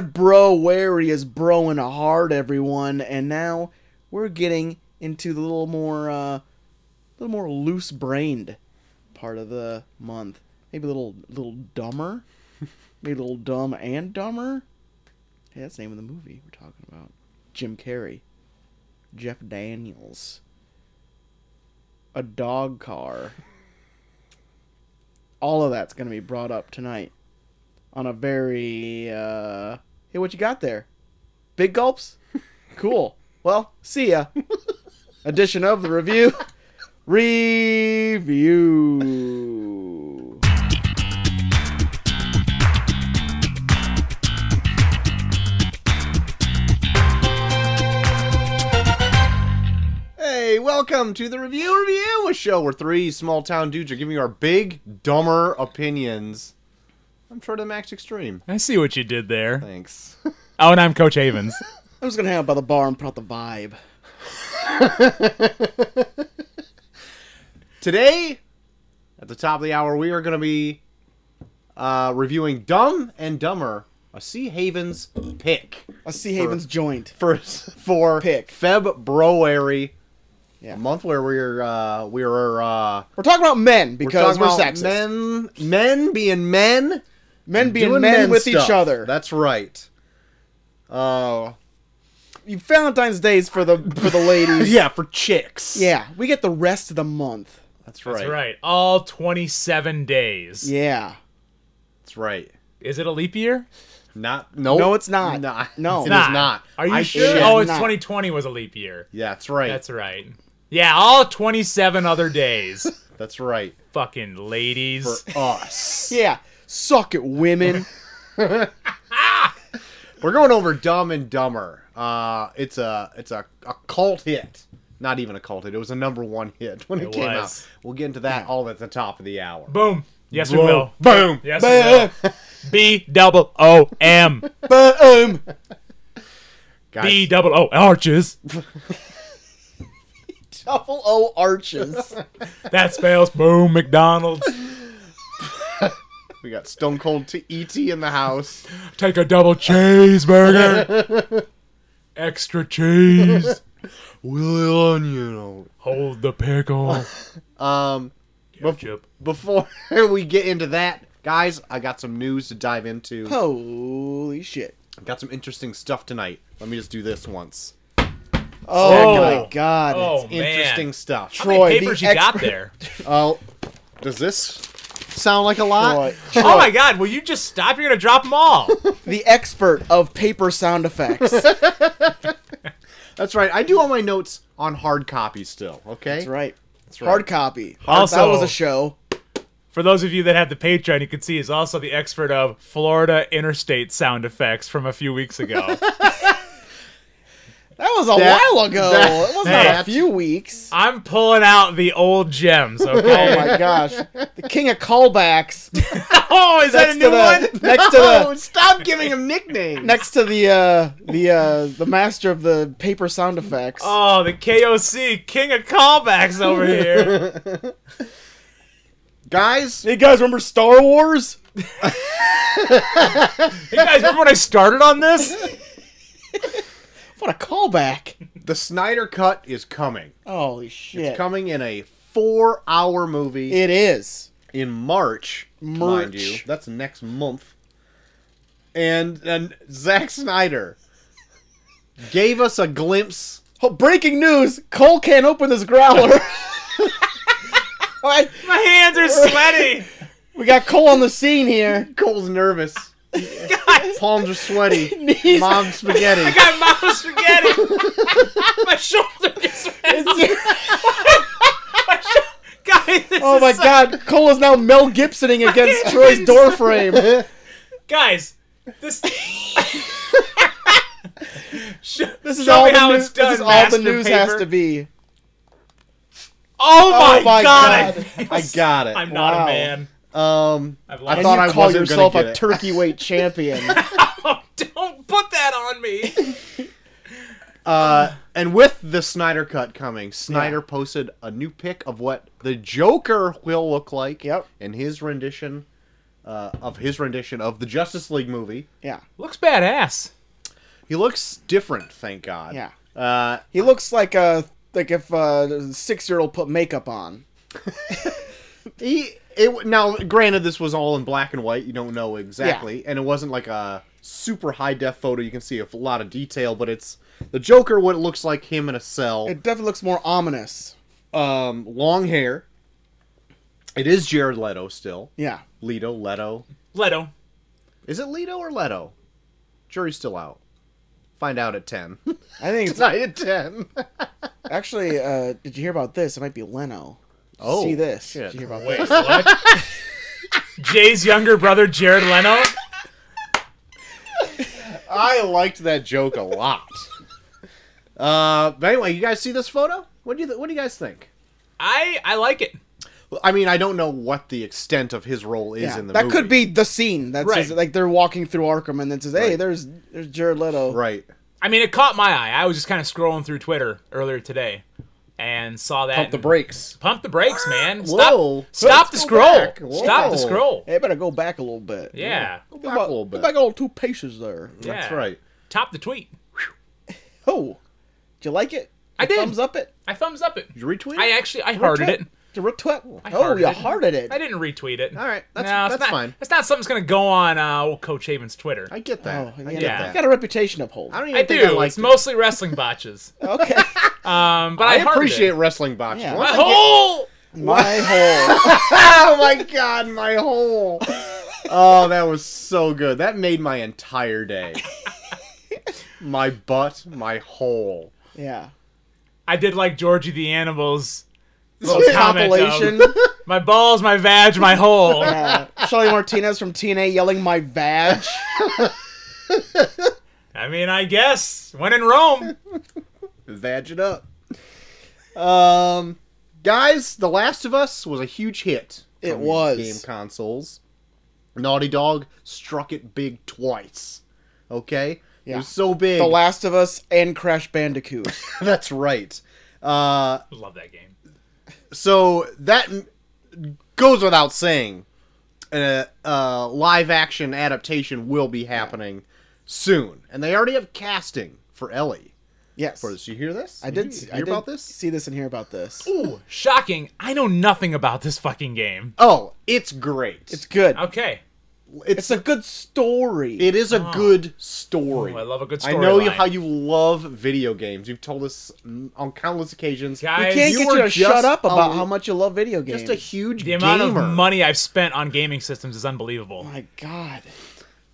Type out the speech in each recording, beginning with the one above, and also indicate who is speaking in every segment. Speaker 1: February is broing hard, everyone, and now we're getting into the little more, uh, little more loose-brained part of the month. Maybe a little, little dumber. Maybe a little dumb and dumber. Hey, that's the name of the movie we're talking about. Jim Carrey, Jeff Daniels, a dog car. All of that's going to be brought up tonight on a very uh hey what you got there big gulps cool well see ya edition of the review review
Speaker 2: Hey, welcome to the Review Review, a show where three small town dudes are giving you our big, dumber opinions. I'm sure to the max extreme.
Speaker 3: I see what you did there.
Speaker 2: Thanks.
Speaker 3: Oh, and I'm Coach Havens.
Speaker 1: i'm just gonna hang out by the bar and put out the vibe
Speaker 2: Today, at the top of the hour, we are going to be uh, reviewing Dumb and Dumber, a Sea Havens pick
Speaker 1: a sea haven's joint
Speaker 2: for for
Speaker 1: Pick.
Speaker 2: February,
Speaker 1: Yeah.
Speaker 2: a month where we're uh, we're uh,
Speaker 1: we're talking about men
Speaker 2: we're
Speaker 1: because
Speaker 2: talking
Speaker 1: we're,
Speaker 2: about
Speaker 1: sexist men,
Speaker 2: men men being men
Speaker 1: being
Speaker 2: doing
Speaker 1: men, with each
Speaker 2: stuff.
Speaker 1: other
Speaker 2: That's right. Oh.
Speaker 1: you valentine's days for the for the ladies
Speaker 2: yeah, for chicks.
Speaker 1: yeah we get the rest of the month
Speaker 2: That's right.
Speaker 3: That's right. All 27 days.
Speaker 1: yeah
Speaker 2: That's right.
Speaker 3: Is it a leap year?
Speaker 2: Not no.
Speaker 1: No, it's not.
Speaker 2: Not.
Speaker 1: No.
Speaker 2: it is
Speaker 1: Nah.
Speaker 2: not.
Speaker 3: Are you
Speaker 2: I
Speaker 3: sure?
Speaker 2: should-
Speaker 3: Oh, it's
Speaker 1: Not.
Speaker 3: 2020 was a leap year.
Speaker 2: yeah, that's right. That's,
Speaker 3: That's right. Yeah, all 27 other days.
Speaker 2: right.
Speaker 3: Fucking ladies.
Speaker 2: For us.
Speaker 1: yeah suck it women
Speaker 2: We're going over Dumb and Dumber. Uh, it's a it's a, a cult hit. Not even a cult hit. It was a number one hit when it,
Speaker 3: It
Speaker 2: came
Speaker 3: was.
Speaker 2: out. We'll get into that
Speaker 1: Hmm.
Speaker 2: all at the top of the hour.
Speaker 3: Boom. Yes,
Speaker 2: Boom.
Speaker 3: we will.
Speaker 2: Boom.
Speaker 3: Yes, we will. B double O M.
Speaker 1: boom
Speaker 2: Guys,
Speaker 3: B double O arches.
Speaker 1: double O arches.
Speaker 3: That spells boom McDonald's.
Speaker 2: we got Stone Cold to ET in the house.
Speaker 3: Take a double cheeseburger. Extra cheese.
Speaker 2: Willie Onion.
Speaker 3: Hold the pickle.
Speaker 2: Um,
Speaker 3: Ketchup.
Speaker 2: before we get into that, guys, I got some news to dive into.
Speaker 1: Holy shit.
Speaker 2: I got some interesting stuff tonight. Let me just do this once.
Speaker 1: Oh,
Speaker 3: Oh.
Speaker 1: my god.
Speaker 3: Oh man.
Speaker 2: Interesting stuff.
Speaker 3: How many
Speaker 1: Troy, the
Speaker 3: papers you got
Speaker 1: expert-
Speaker 3: there?
Speaker 2: Oh, does this sound like a lot?
Speaker 1: Troy,
Speaker 3: Oh my god, will you just stop? You're gonna drop them all.
Speaker 1: the expert of paper sound effects. That's
Speaker 2: That's right. I do all my notes on hard copy still. Okay.
Speaker 1: right.
Speaker 2: That's
Speaker 1: Hard copy.
Speaker 3: Also-
Speaker 1: that was a show.
Speaker 3: For those of you that have the Patreon, you can see he's also the expert of Florida interstate sound effects from a few weeks ago.
Speaker 1: That was a
Speaker 2: That-
Speaker 1: while ago.
Speaker 2: that-
Speaker 1: it was not a
Speaker 3: that-
Speaker 1: few weeks.
Speaker 3: I'm pulling out the old gems, okay?
Speaker 1: Oh my gosh. The king of callbacks.
Speaker 3: oh, is that
Speaker 1: Next to
Speaker 3: a new
Speaker 1: the
Speaker 3: one?
Speaker 1: next to
Speaker 2: Oh,
Speaker 1: the
Speaker 2: stop giving him nicknames.
Speaker 1: next to the uh the uh the master of the paper sound effects.
Speaker 3: Oh, the KOC, king of callbacks over here.
Speaker 2: guys,
Speaker 1: Hey guys, remember Star Wars?
Speaker 3: You guys remember when I started on this?
Speaker 1: What a callback.
Speaker 2: the Snyder Cut is coming.
Speaker 1: Holy shit.
Speaker 2: It's coming in a four-hour movie
Speaker 1: It is.
Speaker 2: in March. Mind
Speaker 1: March.
Speaker 2: you, that's next month. And and Zack Snyder gave us a glimpse
Speaker 1: Oh, breaking news: Cole can't open this growler. All right,
Speaker 3: My hands are sweaty.
Speaker 1: we got Cole on the scene here.
Speaker 2: Cole's nervous. Palms are sweaty.
Speaker 1: He's-
Speaker 2: Mom's
Speaker 3: I
Speaker 2: spaghetti.
Speaker 3: got mouth spaghetti. My shoulder is red. My shou- Guys, this
Speaker 1: oh
Speaker 3: is
Speaker 1: my
Speaker 3: so-
Speaker 1: God, Cole is now Mel Gibsoning against Troy's door frame.
Speaker 3: Guys, this. Sh-
Speaker 1: This is
Speaker 3: Show
Speaker 1: all
Speaker 3: me
Speaker 1: the
Speaker 3: how
Speaker 1: news.
Speaker 3: it's done,
Speaker 1: this is all the
Speaker 3: master
Speaker 1: news has
Speaker 3: paper.
Speaker 1: to be.
Speaker 3: Oh my,
Speaker 1: my
Speaker 3: god!
Speaker 1: God.
Speaker 3: I,
Speaker 2: I got it.
Speaker 3: am not
Speaker 1: Wow.
Speaker 3: a man.
Speaker 2: Um,
Speaker 3: I've
Speaker 2: I
Speaker 3: lost.
Speaker 2: thought
Speaker 1: and
Speaker 2: I
Speaker 1: you call
Speaker 2: wasn't
Speaker 1: yourself
Speaker 2: gonna
Speaker 1: a
Speaker 2: get it.
Speaker 1: turkey weight champion.
Speaker 3: Oh, don't put that on me.
Speaker 2: uh, and with the Snyder cut coming, Snyder posted a new pic of what the Joker will look like
Speaker 1: Yep.
Speaker 2: in his rendition uh, of his rendition of the Justice League movie.
Speaker 1: Yeah.
Speaker 3: Looks badass.
Speaker 2: He looks different, thank God.
Speaker 1: Yeah.
Speaker 2: Uh,
Speaker 1: He looks like a like if a six year old put makeup on.
Speaker 2: he it now granted this was all in black and white. You don't know exactly, and it wasn't like a super high def photo. You can see a lot of detail, but it's the Joker. What it looks like him in a cell.
Speaker 1: It definitely looks more ominous.
Speaker 2: um, long hair. It is Jared Leto still.
Speaker 1: Yeah.
Speaker 2: Leto, Leto.
Speaker 3: Leto.
Speaker 2: Is it Leto or Leto? Jury's still out. Find out at ten.
Speaker 1: I think it's
Speaker 2: Tonight at ten.
Speaker 1: actually. Uh, did you hear about this? It might be Leno. Did you
Speaker 2: Oh,
Speaker 1: see this?
Speaker 2: shit.
Speaker 1: Did you hear about
Speaker 3: Wait,
Speaker 1: this?
Speaker 3: what? Jay's younger brother, Jared Leno.
Speaker 2: I liked that joke a lot. Uh, but anyway, you guys see this photo? What do you th- What do you guys think?
Speaker 3: I I like it.
Speaker 2: Well, I mean, I don't know what the extent of his role is
Speaker 1: Yeah,
Speaker 2: in the
Speaker 1: that
Speaker 2: movie.
Speaker 1: could be the scene. That's
Speaker 3: Right.
Speaker 1: like they're walking through Arkham and then says, "Hey,
Speaker 2: Right.
Speaker 1: there's there's Jared Leto."
Speaker 2: right.
Speaker 3: I mean, it caught my eye. I was just kind of scrolling through Twitter earlier today and saw that.
Speaker 2: Pump the
Speaker 3: and-
Speaker 2: brakes.
Speaker 3: Pump the brakes, man. Stop,
Speaker 2: Whoa.
Speaker 3: stop
Speaker 2: Let's
Speaker 3: the
Speaker 2: go
Speaker 3: scroll.
Speaker 2: back. Whoa.
Speaker 3: Stop the scroll.
Speaker 1: Oh. Hey, better go back a little bit.
Speaker 3: Yeah.
Speaker 1: Go
Speaker 2: Go back
Speaker 1: back,
Speaker 2: a little
Speaker 1: go
Speaker 2: bit.
Speaker 1: back a little two paces there.
Speaker 3: Yeah.
Speaker 2: That's right.
Speaker 3: Top the tweet.
Speaker 1: Oh, did you like it?
Speaker 3: I
Speaker 1: You
Speaker 3: did.
Speaker 1: Thumbs up it.
Speaker 3: I thumbs up it.
Speaker 2: Did you retweet? it?
Speaker 3: I actually I hearted it.
Speaker 1: Did you retweet?
Speaker 3: I
Speaker 1: Oh,
Speaker 3: hearted
Speaker 1: you
Speaker 3: it.
Speaker 1: hearted it.
Speaker 3: I didn't retweet it.
Speaker 2: All right. That's
Speaker 3: no, it's
Speaker 2: that's
Speaker 3: not,
Speaker 2: fine.
Speaker 3: It's not something that's gonna go on uh, old Coach Haven's Twitter.
Speaker 2: I get that.
Speaker 1: Oh,
Speaker 2: I
Speaker 1: yeah.
Speaker 2: get
Speaker 1: yeah.
Speaker 2: that.
Speaker 1: Got a reputation to uphold.
Speaker 2: I don't even
Speaker 3: I
Speaker 2: think I
Speaker 3: do.
Speaker 2: liked
Speaker 3: It's
Speaker 2: it.
Speaker 3: mostly wrestling botches.
Speaker 1: Okay.
Speaker 3: Um, but I,
Speaker 2: I
Speaker 3: hearted
Speaker 2: appreciate
Speaker 3: it.
Speaker 2: wrestling boxing.
Speaker 1: Yeah.
Speaker 2: Once I
Speaker 3: my
Speaker 2: get-
Speaker 3: whole.
Speaker 1: My whole.
Speaker 2: oh my god, my hole. Oh, that was so good. That made my entire day. my butt, my hole.
Speaker 1: Yeah.
Speaker 3: I did like Georgie the Animal's little
Speaker 2: um,
Speaker 3: comment of,
Speaker 1: Compilation.
Speaker 3: My balls, my vag, my hole.
Speaker 1: Uh, Shelly Martinez from TNA yelling my vag.
Speaker 3: I mean, I guess when in Rome.
Speaker 2: Vag it up. Um, guys, The Last of Us was a huge hit.
Speaker 1: It
Speaker 2: from
Speaker 1: was.
Speaker 2: game consoles. Naughty Dog struck it big twice. Okay, it
Speaker 1: Yeah.
Speaker 2: was so big.
Speaker 1: The Last of Us and Crash Bandicoot.
Speaker 2: That's right. Uh,
Speaker 3: Love that game.
Speaker 2: so that m- goes without saying a uh, live action adaptation will be happening soon and they already have casting for ellie
Speaker 1: Yes.
Speaker 2: for this you hear this
Speaker 1: I did.
Speaker 2: you
Speaker 1: see-
Speaker 2: hear
Speaker 1: I did
Speaker 2: about this
Speaker 1: See this and hear about this.
Speaker 3: Ooh, shocking! I know nothing about this fucking game.
Speaker 2: oh it's great
Speaker 1: It's good.
Speaker 3: Okay,
Speaker 1: It's a good story.
Speaker 2: It is a
Speaker 3: Oh.
Speaker 2: good story.
Speaker 3: Ooh, I love a good
Speaker 2: I know you,
Speaker 3: storyline.
Speaker 2: how you love video games. You've told us mm, on countless occasions.
Speaker 1: we
Speaker 3: Guys,
Speaker 1: can't
Speaker 2: you
Speaker 1: get
Speaker 2: were
Speaker 1: you to shut
Speaker 2: just
Speaker 1: up about
Speaker 2: a-
Speaker 1: how much you love video games.
Speaker 2: Just a huge
Speaker 3: the amount
Speaker 2: gamer.
Speaker 3: of money I've spent on gaming systems is unbelievable.
Speaker 1: My God.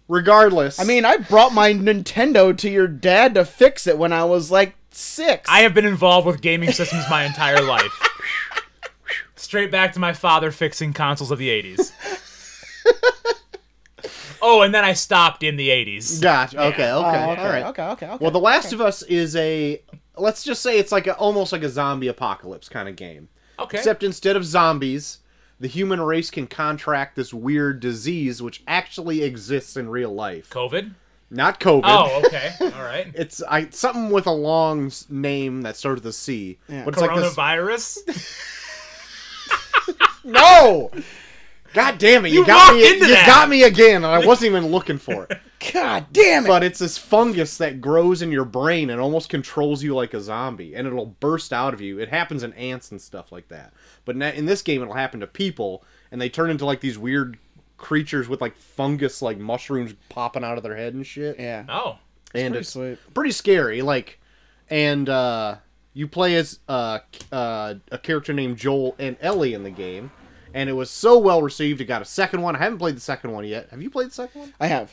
Speaker 2: Regardless,
Speaker 1: I mean, I brought my Nintendo to your dad to fix it when I was like six.
Speaker 3: I have been involved with gaming systems my entire life. Straight back to my father fixing consoles of the 80s. oh, and then I stopped in the 80s.
Speaker 2: Gotcha. Okay. Okay.
Speaker 1: Oh, okay,
Speaker 2: All right.
Speaker 1: okay. Okay. Okay.
Speaker 2: Well, The Last of Us is a let's just say it's like a, almost like a zombie apocalypse kind of game.
Speaker 3: Okay.
Speaker 2: Except instead of zombies, the human race can contract this weird disease which actually exists in real life.
Speaker 3: COVID?
Speaker 2: Not COVID.
Speaker 3: Oh, okay. All right.
Speaker 2: It's I, something with a long s- name that starts with a C.
Speaker 1: Yeah.
Speaker 2: But it's like this.
Speaker 3: Coronavirus?
Speaker 2: No. God damn it! You,
Speaker 3: You
Speaker 2: got
Speaker 3: walked
Speaker 2: me.
Speaker 3: into
Speaker 2: you
Speaker 3: that.
Speaker 2: got me again, and I wasn't even looking for it.
Speaker 1: God damn it.
Speaker 2: But it's this fungus that grows in your brain and almost controls you like a zombie, and it'll burst out of you. It happens in ants and stuff like that. But na- in this game, it'll happen to people, and they turn into like these weird creatures with like fungus, like mushrooms popping out of their head and shit.
Speaker 1: yeah.
Speaker 3: Oh.
Speaker 2: and
Speaker 1: pretty
Speaker 2: it's
Speaker 1: sweet.
Speaker 2: pretty scary. Like, and uh, you play as uh, uh, a character named Joel and Ellie in the game, and it was so well received. It got a second one. I haven't played the second one yet. Have you played the second one?
Speaker 1: I have.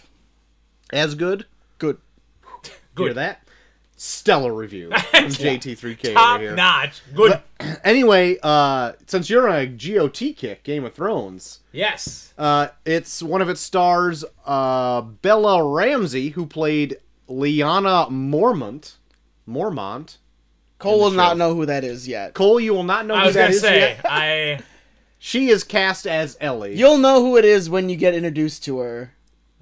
Speaker 2: As good.
Speaker 1: Good.
Speaker 3: Good.
Speaker 2: Hear that? Stellar review from JT3K
Speaker 3: Top
Speaker 2: over here.
Speaker 3: notch. Good.
Speaker 2: Anyway, uh, since you're on a GOT kick, Game of Thrones,
Speaker 3: yes.
Speaker 2: uh, it's one of its stars, uh, Bella Ramsey, who played Liana Mormont. Mormont.
Speaker 1: Cole will
Speaker 2: show.
Speaker 1: not know who that is yet.
Speaker 2: Cole, you will not know
Speaker 3: I
Speaker 2: who
Speaker 3: was
Speaker 2: that
Speaker 3: going to
Speaker 2: is
Speaker 3: say,
Speaker 2: yet.
Speaker 3: I.
Speaker 2: She is cast as Ellie.
Speaker 1: You'll know who it is when you get introduced to her.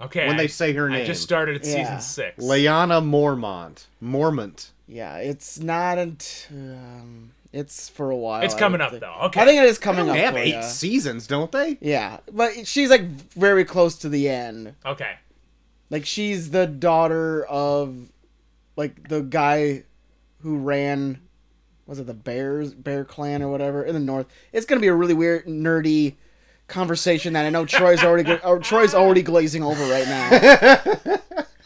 Speaker 3: Okay.
Speaker 2: When they
Speaker 3: I-
Speaker 2: say her
Speaker 3: I
Speaker 2: name.
Speaker 3: just started at
Speaker 1: Yeah.
Speaker 3: season six.
Speaker 2: Liana Mormont. Mormont.
Speaker 1: Yeah, it's not. unt- Um, It's for a while.
Speaker 4: It's
Speaker 1: I
Speaker 4: coming
Speaker 1: would
Speaker 4: up,
Speaker 1: think.
Speaker 4: though. Okay.
Speaker 1: I think it is coming
Speaker 2: They
Speaker 1: up.
Speaker 2: have
Speaker 1: for
Speaker 2: eight
Speaker 1: ya.
Speaker 2: seasons, don't they?
Speaker 1: Yeah, but she's like very close to the end.
Speaker 4: Okay.
Speaker 1: Like she's the daughter of, like the guy, who ran, was it the Bears Bear Clan or whatever in the North? It's gonna be a really weird nerdy conversation that I know Troy's already gla- or Troy's already glazing over right now.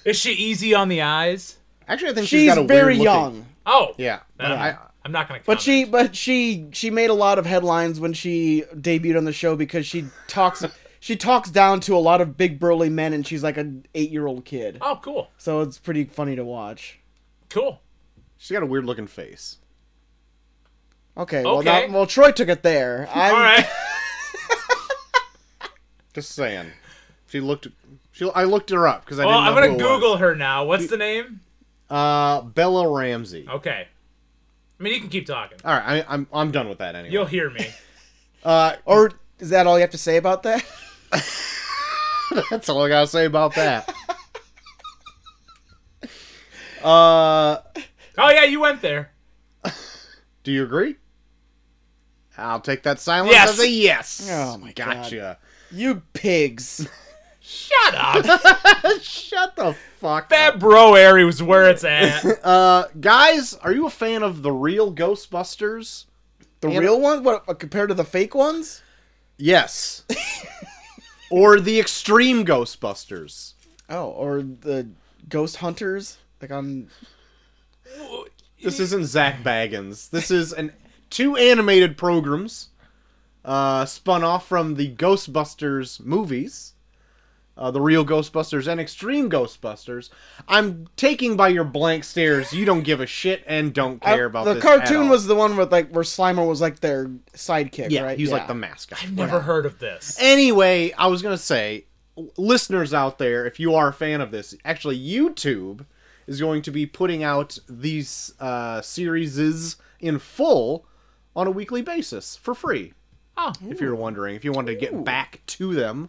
Speaker 4: Is she easy on the eyes?
Speaker 2: Actually, I think she's,
Speaker 1: She's
Speaker 2: got a
Speaker 1: very
Speaker 2: weird-looking-
Speaker 1: young.
Speaker 4: Oh.
Speaker 2: Yeah, but
Speaker 3: Uh-huh.
Speaker 4: Uh,
Speaker 2: I,
Speaker 4: I'm not gonna.
Speaker 1: But
Speaker 4: Comment.
Speaker 1: she, but she, she made a lot of headlines when she debuted on the show because she talks, she talks down to a lot of big burly men, and she's like an eight-year-old kid.
Speaker 4: Oh, cool.
Speaker 1: So it's pretty funny to watch.
Speaker 4: Cool.
Speaker 2: she's got a weird looking face.
Speaker 1: Okay, well,
Speaker 4: Okay.
Speaker 1: now, well, Troy took it there. i
Speaker 4: All right.
Speaker 2: Just saying, she looked. She, I looked her up because I
Speaker 4: Well,
Speaker 2: didn't.
Speaker 4: Oh, I'm
Speaker 2: know
Speaker 4: gonna
Speaker 2: who it
Speaker 4: Google
Speaker 2: was.
Speaker 4: her now. What's the name?
Speaker 2: Uh, Bella Ramsey.
Speaker 3: Oh.
Speaker 4: Okay. I mean, you can keep talking.
Speaker 2: All right, I, I'm I'm done with that anyway.
Speaker 4: You'll hear me.
Speaker 2: Uh,
Speaker 1: Or is that all you have to say about that?
Speaker 2: That's all I gotta say about that. uh,
Speaker 4: Oh yeah, you went there.
Speaker 2: do you agree? I'll take that silence
Speaker 4: Yes.
Speaker 2: as a yes.
Speaker 1: Oh my God.
Speaker 2: gotcha.
Speaker 1: You pigs.
Speaker 4: Shut up.
Speaker 2: Shut the fuck
Speaker 4: that bro area was where it's at.
Speaker 2: up. Uh, guys, are you a fan of the real Ghostbusters?
Speaker 1: The
Speaker 2: And-
Speaker 1: real ones? What uh, compared to the fake ones?
Speaker 2: Yes. or the extreme Ghostbusters?
Speaker 1: Oh, or the ghost hunters? Like on
Speaker 2: This isn't Zach Baggins. This is an two animated programs uh, spun off from the Ghostbusters movies, uh, the real Ghostbusters and Extreme Ghostbusters. I'm taking by your blank stares. You don't give a shit and don't care
Speaker 1: I-
Speaker 2: about
Speaker 1: the
Speaker 2: this at
Speaker 1: cartoon
Speaker 2: all.
Speaker 1: was the one with like where Slimer was like their sidekick,
Speaker 2: yeah.
Speaker 1: right?
Speaker 2: He's like the mascot.
Speaker 4: I've never heard of this.
Speaker 2: Anyway, I was gonna say, l- listeners out there, if you are a fan of this, actually YouTube is going to be putting out these uh, series in full on a weekly basis for free.
Speaker 4: Oh,
Speaker 2: If you're wondering, if you want to get back to them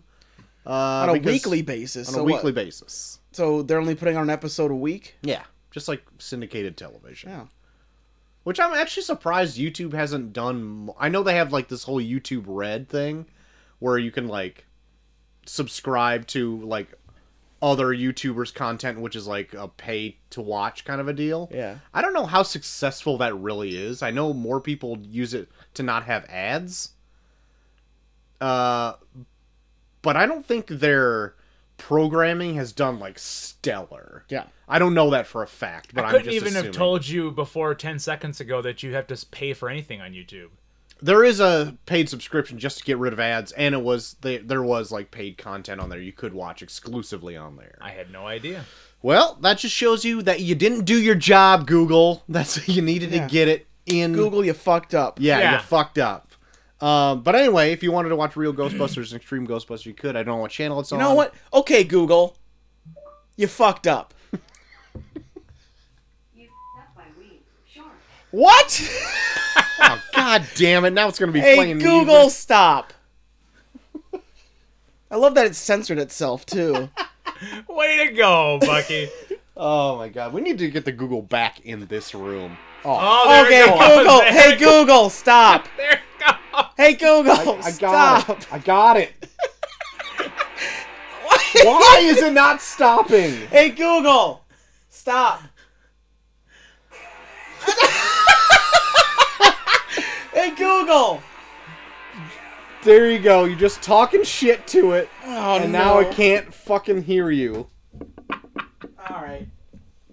Speaker 2: uh,
Speaker 1: on a
Speaker 2: because-
Speaker 1: weekly basis.
Speaker 2: on
Speaker 1: so
Speaker 2: a
Speaker 1: what?
Speaker 2: weekly basis,
Speaker 1: So they're only putting on an episode a week.
Speaker 2: yeah, just like syndicated television.
Speaker 1: Yeah.
Speaker 2: Which I'm actually surprised YouTube hasn't done. m- I know they have like this whole YouTube Red thing, where you can like subscribe to like other YouTubers' content, which is like a pay to watch kind of a deal.
Speaker 1: Yeah.
Speaker 2: I don't know how successful that really is. I know more people use it to not have ads. Uh, but I don't think their programming has done like stellar.
Speaker 1: Yeah.
Speaker 2: I don't know that for a fact, but
Speaker 4: I
Speaker 2: am
Speaker 4: couldn't
Speaker 2: just
Speaker 4: even
Speaker 2: assuming.
Speaker 4: have told you before ten seconds ago that you have to s- pay for anything on YouTube.
Speaker 2: there is a paid subscription just to get rid of ads and it was they, there was like paid content on there you could watch exclusively on there
Speaker 4: I had no idea.
Speaker 2: well that just shows you that you didn't do your job google that's you needed
Speaker 1: Yeah.
Speaker 2: to get it in
Speaker 1: Google, you fucked up.
Speaker 2: yeah,
Speaker 4: Yeah.
Speaker 2: you fucked up um, but anyway if you wanted to watch real ghostbusters and extreme ghostbusters you could i don't know what channel it's
Speaker 1: You
Speaker 2: on
Speaker 1: know what? Okay, Google, you fucked up.
Speaker 5: You suck my weed. Sure.
Speaker 1: What?
Speaker 2: oh god damn it now it's gonna be
Speaker 1: Hey,
Speaker 2: playing
Speaker 1: Google,
Speaker 2: music.
Speaker 1: stop. I love that it censored itself too.
Speaker 4: Way to go, Bucky.
Speaker 2: oh my god we need to get the google back in this room
Speaker 4: Oh, there
Speaker 1: okay,
Speaker 4: it goes.
Speaker 1: Google.
Speaker 4: There
Speaker 1: Hey,
Speaker 4: it goes.
Speaker 1: Google, stop.
Speaker 4: There it goes.
Speaker 1: Hey, Google,
Speaker 2: I got
Speaker 1: Oh, stop.
Speaker 2: it. I got it. Why is it not stopping?
Speaker 1: Hey, Google, stop. hey, Google.
Speaker 2: There you go. You're just talking shit to it,
Speaker 1: Oh,
Speaker 2: and
Speaker 1: no.
Speaker 2: now it can't fucking hear you.
Speaker 1: All right.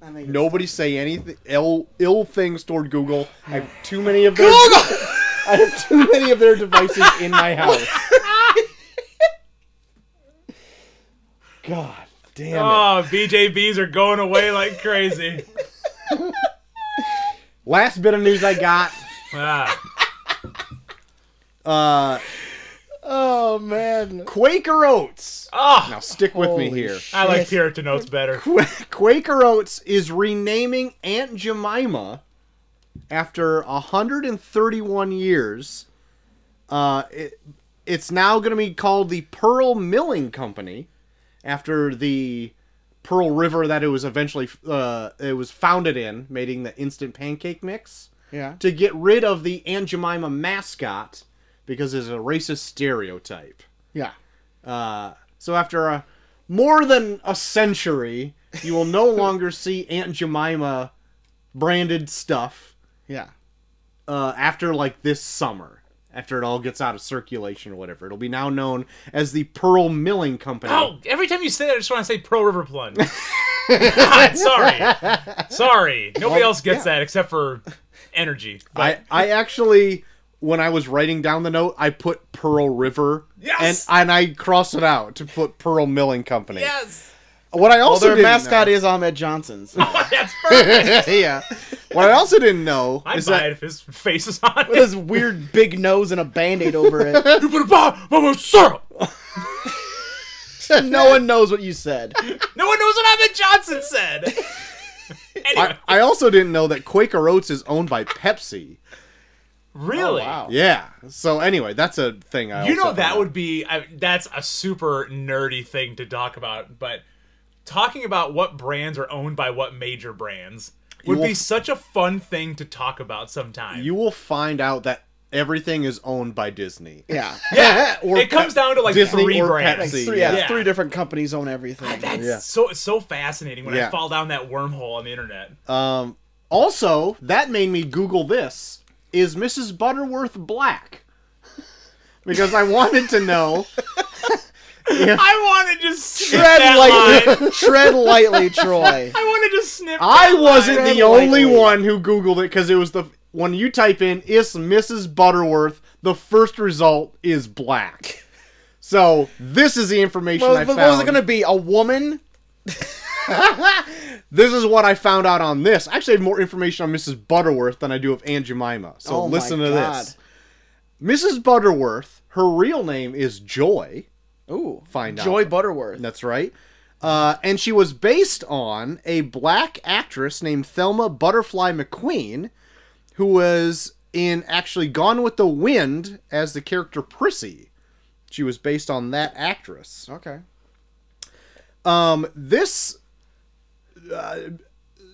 Speaker 1: I think it's-
Speaker 2: Nobody say anything ill ill things toward Google. I have too many of their
Speaker 1: Google.
Speaker 2: I have too many of their devices in my house. God damn it.
Speaker 4: Oh, BJBs are going away like crazy.
Speaker 2: Last bit of news I got.
Speaker 4: Ah.
Speaker 2: Uh,
Speaker 1: Oh man.
Speaker 2: Quaker Oats.
Speaker 4: Oh,
Speaker 2: Now stick with
Speaker 1: Holy
Speaker 2: me here.
Speaker 4: I like
Speaker 1: shit.
Speaker 4: Puritan Oats better.
Speaker 2: Qu- Quaker Oats is renaming Aunt Jemima after 131 years. Uh, it, it's now going to be called the Pearl Milling Company after the Pearl River that it was eventually uh, it was founded in, making the instant pancake mix.
Speaker 1: Yeah.
Speaker 2: to get rid of the Aunt Jemima mascot because it's a racist stereotype.
Speaker 1: Yeah.
Speaker 2: Uh, so after a, more than a century, you will no longer see Aunt Jemima branded stuff
Speaker 1: Yeah.
Speaker 2: uh, after like this summer. After it all gets out of circulation or whatever, it'll be now known as the Pearl Milling Company.
Speaker 3: Oh, every time you say that, I just want to say Pro River Plunge. God, sorry. Sorry. Nobody else gets that except for energy.
Speaker 2: I, I actually when I was writing down the note, I put Pearl River.
Speaker 3: Yes!
Speaker 2: And and I crossed it out to put Pearl Milling Company.
Speaker 3: Yes.
Speaker 2: What I
Speaker 1: Well,
Speaker 2: also
Speaker 1: their
Speaker 2: didn't
Speaker 1: mascot
Speaker 2: know,
Speaker 1: is Ahmed Johnson. so-
Speaker 3: That's perfect.
Speaker 2: yeah. What I also didn't know
Speaker 3: I'd
Speaker 2: is
Speaker 3: buy
Speaker 2: that
Speaker 3: it if his face was on
Speaker 1: with
Speaker 3: it.
Speaker 1: his weird big nose and a band-aid over it.
Speaker 3: You better buy my syrup.
Speaker 1: no one knows what you said.
Speaker 3: No one knows what Ahmed Johnson said. anyway,
Speaker 2: I, I also didn't know that Quaker Oats is owned by Pepsi. Oh,
Speaker 3: really?
Speaker 1: wow.
Speaker 2: Yeah. So anyway, that's a thing I
Speaker 3: You
Speaker 2: also
Speaker 3: know that
Speaker 2: found
Speaker 3: would be I, that's a super nerdy thing to talk about, but talking about what brands are owned by what major brands would
Speaker 2: will-
Speaker 3: be such a fun thing to talk about
Speaker 2: out.
Speaker 3: sometime.
Speaker 2: You will find out that everything is owned by Disney.
Speaker 1: Yeah.
Speaker 3: yeah,
Speaker 2: or
Speaker 3: it comes down to like
Speaker 2: Disney
Speaker 3: three
Speaker 2: or
Speaker 1: Like
Speaker 3: brands.
Speaker 2: Pepsi.
Speaker 1: three, yeah, Ah,
Speaker 3: Yeah.
Speaker 1: three different companies own everything.
Speaker 3: That's
Speaker 2: Yeah.
Speaker 3: so it's so fascinating when
Speaker 2: Yeah.
Speaker 3: I fall down that wormhole on the internet.
Speaker 2: Um, also, that made me Google this: Is Mrs. Butterworth black? Because I wanted to know.
Speaker 3: I want to just snip
Speaker 1: Tread
Speaker 3: that line.
Speaker 1: lightly, tread lightly, Troy.
Speaker 3: I want to just snip.
Speaker 2: I
Speaker 3: that
Speaker 2: wasn't
Speaker 3: line.
Speaker 2: the only
Speaker 1: Likely.
Speaker 2: one who Googled it because it was the when you type in "is Mrs. Butterworth," the first result is black. So this is the information
Speaker 1: Well,
Speaker 2: I
Speaker 1: but
Speaker 2: found.
Speaker 1: what was it going to be? A woman?
Speaker 2: This is what I found out on this. I actually have more information on Mrs. Butterworth than I do of Aunt Jemima. So
Speaker 1: Oh my
Speaker 2: listen to
Speaker 1: God.
Speaker 2: this. Mrs. Butterworth, her real name is Joy.
Speaker 1: Ooh,
Speaker 2: Find out.
Speaker 1: Joy Butterworth.
Speaker 2: That's right. Uh, and she was based on a black actress named Thelma Butterfly McQueen, who was in actually Gone with the Wind as the character Prissy. She was based on that actress.
Speaker 1: Okay.
Speaker 2: Um, this uh,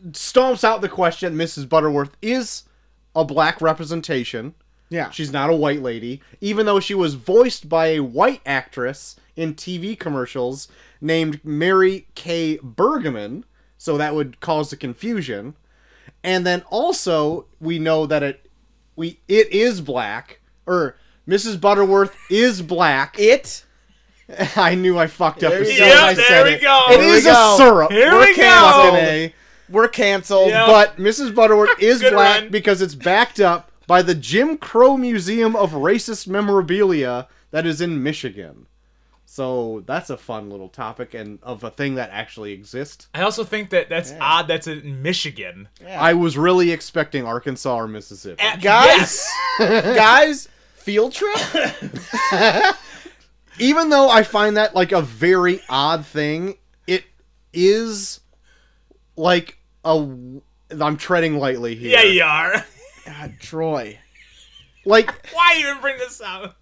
Speaker 2: stomps out the question: Mrs. Butterworth is a black representation.
Speaker 1: Yeah.
Speaker 2: She's not a white lady, even though she was voiced by a white actress in TV commercials named Mary Kay Bergman, so that would cause the confusion. And then also we know that it we it is black or Mrs. Butterworth is black.
Speaker 1: it.
Speaker 2: I knew I fucked up
Speaker 1: There
Speaker 2: as
Speaker 1: you
Speaker 2: soon as
Speaker 1: go.
Speaker 2: I
Speaker 3: Yep,
Speaker 2: said
Speaker 3: there we
Speaker 2: it.
Speaker 3: go.
Speaker 1: Here
Speaker 2: It
Speaker 1: we
Speaker 2: is a
Speaker 1: go.
Speaker 2: syrup.
Speaker 3: Here
Speaker 2: We're
Speaker 3: we go.
Speaker 2: fucking A.
Speaker 1: We're canceled.
Speaker 3: Yeah.
Speaker 2: But Mrs. Butterworth is
Speaker 3: Good
Speaker 2: black
Speaker 3: one.
Speaker 2: because it's backed up by the Jim Crow Museum of Racist Memorabilia that is in Michigan. So that's a fun little topic and of a thing that actually exists.
Speaker 3: I also think that that's odd. That's in Michigan.
Speaker 1: Yeah.
Speaker 2: I was really expecting Arkansas or Mississippi.
Speaker 3: At-
Speaker 1: Guys?
Speaker 3: yes.
Speaker 1: Guys, field trip?
Speaker 2: Even though I find that like a very odd thing, it is like a. I'm treading lightly here.
Speaker 3: yeah, you are.
Speaker 1: God, Troy.
Speaker 2: Like
Speaker 3: Why even bring this up?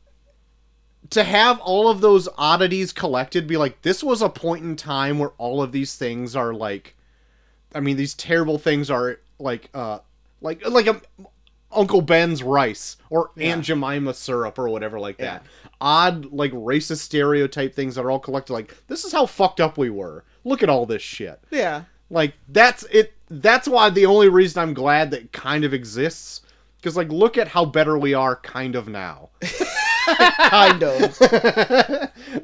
Speaker 2: to have all of those oddities collected be like this was a point in time where all of these things are like i mean these terrible things are like uh like like um uncle ben's rice or aunt jemima syrup or whatever like that odd like racist stereotype things that are all collected like this is how fucked up we were look at all this shit
Speaker 1: Yeah.
Speaker 2: like that's it that's why the only reason i'm glad that it kind of exists because like look at how better we are kind of now
Speaker 1: Kind of.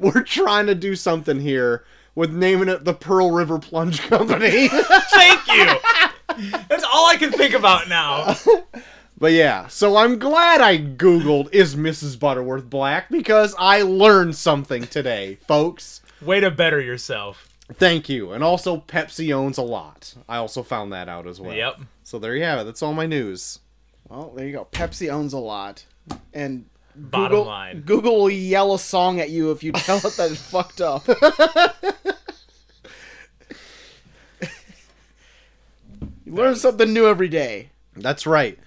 Speaker 2: we're trying to do something here with naming it the Pearl River Plunge Company.
Speaker 3: Thank you. That's all I can think about now.
Speaker 2: but yeah, so I'm glad I Googled is Mrs. Butterworth black because I learned something today, folks.
Speaker 3: Way to better yourself.
Speaker 2: Thank you. And also, Pepsi owns a lot. I also found that out as well.
Speaker 3: Yep.
Speaker 2: So there you have it. That's all my news.
Speaker 1: well, there you go. Pepsi owns a lot. And
Speaker 3: Bottom
Speaker 1: Google,
Speaker 3: line.
Speaker 1: Google will yell a song at you if you tell it that it's fucked up. you learn something new every day.
Speaker 2: That's right.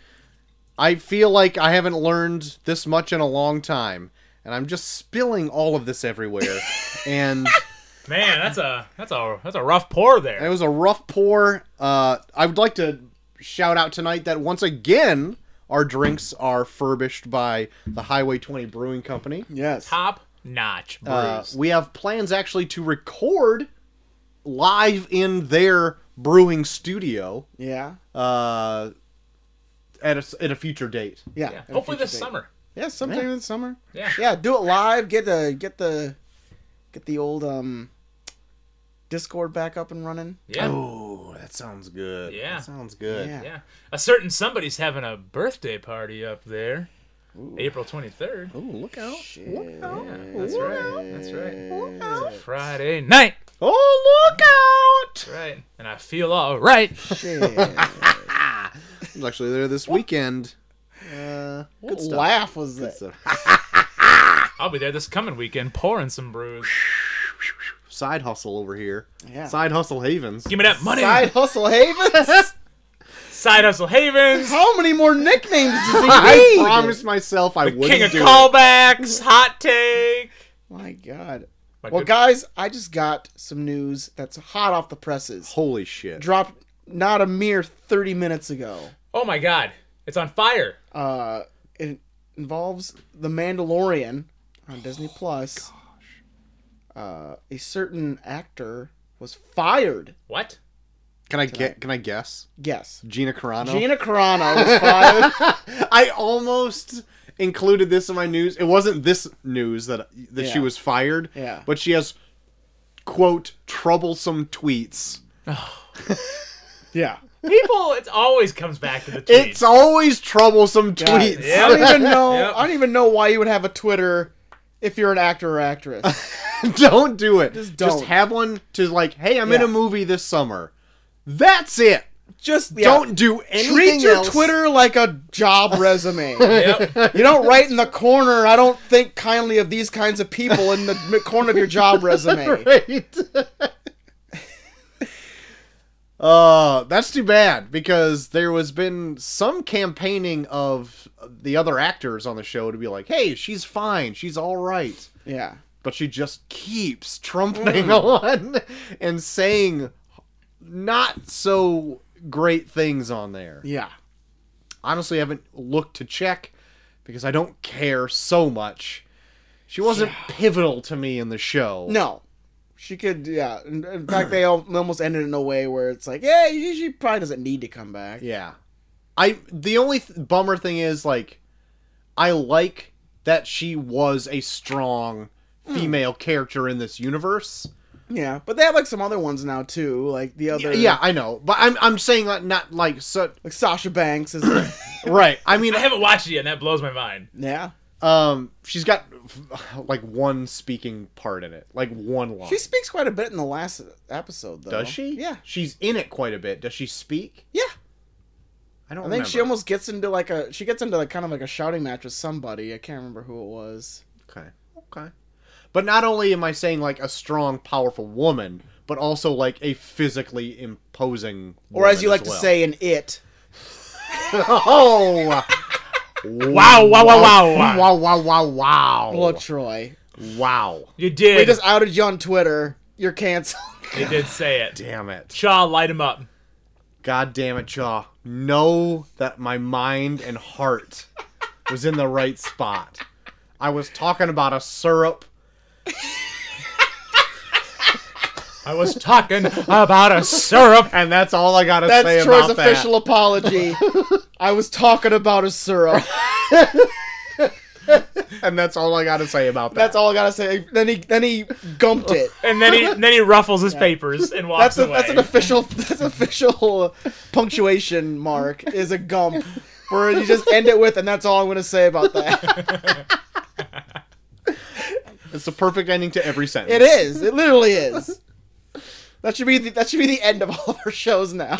Speaker 2: I feel like I haven't learned this much in a long time, and I'm just spilling all of this everywhere. and.
Speaker 3: Man, that's a that's a that's a rough pour
Speaker 2: It
Speaker 3: there.
Speaker 2: was a rough pour. Uh, I would like to shout out tonight that once again our drinks are furbished by the Highway 20 Brewing Company.
Speaker 1: Yes.
Speaker 4: Top notch brews.
Speaker 2: Uh, we have plans actually to record live in their brewing studio
Speaker 1: Yeah.
Speaker 2: uh, at a, at a future date.
Speaker 1: Yeah.
Speaker 4: yeah.
Speaker 1: at a
Speaker 4: Hopefully this
Speaker 1: future date.
Speaker 4: summer.
Speaker 1: Yeah, sometime
Speaker 2: Yeah.
Speaker 1: in the summer.
Speaker 4: Yeah.
Speaker 1: Yeah, do it live. Get the get the get the old um Discord back up and running.
Speaker 4: Yeah.
Speaker 2: Oh, that sounds good.
Speaker 4: Yeah.
Speaker 2: That sounds good.
Speaker 1: Yeah.
Speaker 4: Yeah. A certain somebody's having a birthday party up there.
Speaker 1: Ooh.
Speaker 4: April 23rd.
Speaker 2: Oh, look out.
Speaker 1: Shit.
Speaker 2: Look out.
Speaker 4: Yeah, that's right. That's right.
Speaker 2: Look out.
Speaker 4: Friday night.
Speaker 2: Oh, look out.
Speaker 4: Right. And I feel all right.
Speaker 1: Shit.
Speaker 2: I was actually there this weekend.
Speaker 1: Uh, what
Speaker 2: stuff.
Speaker 1: laugh was that?
Speaker 2: So-
Speaker 4: I'll be there this coming weekend pouring some brews.
Speaker 2: Side hustle over here.
Speaker 1: Yeah.
Speaker 2: Side hustle havens.
Speaker 4: Give me that money. Side,
Speaker 1: Side hustle havens.
Speaker 4: Hustle Havens.
Speaker 1: How many more nicknames does he need?
Speaker 2: I promised myself I wouldn't
Speaker 4: King of
Speaker 2: do it.
Speaker 4: Callbacks. Hot Take.
Speaker 1: My God.
Speaker 4: My
Speaker 1: Well,
Speaker 4: good-
Speaker 1: guys, I just got some news that's hot off the presses.
Speaker 2: Holy shit.
Speaker 1: Dropped not a mere 30 minutes ago.
Speaker 4: oh my God. It's on fire.
Speaker 1: Uh, it involves The Mandalorian on Disney
Speaker 4: Oh,
Speaker 1: Plus. Uh, a certain actor was fired.
Speaker 4: What?
Speaker 2: Can I get? Can I guess?
Speaker 1: Yes.
Speaker 2: Gina Carano.
Speaker 1: Gina Carano was fired.
Speaker 2: I almost included this in my news. It wasn't this news that that
Speaker 1: Yeah.
Speaker 2: she was fired.
Speaker 1: Yeah.
Speaker 2: But she has quote troublesome tweets.
Speaker 1: yeah.
Speaker 4: People, it always comes back to the tweets.
Speaker 2: It's always troublesome
Speaker 1: God,
Speaker 2: tweets.
Speaker 1: I don't even know.
Speaker 4: Yep.
Speaker 1: I don't even know why you would have a Twitter if you're an actor or actress.
Speaker 2: don't do it. Just
Speaker 1: don't.
Speaker 2: have one to like, hey, I'm in
Speaker 1: Yeah.
Speaker 2: a movie this summer. That's it.
Speaker 1: Just yeah.
Speaker 2: Don't do anything
Speaker 1: treat your
Speaker 2: else.
Speaker 1: Twitter like a job resume.
Speaker 4: Yep.
Speaker 1: You don't write in the corner. I don't think kindly of these kinds of people in the m- corner of your job resume.
Speaker 2: Right. uh, that's too bad because there was been some campaigning of the other actors on the show to be like, "Hey, she's fine. She's all right."
Speaker 1: Yeah.
Speaker 2: But she just keeps trumping on and saying not so great things on there.
Speaker 1: Yeah.
Speaker 2: honestly I haven't looked to check because I don't care so much. She wasn't pivotal to me in the show.
Speaker 1: No. She could, yeah. In, in fact, they al- almost ended in a way where it's like, yeah, she, she probably doesn't need to come back.
Speaker 2: Yeah. I the only th- bummer thing is like I like that she was a strong
Speaker 1: Hmm.
Speaker 2: female character in this universe.
Speaker 1: Yeah. But they have like some other ones now too, like the other,
Speaker 2: Yeah, I know, but I'm I'm saying that not like so
Speaker 1: like Sasha Banks is,
Speaker 2: right. I mean,
Speaker 4: I haven't watched it yet, and that blows my mind.
Speaker 1: yeah.
Speaker 2: um, she's got like one speaking part in it, like one line.
Speaker 1: She speaks quite a bit in the last episode, though.
Speaker 2: Does she?
Speaker 1: Yeah.
Speaker 2: she's in it quite a bit. Does she speak?
Speaker 1: Yeah.
Speaker 2: I
Speaker 1: I
Speaker 2: don't.
Speaker 1: think she
Speaker 2: remember.
Speaker 1: almost gets into like a she gets into like kind of like a shouting match with somebody. I can't remember who it was.
Speaker 2: Okay. Okay. But not only am I saying like a strong, powerful woman, but also like a physically imposing.
Speaker 1: Or as you like to say, an it.
Speaker 2: oh.
Speaker 4: Wow, wow, wow, wow,
Speaker 2: Wow! Wow! Wow! Wow!
Speaker 1: Well, Troy,
Speaker 2: Wow!
Speaker 4: You did.
Speaker 1: we just outed you on Twitter. You're canceled.
Speaker 4: you did say it.
Speaker 2: Damn it!
Speaker 4: Shaw, light him up.
Speaker 2: God damn it, Chaw! Know that my mind and heart was in the right spot. I was talking about a syrup.
Speaker 4: I was talking about a syrup.
Speaker 2: And that's all I gotta say
Speaker 1: That's Troy's
Speaker 2: about that.
Speaker 1: official apology. I was talking about a syrup.
Speaker 2: And that's all I gotta say about that.
Speaker 1: That's all I gotta say. Then he then he gumped it.
Speaker 4: And then he then he ruffles his papers and walks
Speaker 1: That's a,
Speaker 4: away.
Speaker 1: that's an official that's an official punctuation mark is a gump where you just end it with and that's all I'm gonna say about that.
Speaker 2: It's the perfect ending to every sentence.
Speaker 1: It is. It literally is. That should be the, that should be the end of all of our shows now.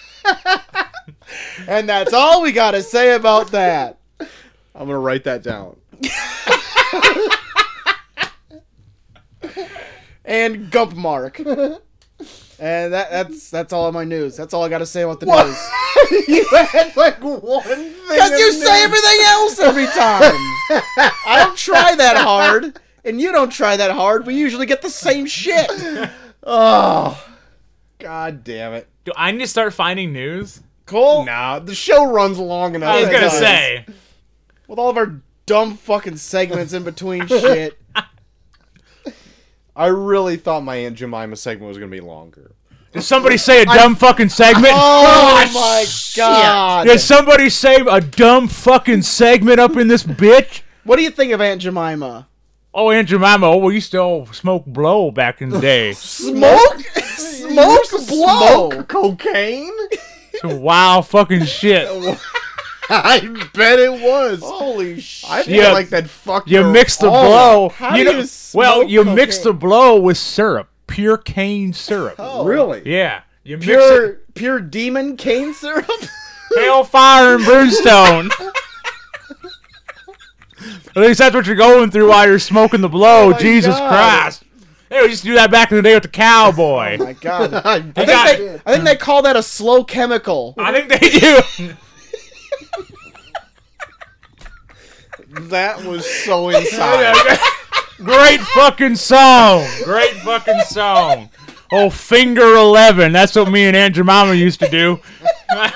Speaker 1: and that's all we gotta say about that.
Speaker 2: I'm gonna write that down.
Speaker 1: And gump mark. And that that's that's all of my news. That's all I gotta say about the news.
Speaker 2: you had like one thing.
Speaker 1: Because you
Speaker 2: of
Speaker 1: say
Speaker 2: news.
Speaker 1: everything else every time. I don't try that hard, and you don't try that hard. We usually get the same shit.
Speaker 2: Oh, God damn it.
Speaker 3: Do I need to start finding news?
Speaker 1: Cole,
Speaker 2: Nah, the show runs long enough.
Speaker 3: I was gonna
Speaker 1: does.
Speaker 3: say.
Speaker 1: with all of our dumb fucking segments in between shit.
Speaker 2: I really thought my Aunt Jemima segment was gonna be longer.
Speaker 3: Did somebody say a dumb fucking segment?
Speaker 1: Oh my god.
Speaker 3: Did somebody say a dumb fucking segment up in this bitch?
Speaker 1: What do you think of Aunt Jemima?
Speaker 3: Oh, Aunt Jemima, oh, we used to all smoke blow back in the day.
Speaker 1: Smoke?
Speaker 2: Smoke
Speaker 1: Smoke blow.
Speaker 2: Smoke cocaine?
Speaker 3: Some wild fucking shit.
Speaker 2: I bet it was.
Speaker 1: Holy shit.
Speaker 2: I feel
Speaker 3: Yeah.
Speaker 2: like that fucked
Speaker 3: You
Speaker 2: her
Speaker 3: mix the
Speaker 2: all
Speaker 3: blow.
Speaker 2: up.
Speaker 1: How
Speaker 3: you
Speaker 1: do
Speaker 3: know-
Speaker 1: you smoke
Speaker 3: well, you mix
Speaker 1: cocaine? Oh.
Speaker 3: the blow with syrup, pure cane syrup.
Speaker 2: Really?
Speaker 3: Yeah, you mix it,
Speaker 1: pure pure demon cane syrup?
Speaker 3: hellfire and brimstone. At least that's what you're going through while you're smoking the blow.
Speaker 1: Oh my
Speaker 3: Jesus
Speaker 1: God.
Speaker 3: Christ! They would just do that back in the day with the cowboy.
Speaker 1: oh my god.
Speaker 2: I
Speaker 1: I
Speaker 2: bet.
Speaker 1: think,
Speaker 3: got-
Speaker 1: they, I think they call that a slow chemical.
Speaker 3: I think they do.
Speaker 2: that was so inside.
Speaker 3: Great fucking song. Great fucking song. Oh, finger eleven. That's what me and Aunt Jemima used to do.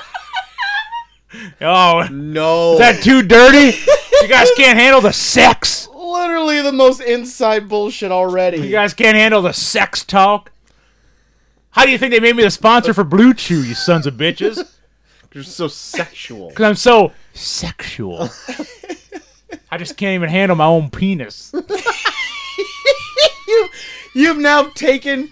Speaker 3: oh, is
Speaker 2: no.
Speaker 3: that too dirty? You guys can't handle the sex.
Speaker 1: Literally the most inside bullshit already.
Speaker 3: You guys can't handle the sex talk. How do you think they made me the sponsor for Blue Chew? You sons of bitches. Because
Speaker 2: You're so sexual.
Speaker 3: I'm so sexual. I just can't even handle my own penis.
Speaker 1: you, you've now taken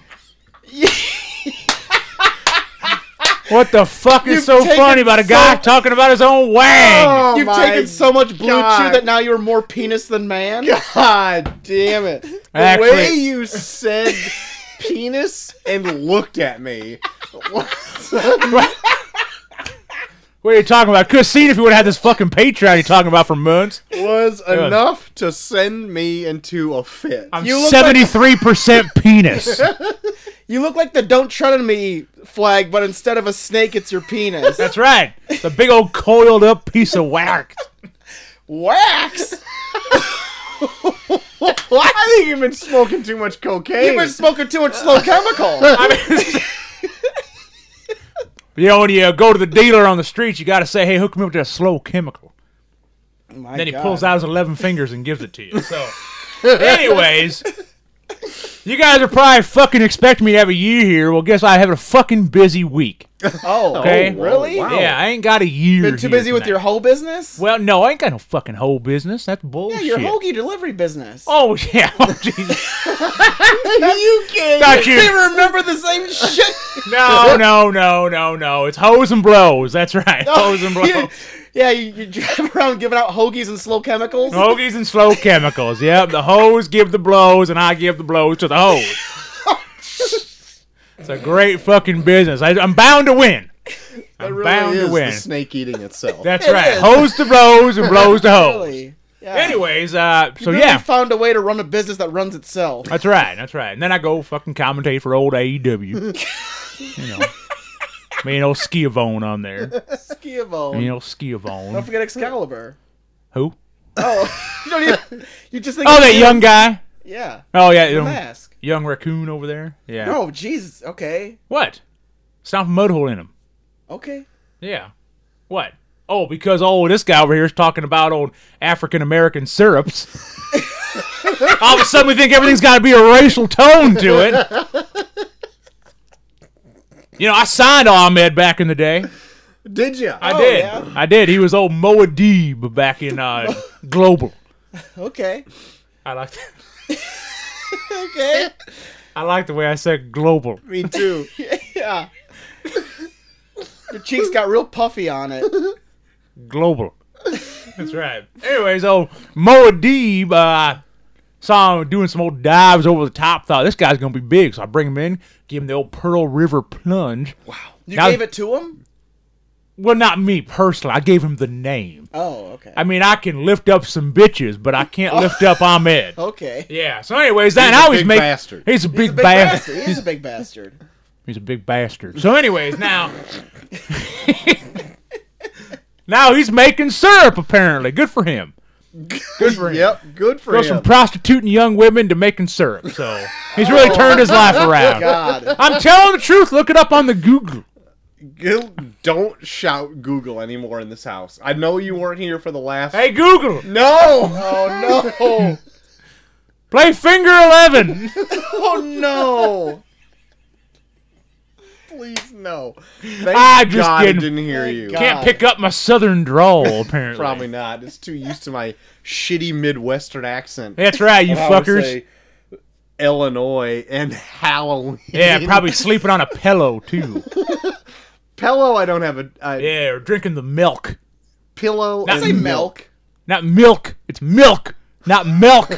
Speaker 3: What the fuck is
Speaker 1: You've
Speaker 3: so
Speaker 1: taken
Speaker 3: funny about a guy
Speaker 1: so-
Speaker 3: talking about his own wang?
Speaker 2: Oh
Speaker 1: you've
Speaker 2: my
Speaker 1: taken so much blue chew
Speaker 2: God.
Speaker 1: that now you're more penis than man.
Speaker 2: God damn it. The
Speaker 3: Actually-
Speaker 2: way you said penis and looked at me.
Speaker 3: What are you talking about? Could have seen if you would have had this fucking Patreon you're talking about for months.
Speaker 2: was enough to send me into a fit.
Speaker 3: I'm
Speaker 1: You look like-
Speaker 3: 73% penis.
Speaker 1: You look like the "Don't Tread on Me" flag, but instead of a snake, it's your penis.
Speaker 3: That's right. The big old coiled up piece of whack.
Speaker 1: Wax.
Speaker 2: I think you've been smoking too much cocaine.
Speaker 1: You've been smoking too much slow chemical.
Speaker 3: I mean, you know, when you uh, go to the dealer on the street, you got to say, hey, hook me up to a slow chemical.
Speaker 1: Oh My
Speaker 3: then he
Speaker 1: God.
Speaker 3: pulls out his 11 fingers and gives it to you. So, anyways, you guys are probably fucking expecting me to have a year here. Well, guess I have a fucking busy week.
Speaker 1: Oh,
Speaker 3: Okay.
Speaker 2: whoa,
Speaker 1: really?
Speaker 2: wow.
Speaker 3: Yeah, I ain't got a year.
Speaker 1: Been too
Speaker 3: here
Speaker 1: busy with
Speaker 3: tonight.
Speaker 1: your hoe business?
Speaker 3: Well, no, I ain't got no fucking whole business. That's
Speaker 1: yeah,
Speaker 3: bullshit.
Speaker 1: your hoagie delivery business.
Speaker 3: Oh yeah. Oh, Jesus.
Speaker 1: you can't.
Speaker 3: Got you.
Speaker 1: They remember the same shit.
Speaker 3: No, no, no, no, no. It's hose and blows. That's right. Hose and blows.
Speaker 1: yeah, you, you drive around giving out hoagies and slow chemicals.
Speaker 3: Hoagies and slow chemicals. Yep, the hose give the blows, and I give the blows to the hose. it's a great fucking business. I, I'm bound to win. I'm
Speaker 2: Really
Speaker 3: bound
Speaker 2: is
Speaker 3: to win.
Speaker 2: the snake eating itself.
Speaker 3: That's
Speaker 1: It
Speaker 3: right.
Speaker 1: is.
Speaker 3: Hose to blows and blows to hose.
Speaker 1: Really? Yeah.
Speaker 3: Anyways, uh, so
Speaker 1: Really
Speaker 3: yeah,
Speaker 1: found a way to run a business that runs itself.
Speaker 3: that's right. That's right. And then I go fucking commentate for old AEW. you know, me and old Skiavone on there.
Speaker 1: Skiavone.
Speaker 3: You know,
Speaker 1: Don't
Speaker 3: Skiavone.
Speaker 1: forget Excalibur.
Speaker 3: Who?
Speaker 1: Oh, you, don't even- you just think.
Speaker 3: Oh,
Speaker 1: of
Speaker 3: that
Speaker 1: him-
Speaker 3: young guy.
Speaker 1: Yeah.
Speaker 3: Oh yeah,
Speaker 1: The
Speaker 3: young,
Speaker 1: mask.
Speaker 3: young raccoon over there. Yeah.
Speaker 1: Oh, Jesus. Okay.
Speaker 3: What? Stomp a mud hole in him.
Speaker 1: Okay.
Speaker 3: Yeah. What? Oh, because oh, this guy over here is talking about old African American syrups. All of a sudden, we think everything's got to be a racial tone to it. You know, I signed Ahmed back in the day.
Speaker 2: Did you?
Speaker 3: I
Speaker 1: Oh,
Speaker 3: did.
Speaker 1: yeah?
Speaker 3: I did. He was old Moadib back in uh, Global.
Speaker 1: Okay.
Speaker 3: I like. that.
Speaker 1: Okay.
Speaker 3: I like the way I said global.
Speaker 2: Me too.
Speaker 1: yeah. Your cheeks got real puffy on it.
Speaker 3: Global. That's right. Anyways, so Moadib, uh, saw him doing some old dives over the top. Thought this guy's gonna be big, so I bring him in, give him the old Pearl River plunge.
Speaker 1: You
Speaker 3: Now-
Speaker 1: gave it to him?
Speaker 3: Well, not me personally. I gave him the name.
Speaker 1: Oh, okay.
Speaker 3: I mean, I can lift up some bitches, but I can't lift up Ahmed.
Speaker 1: okay.
Speaker 3: Yeah. So, anyways, that
Speaker 2: He's a
Speaker 3: I always
Speaker 2: big
Speaker 3: make
Speaker 2: bastard.
Speaker 3: he's a big,
Speaker 1: He's a big bastard. He is a big bastard.
Speaker 3: He's a big bastard. So, anyways, now. now he's making syrup, apparently. Good for him.
Speaker 2: Good for Yep, good for
Speaker 3: Goes
Speaker 2: him.
Speaker 3: from prostituting young women to making syrup. So he's really turned his life
Speaker 2: Oh,
Speaker 3: around.
Speaker 1: God.
Speaker 3: I'm telling the truth. Look it up on the Google.
Speaker 2: Gil- Don't shout Google anymore in this house. I know you weren't here for the last.
Speaker 3: Hey Google,
Speaker 2: No! Oh no!
Speaker 3: play Finger Eleven.
Speaker 2: oh no! Please no! Thank
Speaker 3: I just
Speaker 2: God
Speaker 3: didn't-
Speaker 2: I didn't hear you.
Speaker 1: God.
Speaker 3: Can't pick up my Southern drawl apparently.
Speaker 2: Ah. Probably not. It's too used to my shitty Midwestern accent.
Speaker 3: That's right, you
Speaker 2: And I would
Speaker 3: fuckers.
Speaker 2: say Illinois and Halloween.
Speaker 3: Yeah, probably sleeping on a pillow too.
Speaker 2: Pillow. I don't have a, uh, a
Speaker 3: Yeah, or drinking the milk.
Speaker 2: pillow.
Speaker 3: Not
Speaker 2: and
Speaker 3: say
Speaker 1: milk.
Speaker 3: Not milk. It's milk, not milk.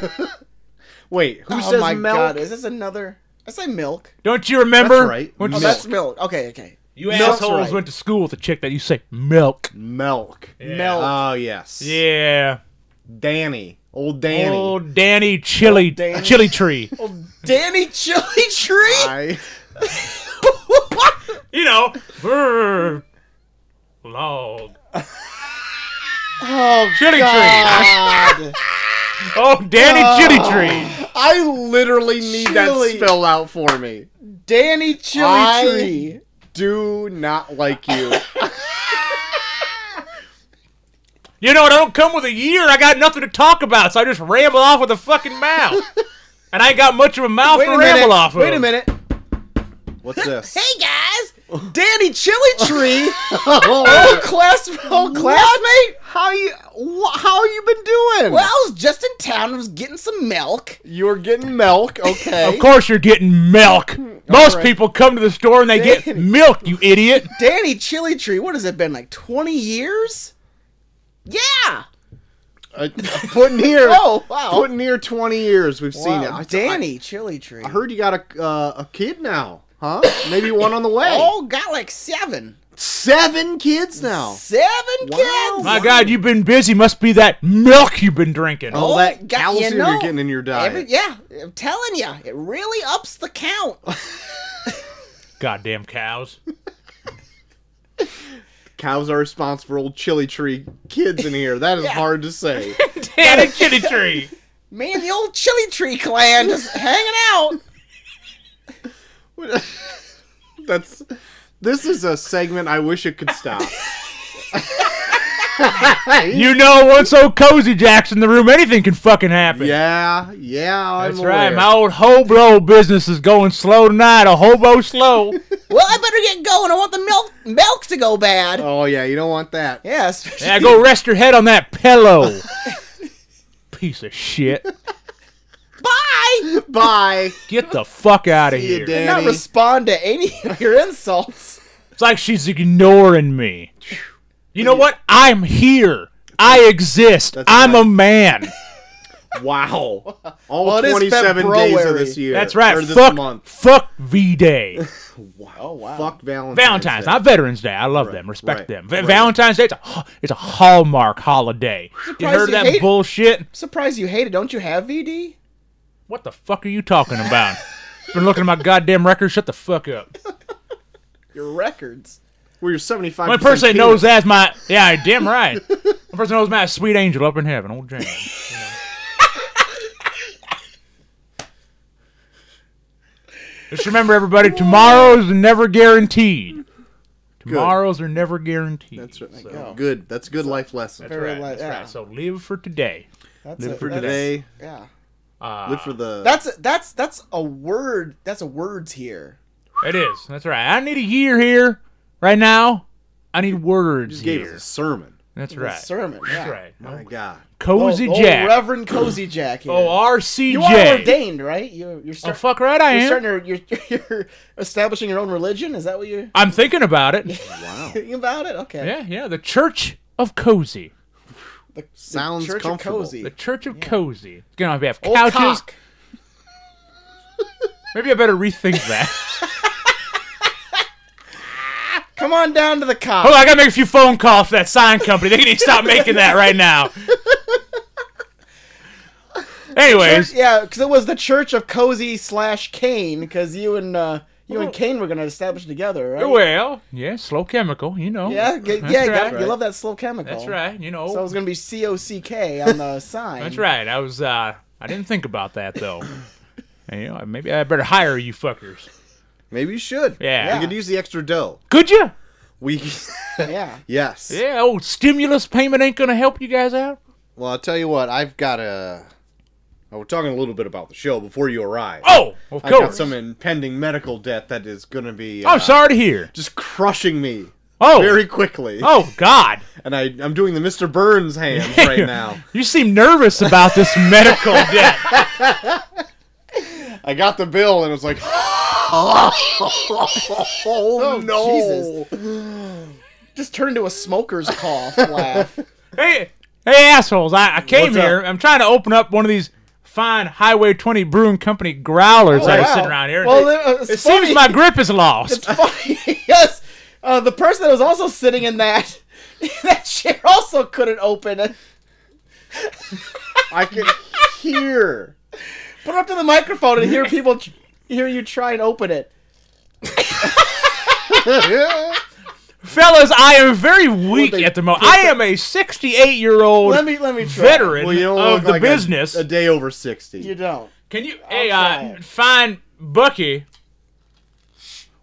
Speaker 2: Wait, who
Speaker 1: oh
Speaker 2: says
Speaker 1: my
Speaker 2: milk?
Speaker 1: god, is this another? I say milk.
Speaker 3: Don't you remember?
Speaker 2: That's right.
Speaker 3: When
Speaker 1: Oh,
Speaker 2: Milk.
Speaker 1: that's milk. Okay, okay.
Speaker 3: you
Speaker 2: Milk's
Speaker 3: assholes
Speaker 1: right.
Speaker 3: went to school with a chick that you say milk.
Speaker 2: Milk.
Speaker 1: Milk.
Speaker 2: Oh yes.
Speaker 3: Yeah.
Speaker 2: Danny. Old Danny.
Speaker 3: Old Danny Chili
Speaker 1: Old Danny.
Speaker 3: Chili Tree.
Speaker 1: Danny Chili Tree.
Speaker 2: I-
Speaker 3: you know, brr, log.
Speaker 1: Oh
Speaker 3: Chili
Speaker 1: god.
Speaker 3: Tree. Oh, Danny Chili Tree.
Speaker 2: I literally need
Speaker 1: Chili.
Speaker 2: that spelled out for me.
Speaker 1: Danny Chili
Speaker 2: I-
Speaker 1: Tree.
Speaker 2: Do not like you.
Speaker 3: You know, it don't come with a year. I got nothing to talk about, so I just ramble off with a fucking mouth. and I ain't got much of a mouth to ramble off of.
Speaker 2: Wait a minute. What's this?
Speaker 1: Hey guys, Danny Chili Tree.
Speaker 2: oh,
Speaker 1: old class, old classmate.
Speaker 2: how you? Wh- how you been doing?
Speaker 1: Well, I was just in town. I was getting some milk.
Speaker 2: you were getting milk. Okay.
Speaker 3: Of course you're getting milk. Most
Speaker 2: right.
Speaker 3: people come to the store and they get
Speaker 1: Danny.
Speaker 3: milk, you idiot.
Speaker 1: Danny Chili Tree. What has it been like? Twenty years? Yeah.
Speaker 2: Uh, putting here.
Speaker 1: Oh, wow.
Speaker 2: Putting near twenty years. We've seen it.
Speaker 1: Wow,
Speaker 2: I-
Speaker 1: Danny Chili Tree.
Speaker 2: I, I heard you got a uh, a kid now, huh? Maybe one on the way.
Speaker 1: Oh, got like seven.
Speaker 2: Seven kids now.
Speaker 1: Seven
Speaker 2: Wow.
Speaker 1: kids.
Speaker 3: My God, you've been busy. Must be that milk you've been drinking.
Speaker 2: All
Speaker 1: Oh,
Speaker 2: that
Speaker 1: God, you
Speaker 2: calcium you
Speaker 1: know,
Speaker 2: are getting in your diet.
Speaker 1: Every- yeah, I'm telling you, it really ups the count.
Speaker 3: Goddamn cows.
Speaker 2: Cows are responsible for old chili tree kids in here. That is
Speaker 1: Yeah.
Speaker 2: hard to say.
Speaker 3: Danny Chili Tree.
Speaker 1: Me and the old Chili Tree clan just hanging out.
Speaker 2: That's this is a segment I wish it could stop.
Speaker 3: You know, once old Cozy Jack's in the room, anything can fucking happen.
Speaker 2: yeah, yeah, I'm
Speaker 3: That's right.
Speaker 2: aware.
Speaker 3: My old hobo business is going slow tonight. A hobo slow.
Speaker 1: Well, I better get going. I want the milk milk to go bad.
Speaker 2: Oh yeah, you don't want that.
Speaker 1: Yeah, especially
Speaker 3: yeah, go rest your head on that pillow. Piece of shit.
Speaker 1: bye.
Speaker 2: Bye.
Speaker 3: Get the fuck out of
Speaker 2: See ya,
Speaker 3: here.
Speaker 1: Did not
Speaker 2: Danny.
Speaker 1: respond to any of your insults.
Speaker 3: It's like she's ignoring me. You know what? I'm here. I exist.
Speaker 2: That's
Speaker 3: I'm
Speaker 2: right.
Speaker 3: a man.
Speaker 2: wow. All
Speaker 1: Well, it is
Speaker 2: 27 days of
Speaker 1: February.
Speaker 2: this year.
Speaker 3: That's right.
Speaker 2: Or this
Speaker 3: Fuck,
Speaker 2: month.
Speaker 3: fuck V Day.
Speaker 2: Wow.
Speaker 1: Oh, wow.
Speaker 2: Fuck Valentine's.
Speaker 3: Valentine's,
Speaker 2: Day.
Speaker 3: not Veterans Day. I love them. Respect
Speaker 2: right,
Speaker 3: them. Va-
Speaker 2: right.
Speaker 3: Valentine's Day, it's a, ha- it's a hallmark holiday. you
Speaker 1: Surprised
Speaker 3: heard
Speaker 1: you
Speaker 3: that
Speaker 1: hate it.
Speaker 3: bullshit?
Speaker 1: Surprised you hate it. Don't you have VD?
Speaker 3: What the fuck are you talking about? Been looking at my goddamn record. Shut the fuck up.
Speaker 1: Your records.
Speaker 2: Well, you're 75.
Speaker 3: Only person that knows that's my yeah, damn right. The person that knows my sweet angel up in heaven, old Jane. you know. Just remember, everybody, tomorrows are never guaranteed. Tomorrows are never guaranteed.
Speaker 2: That's right.
Speaker 3: So,
Speaker 1: go.
Speaker 2: Good. That's a good life lesson.
Speaker 3: that's right,
Speaker 1: Very
Speaker 3: that's
Speaker 1: li- yeah.
Speaker 3: right. So live for today.
Speaker 1: That's
Speaker 3: Live
Speaker 1: a-
Speaker 2: for
Speaker 1: that's-
Speaker 2: today.
Speaker 1: Yeah.
Speaker 3: Uh,
Speaker 2: Live for the.
Speaker 1: That's a, that's that's a word. That's a words here.
Speaker 3: It is. That's right. I need a year here, right now. I need words
Speaker 2: just gave us
Speaker 3: here.
Speaker 2: a sermon.
Speaker 3: That's right.
Speaker 1: Sermon.
Speaker 3: That's
Speaker 1: yeah.
Speaker 3: right.
Speaker 2: My God.
Speaker 3: Cozy
Speaker 1: oh,
Speaker 3: Jack.
Speaker 1: Oh, Reverend Cozy Jack. Here.
Speaker 3: Oh, RCJ.
Speaker 1: you are ordained, right? You're you're,
Speaker 3: Oh,
Speaker 1: start,
Speaker 3: fuck right I
Speaker 1: you're
Speaker 3: am.
Speaker 1: starting to you're, you're establishing your own religion. Is that what you're
Speaker 3: I'm thinking about it.
Speaker 2: Wow.
Speaker 1: thinking about it? Okay.
Speaker 3: yeah, yeah. The Church of Cozy.
Speaker 1: The, the
Speaker 2: Sounds
Speaker 1: Church of
Speaker 2: comfortable.
Speaker 1: Cozy.
Speaker 3: The Church of Cozy. It's gonna have
Speaker 1: Old
Speaker 3: couches.
Speaker 1: cock.
Speaker 3: Maybe I better rethink that.
Speaker 1: Come on down to the cock.
Speaker 3: Hold on, I gotta make a few phone calls to that sign company. They need to stop making that right now. Anyways,
Speaker 1: Church- yeah, because it was the Church of Cozy slash Kane, because you and uh, You
Speaker 3: Oh.
Speaker 1: and Kane were gonna establish together, right?
Speaker 3: Well, yeah, slow chemical, you know.
Speaker 1: Yeah, g-
Speaker 3: That's
Speaker 1: yeah, you
Speaker 3: right.
Speaker 1: got- you love that slow chemical.
Speaker 3: That's right. You know.
Speaker 1: So it was gonna be C O C K on the sign.
Speaker 3: That's right. I was. uh I didn't think about that though. And, you know, maybe I better hire you fuckers.
Speaker 2: Maybe you should.
Speaker 3: Yeah.
Speaker 2: We could use the extra dough.
Speaker 3: Could you?
Speaker 2: We.
Speaker 1: Yeah.
Speaker 2: yes.
Speaker 3: Yeah. Old stimulus payment ain't gonna help you guys out.
Speaker 2: Well, I'll tell you what. I've got a. Oh, we're talking a little bit about the show before you arrive.
Speaker 3: Oh, of
Speaker 2: I've got
Speaker 3: course.
Speaker 2: some impending medical debt that is going to be. uh,
Speaker 3: I'm sorry to hear.
Speaker 2: Just crushing me
Speaker 3: Oh.
Speaker 2: very quickly.
Speaker 3: Oh God.
Speaker 2: And I, I'm doing the Mr. Burns hands right now.
Speaker 3: You seem nervous about this medical debt.
Speaker 2: I got the bill and it was like,
Speaker 1: Oh
Speaker 2: no.
Speaker 1: Jesus! Just turned into a smoker's cough laugh.
Speaker 3: Hey, hey, assholes! I, I came
Speaker 2: What's up?
Speaker 3: here. I'm trying to open up one of these fine Highway 20 Brewing Company growlers
Speaker 1: Oh,
Speaker 3: that
Speaker 1: wow.
Speaker 3: are sitting around here.
Speaker 1: Well,
Speaker 3: it
Speaker 1: it, uh,
Speaker 3: it seems my grip is
Speaker 1: It's
Speaker 3: lost.
Speaker 1: funny. yes. Uh, the person that was also sitting in that that chair also couldn't open it.
Speaker 2: I can hear.
Speaker 1: Put it up to the microphone and hear people tr- hear you try and open it.
Speaker 3: Fellas, I am very weak
Speaker 2: they-
Speaker 3: at the moment. I am a 68 year old
Speaker 1: Let me let me try.
Speaker 3: veteran
Speaker 2: Well, you don't
Speaker 3: of
Speaker 2: look
Speaker 3: the
Speaker 2: like a-
Speaker 3: business.
Speaker 2: A, day over 60.
Speaker 1: You don't.
Speaker 3: Can you, hey,
Speaker 1: try
Speaker 3: uh,
Speaker 1: it.
Speaker 3: find Bucky?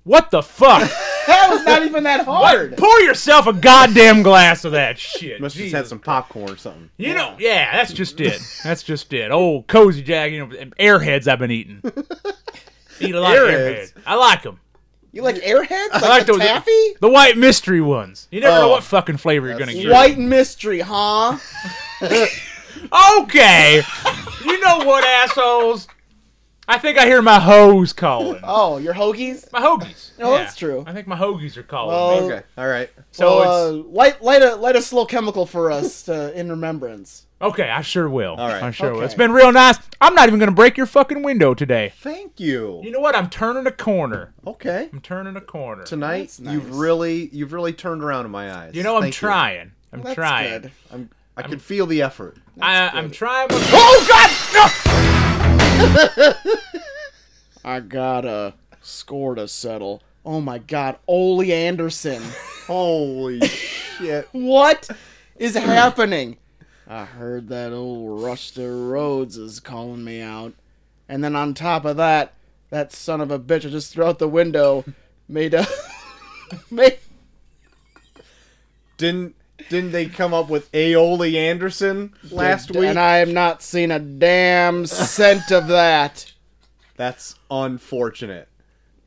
Speaker 3: What the fuck?
Speaker 1: That was not even that hard.
Speaker 3: Pour yourself a goddamn glass of that shit.
Speaker 2: Must have just
Speaker 3: Jesus
Speaker 2: had some popcorn or something.
Speaker 3: You know, yeah, that's just it. That's just it. Old cozy jack, you know, airheads I've been eating. Eat a lot
Speaker 2: Airheads?
Speaker 3: of airheads. I like them.
Speaker 1: You like airheads? Like,
Speaker 3: like
Speaker 1: the
Speaker 3: those-
Speaker 1: taffy?
Speaker 3: The white mystery ones. You never know
Speaker 2: Oh.
Speaker 3: what fucking flavor you're gonna get.
Speaker 1: White mystery, huh?
Speaker 3: Okay. you know what, assholes? I think I hear my hoes calling.
Speaker 1: Oh, your hoagies?
Speaker 3: My hoagies.
Speaker 1: Oh,
Speaker 3: Yeah.
Speaker 1: that's true.
Speaker 3: I think my hoagies are calling
Speaker 1: Well-
Speaker 3: me.
Speaker 2: Okay, all right.
Speaker 3: So
Speaker 1: well, uh, light light a light a slow chemical for us to, in remembrance.
Speaker 3: it's okay. I sure will.
Speaker 2: All right.
Speaker 3: I sure will.
Speaker 1: uh, Okay.
Speaker 3: It's been real nice. I'm not even gonna break your fucking window today.
Speaker 2: Thank you.
Speaker 3: You know what? I'm turning a corner.
Speaker 2: okay.
Speaker 3: I'm turning a corner.
Speaker 2: Tonight,
Speaker 1: That's nice.
Speaker 2: you've really, you've really turned around in my eyes.
Speaker 3: You know, I'm
Speaker 2: Thank
Speaker 3: trying. I'm
Speaker 1: That's
Speaker 3: trying.
Speaker 1: good.
Speaker 2: I'm, I can feel the effort.
Speaker 3: I, I'm trying. My-
Speaker 1: Oh God! No! I got a score to settle. Oh my God, Ole Anderson!
Speaker 2: Holy shit!
Speaker 1: What is happening? I heard that old Ruster Rhodes is calling me out, and then on top of that, that son of a bitch I just threw out the window made a made.
Speaker 2: Didn't didn't they come up with Aoli Anderson last week?
Speaker 1: and I have not seen a damn cent of that.
Speaker 2: That's unfortunate.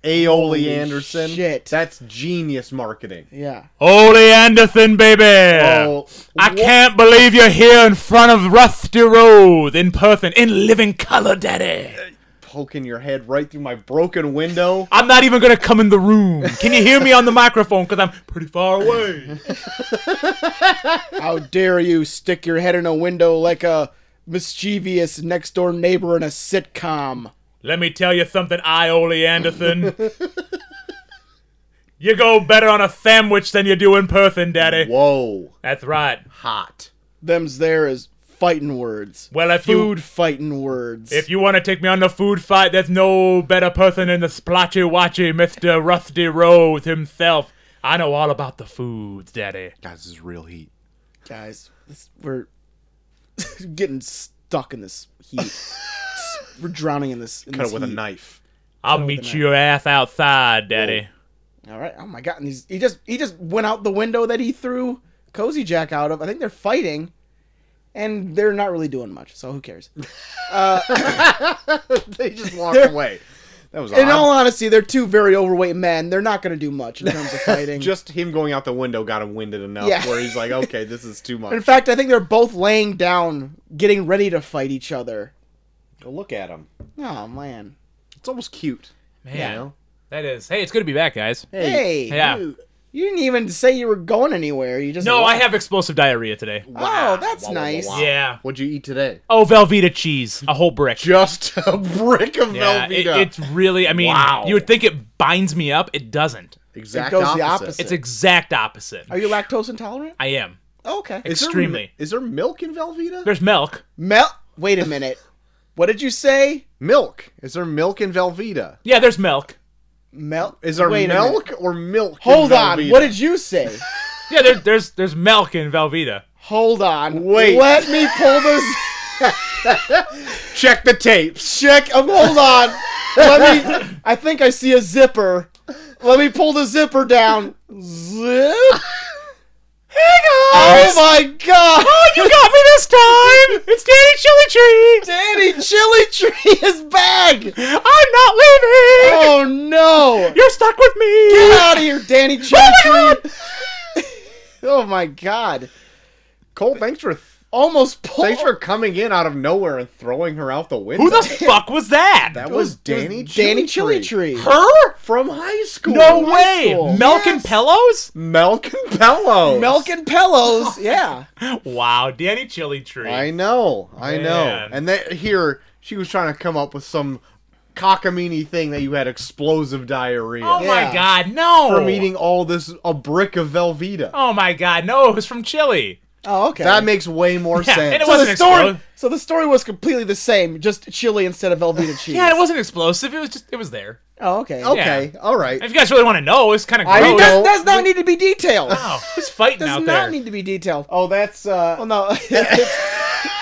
Speaker 2: Aoli Anderson.
Speaker 1: shit.
Speaker 2: That's genius marketing.
Speaker 1: Yeah.
Speaker 3: Ole Anderson, baby.
Speaker 2: Oh,
Speaker 3: I
Speaker 2: wha-
Speaker 3: can't believe you're here in front of Rusty Rose in person, in living color, daddy.
Speaker 2: poking your head right through my broken window.
Speaker 3: I'm not even gonna come in the room. Can you hear me on the microphone? Cause I'm pretty far away.
Speaker 1: How dare you stick your head in a window like a mischievous next door neighbor in a sitcom?
Speaker 3: Let me tell you something, I Ole Anderson. You go better on a sandwich than you do in person, daddy.
Speaker 2: Whoa,
Speaker 3: That's right.
Speaker 2: hot.
Speaker 1: Them's there is fighting words.
Speaker 3: Well, if you-
Speaker 1: food fighting words.
Speaker 3: If you want to take me on the food fight, there's no better person in the splotchy watchy Mr. Rusty Rose himself. I know all about the foods, Daddy.
Speaker 2: Guys, this is real heat.
Speaker 1: guys, this, we're getting stuck in this heat. S- we're drowning in this. in
Speaker 2: Cut it
Speaker 1: this
Speaker 2: with a
Speaker 1: heat.
Speaker 2: knife.
Speaker 3: I'll meet your ass outside, Daddy.
Speaker 1: All right. Oh my god! And he's, he just he just went out the window that he threw Cozy Jack out of. I think they're fighting, and they're not really doing much. So who cares?
Speaker 2: they just walked away. That was
Speaker 1: In
Speaker 2: odd.
Speaker 1: all honesty, they're two very overweight men. They're not going to do much in terms of fighting.
Speaker 2: just him going out the window got him winded enough
Speaker 1: Yeah.
Speaker 2: where he's like, okay, this is too
Speaker 1: in
Speaker 2: much.
Speaker 1: fact, I think they're both laying down, getting ready to fight each other.
Speaker 2: Look at him.
Speaker 1: Oh man!
Speaker 2: It's almost cute.
Speaker 3: Man,
Speaker 2: You know?
Speaker 3: that is. Hey, it's good to be back, guys.
Speaker 1: Hey,
Speaker 3: Yeah.
Speaker 1: you, you didn't even say you were going anywhere. You just
Speaker 3: No, I have explosive diarrhea today.
Speaker 1: Oh, that's nice.
Speaker 3: Yeah.
Speaker 2: What'd you eat today?
Speaker 3: Oh, Velveeta cheese, a whole brick.
Speaker 2: Just a brick of
Speaker 3: Yeah, it, it's really. I mean,
Speaker 2: Wow.
Speaker 3: you would think it binds me up. It doesn't.
Speaker 2: exact
Speaker 1: it goes the opposite.
Speaker 3: It's exact opposite.
Speaker 1: Are you lactose intolerant?
Speaker 3: I am.
Speaker 1: Oh, okay.
Speaker 2: Is there-
Speaker 3: Extremely.
Speaker 2: Is there milk in Velveeta?
Speaker 3: There's milk.
Speaker 1: Mel, wait a minute. What did you say?
Speaker 2: milk. Is there milk in Velveeta?
Speaker 3: Yeah, there's milk.
Speaker 1: Milk
Speaker 2: Is there
Speaker 1: Wait a minute.
Speaker 2: milk or milk? in
Speaker 1: Hold on.
Speaker 2: Velveeta?
Speaker 1: What did you say?
Speaker 3: Yeah, there, there's there's milk in Velveeta.
Speaker 1: Hold on.
Speaker 2: Wait.
Speaker 1: Let me pull this.
Speaker 2: check the tapes?
Speaker 1: Check. Um, hold on. Let me. I think I see a zipper. Let me pull the zipper down. Zip. Oh my god!
Speaker 4: You got me this time! It's Danny Chili Tree!
Speaker 1: Danny Chili Tree is back!
Speaker 4: I'm not leaving!
Speaker 1: Oh no!
Speaker 4: You're stuck with me!
Speaker 1: Get out of here, Danny Chili Tree! Oh my god!
Speaker 2: Cole, thanks for
Speaker 1: Almost pulled.
Speaker 2: thanks for coming in out of nowhere and throwing her out the window.
Speaker 3: Who the fuck was that?
Speaker 2: that
Speaker 1: It
Speaker 2: was
Speaker 1: it was
Speaker 2: Danny
Speaker 1: Danny Chili Tree.
Speaker 3: Her?
Speaker 2: from high school.
Speaker 3: No
Speaker 1: high
Speaker 3: way!
Speaker 1: school.
Speaker 3: Milk and
Speaker 1: Yes.
Speaker 3: pillows?
Speaker 2: Milk and pillows.
Speaker 1: Milk and pillows. Yeah.
Speaker 3: Wow, Danny Chili Tree.
Speaker 2: I know, I know.
Speaker 3: Man.
Speaker 2: And that here she was trying to come up with some cockamini thing that you had explosive diarrhea
Speaker 3: oh
Speaker 1: Yeah.
Speaker 3: my god, no!
Speaker 2: from eating all this a brick of Velveeta.
Speaker 3: Oh my god, no! It was from Chili.
Speaker 1: Oh okay.
Speaker 2: That makes way more
Speaker 3: Yeah,
Speaker 2: sense.
Speaker 3: and it
Speaker 1: so
Speaker 3: wasn't
Speaker 1: the story.
Speaker 3: explo-
Speaker 1: So the story was completely the same, just chili instead of Velveeta cheese.
Speaker 3: Yeah, it wasn't explosive. It was just it was there.
Speaker 1: Oh okay.
Speaker 2: okay, all right.
Speaker 3: If you guys really want to know, it's kind of
Speaker 2: I
Speaker 1: I mean,
Speaker 3: gross.
Speaker 1: that
Speaker 2: No.
Speaker 1: does not need to be detailed.
Speaker 3: Wow, who's fighting
Speaker 1: Does
Speaker 3: Oh, out
Speaker 1: not
Speaker 3: there?
Speaker 1: need to be detailed.
Speaker 2: Oh, that's uh
Speaker 1: Oh no.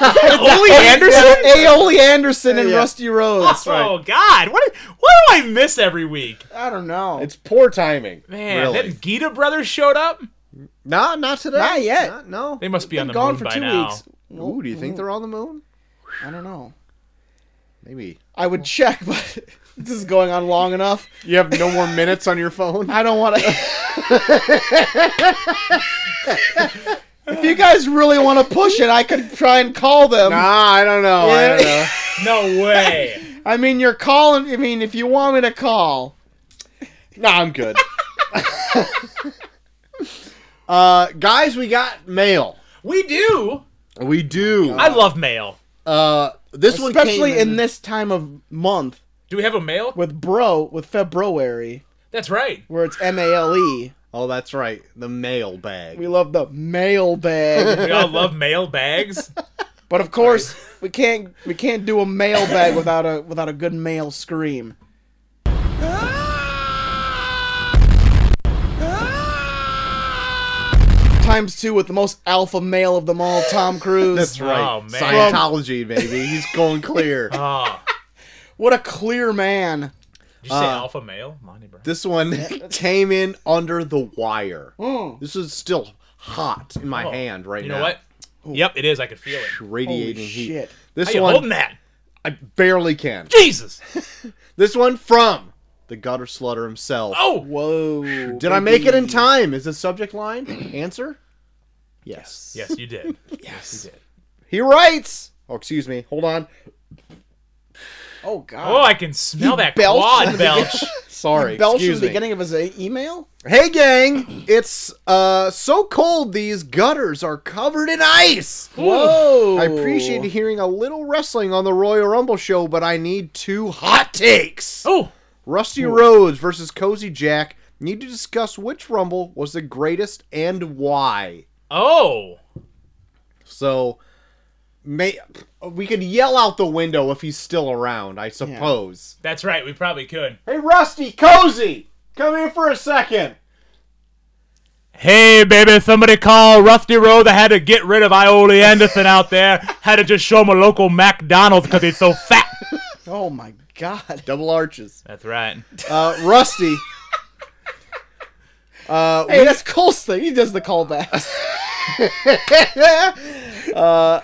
Speaker 3: Ole Anderson.
Speaker 1: Aoli Anderson and
Speaker 2: Yeah.
Speaker 1: Rusty Rhodes.
Speaker 3: Oh God, what what do I miss every week?
Speaker 1: I don't know.
Speaker 2: it's poor timing.
Speaker 3: Man,
Speaker 2: really.
Speaker 3: that Gita brothers showed up.
Speaker 2: No, not today.
Speaker 1: Not yet.
Speaker 2: Not- no.
Speaker 3: They must be on the
Speaker 1: gone
Speaker 3: moon
Speaker 1: for
Speaker 3: by
Speaker 1: two
Speaker 3: now.
Speaker 1: weeks.
Speaker 2: Ooh, do you think they're on the moon?
Speaker 1: I don't know.
Speaker 2: Maybe.
Speaker 1: I would check, but this is going on long enough.
Speaker 2: You have no more minutes on your phone?
Speaker 1: I don't want to. if you guys really want to push it, I could try and call them.
Speaker 2: Nah, I don't know. I don't know.
Speaker 1: Yeah.
Speaker 3: No way.
Speaker 1: I mean, you're calling. I mean, if you want me to call,
Speaker 2: Nah, I'm good. uh, guys, we got mail.
Speaker 3: we do.
Speaker 2: We do.
Speaker 3: I love mail.
Speaker 2: Uh, this one, came
Speaker 1: especially in this time of month
Speaker 3: Do we have a mail?
Speaker 1: with bro with February
Speaker 3: That's right.
Speaker 1: where it's M A L E.
Speaker 2: Oh, that's right, the mail bag.
Speaker 1: We love the mailbag,
Speaker 3: We all love mail bags.
Speaker 1: but of course we can't we can't do a mailbag without a without a good mail scream. Times two with the most alpha male of them all, Tom Cruise.
Speaker 2: that's right.
Speaker 3: Oh, man.
Speaker 2: Scientology, baby. He's going clear.
Speaker 3: Oh,
Speaker 1: What a clear man.
Speaker 3: did you say alpha male? Monty Brown.
Speaker 2: Uh, this one came in under the wire.
Speaker 1: Mm.
Speaker 2: This is still hot in my
Speaker 3: Oh,
Speaker 2: hand right
Speaker 3: you
Speaker 2: now.
Speaker 3: know what? Yep, it is. I could feel it.
Speaker 2: Radiating
Speaker 1: Holy
Speaker 2: heat.
Speaker 1: shit.
Speaker 2: This
Speaker 3: How you holding
Speaker 2: one,
Speaker 3: that?
Speaker 2: I barely can.
Speaker 3: Jesus.
Speaker 2: This one from the gutter slutter himself.
Speaker 3: Oh,
Speaker 1: Whoa.
Speaker 2: Did I make it in time? Is the subject line answer? Yes.
Speaker 3: Yes, you did.
Speaker 1: Yes.
Speaker 2: He writes. Oh, excuse me. Hold on.
Speaker 1: Oh god.
Speaker 3: Oh, I can smell that
Speaker 1: belched
Speaker 3: quad
Speaker 1: in the
Speaker 3: belch.
Speaker 2: Sorry.
Speaker 1: Belch in the
Speaker 2: excuse me.
Speaker 1: beginning of his uh, email?
Speaker 2: Hey, gang. It's uh so cold. These gutters are covered in ice.
Speaker 1: Whoa.
Speaker 2: I appreciate hearing a little wrestling on the Royal Rumble show, but I need two hot takes.
Speaker 3: Oh,
Speaker 2: Rusty Rhodes versus Cozy Jack. Need to discuss which Rumble was the greatest and why.
Speaker 3: oh.
Speaker 2: So, may we could yell out the window if he's still around, I suppose.
Speaker 3: That's right. We probably could.
Speaker 2: Hey, Rusty, cozy, come here for a second.
Speaker 4: Hey, baby, somebody call Rusty Road. I had to get rid of Iole Anderson out there. Had to just show him a local McDonald's because he's so fat.
Speaker 1: Oh my god.
Speaker 2: Double arches.
Speaker 3: That's right.
Speaker 2: Uh, Rusty. Uh,
Speaker 1: Hey, that's Cole's thing. He does the callbacks.
Speaker 2: uh,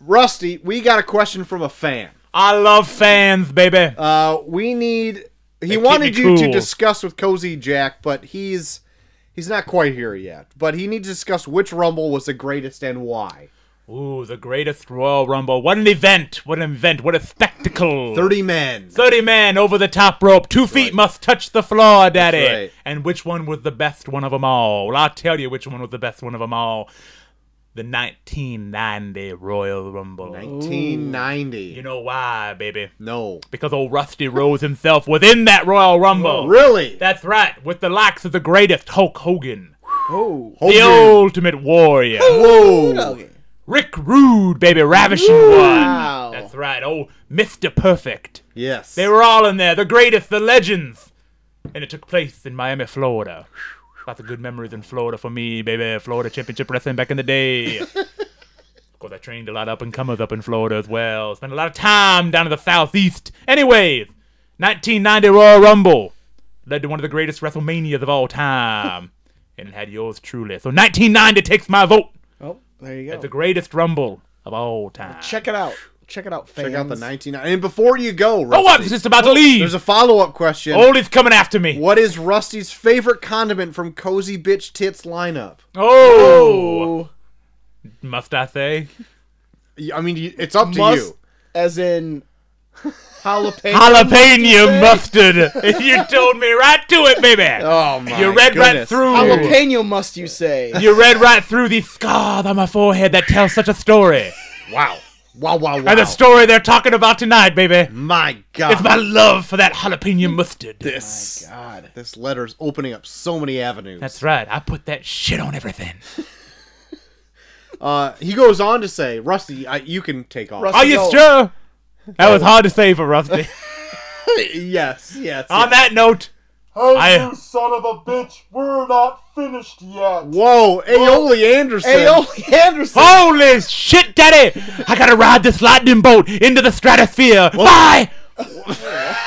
Speaker 2: Rusty, we got a question from a fan.
Speaker 4: I love fans, baby.
Speaker 2: Uh, we need. He
Speaker 4: keep
Speaker 2: wanted
Speaker 4: me
Speaker 2: you to
Speaker 4: cool.
Speaker 2: discuss with Cozy Jack, but he's he's not quite here yet. But he needs to discuss which Rumble was the greatest and why.
Speaker 4: Ooh, the greatest Royal Rumble. What an event. What an event. What a spectacle.
Speaker 2: Thirty men.
Speaker 4: 30 men over the top rope. Two feet must touch the floor, Daddy.
Speaker 2: right.
Speaker 4: And which one was the best one of them all? Well, I'll tell you which one was the best one of them all. The 1990 Royal Rumble.
Speaker 2: 1990.
Speaker 4: You know why, baby?
Speaker 2: no.
Speaker 4: Because old Rusty Rose himself was in that Royal
Speaker 3: Oh.
Speaker 4: Rumble.
Speaker 2: Oh, Really?
Speaker 4: That's right, with the likes of the greatest Hulk Hogan,
Speaker 1: Oh.
Speaker 2: Hold
Speaker 4: the
Speaker 2: your-
Speaker 4: Ultimate Warrior,
Speaker 2: Whoa.
Speaker 1: Okay.
Speaker 4: Rick Rude, baby, Ravishing
Speaker 1: Wow.
Speaker 4: One. That's right, oh Mr. Perfect.
Speaker 2: Yes.
Speaker 4: They were all in there, the greatest, the legends.
Speaker 3: and it took place in Miami, Florida. Lots of good memories in Florida for me, baby. Florida championship wrestling back in the day. of course, I trained a lot of up and comers up in Florida as well. Spent a lot of time down in the southeast. Anyways, 1990 Royal Rumble led to one of the greatest WrestleManias of all time, and it had yours truly. So 1990 takes my vote
Speaker 1: Oh, there you
Speaker 3: at
Speaker 1: go.
Speaker 3: the greatest Rumble of all time.
Speaker 1: Check it out. Check it out, fans.
Speaker 2: Check out the 19. And before you go,
Speaker 3: Oh, I'm
Speaker 2: Rusty,
Speaker 3: just about to leave.
Speaker 2: there's a follow up question.
Speaker 3: Ollie's coming after me.
Speaker 2: What is Rusty's favorite condiment from Cozy Bitch Tits lineup?
Speaker 1: Oh,
Speaker 3: Oh, must I say?
Speaker 2: Y- I mean, y- it's up to
Speaker 1: must,
Speaker 2: you.
Speaker 1: as in jalapeno.
Speaker 3: Jalapeno mustard. you told me right to it, baby.
Speaker 2: Oh my!
Speaker 3: you read right
Speaker 2: goodness.
Speaker 3: through.
Speaker 1: jalapeno, must you say?
Speaker 3: You read right through the scars on my forehead that tells such a story.
Speaker 2: Wow! Wow! Wow! Wow!
Speaker 3: And the story they're talking about tonight, baby.
Speaker 2: my God!
Speaker 3: It's my love for that jalapeno mustard.
Speaker 2: this.
Speaker 1: God.
Speaker 2: This letter is opening up so many avenues.
Speaker 3: That's right. I put that shit on everything.
Speaker 2: Uh, he goes on to say, Rusty, I, you can take off.
Speaker 1: Rusty-
Speaker 3: Are you
Speaker 1: Yo.
Speaker 3: sure? That was hard to say for Rusty.
Speaker 2: yes, yes.
Speaker 3: on that note, I,
Speaker 2: Whoa, Aoli Anderson.
Speaker 1: Aoli Anderson.
Speaker 3: holy shit, daddy! I gotta ride this lightning bolt into the stratosphere. Bye.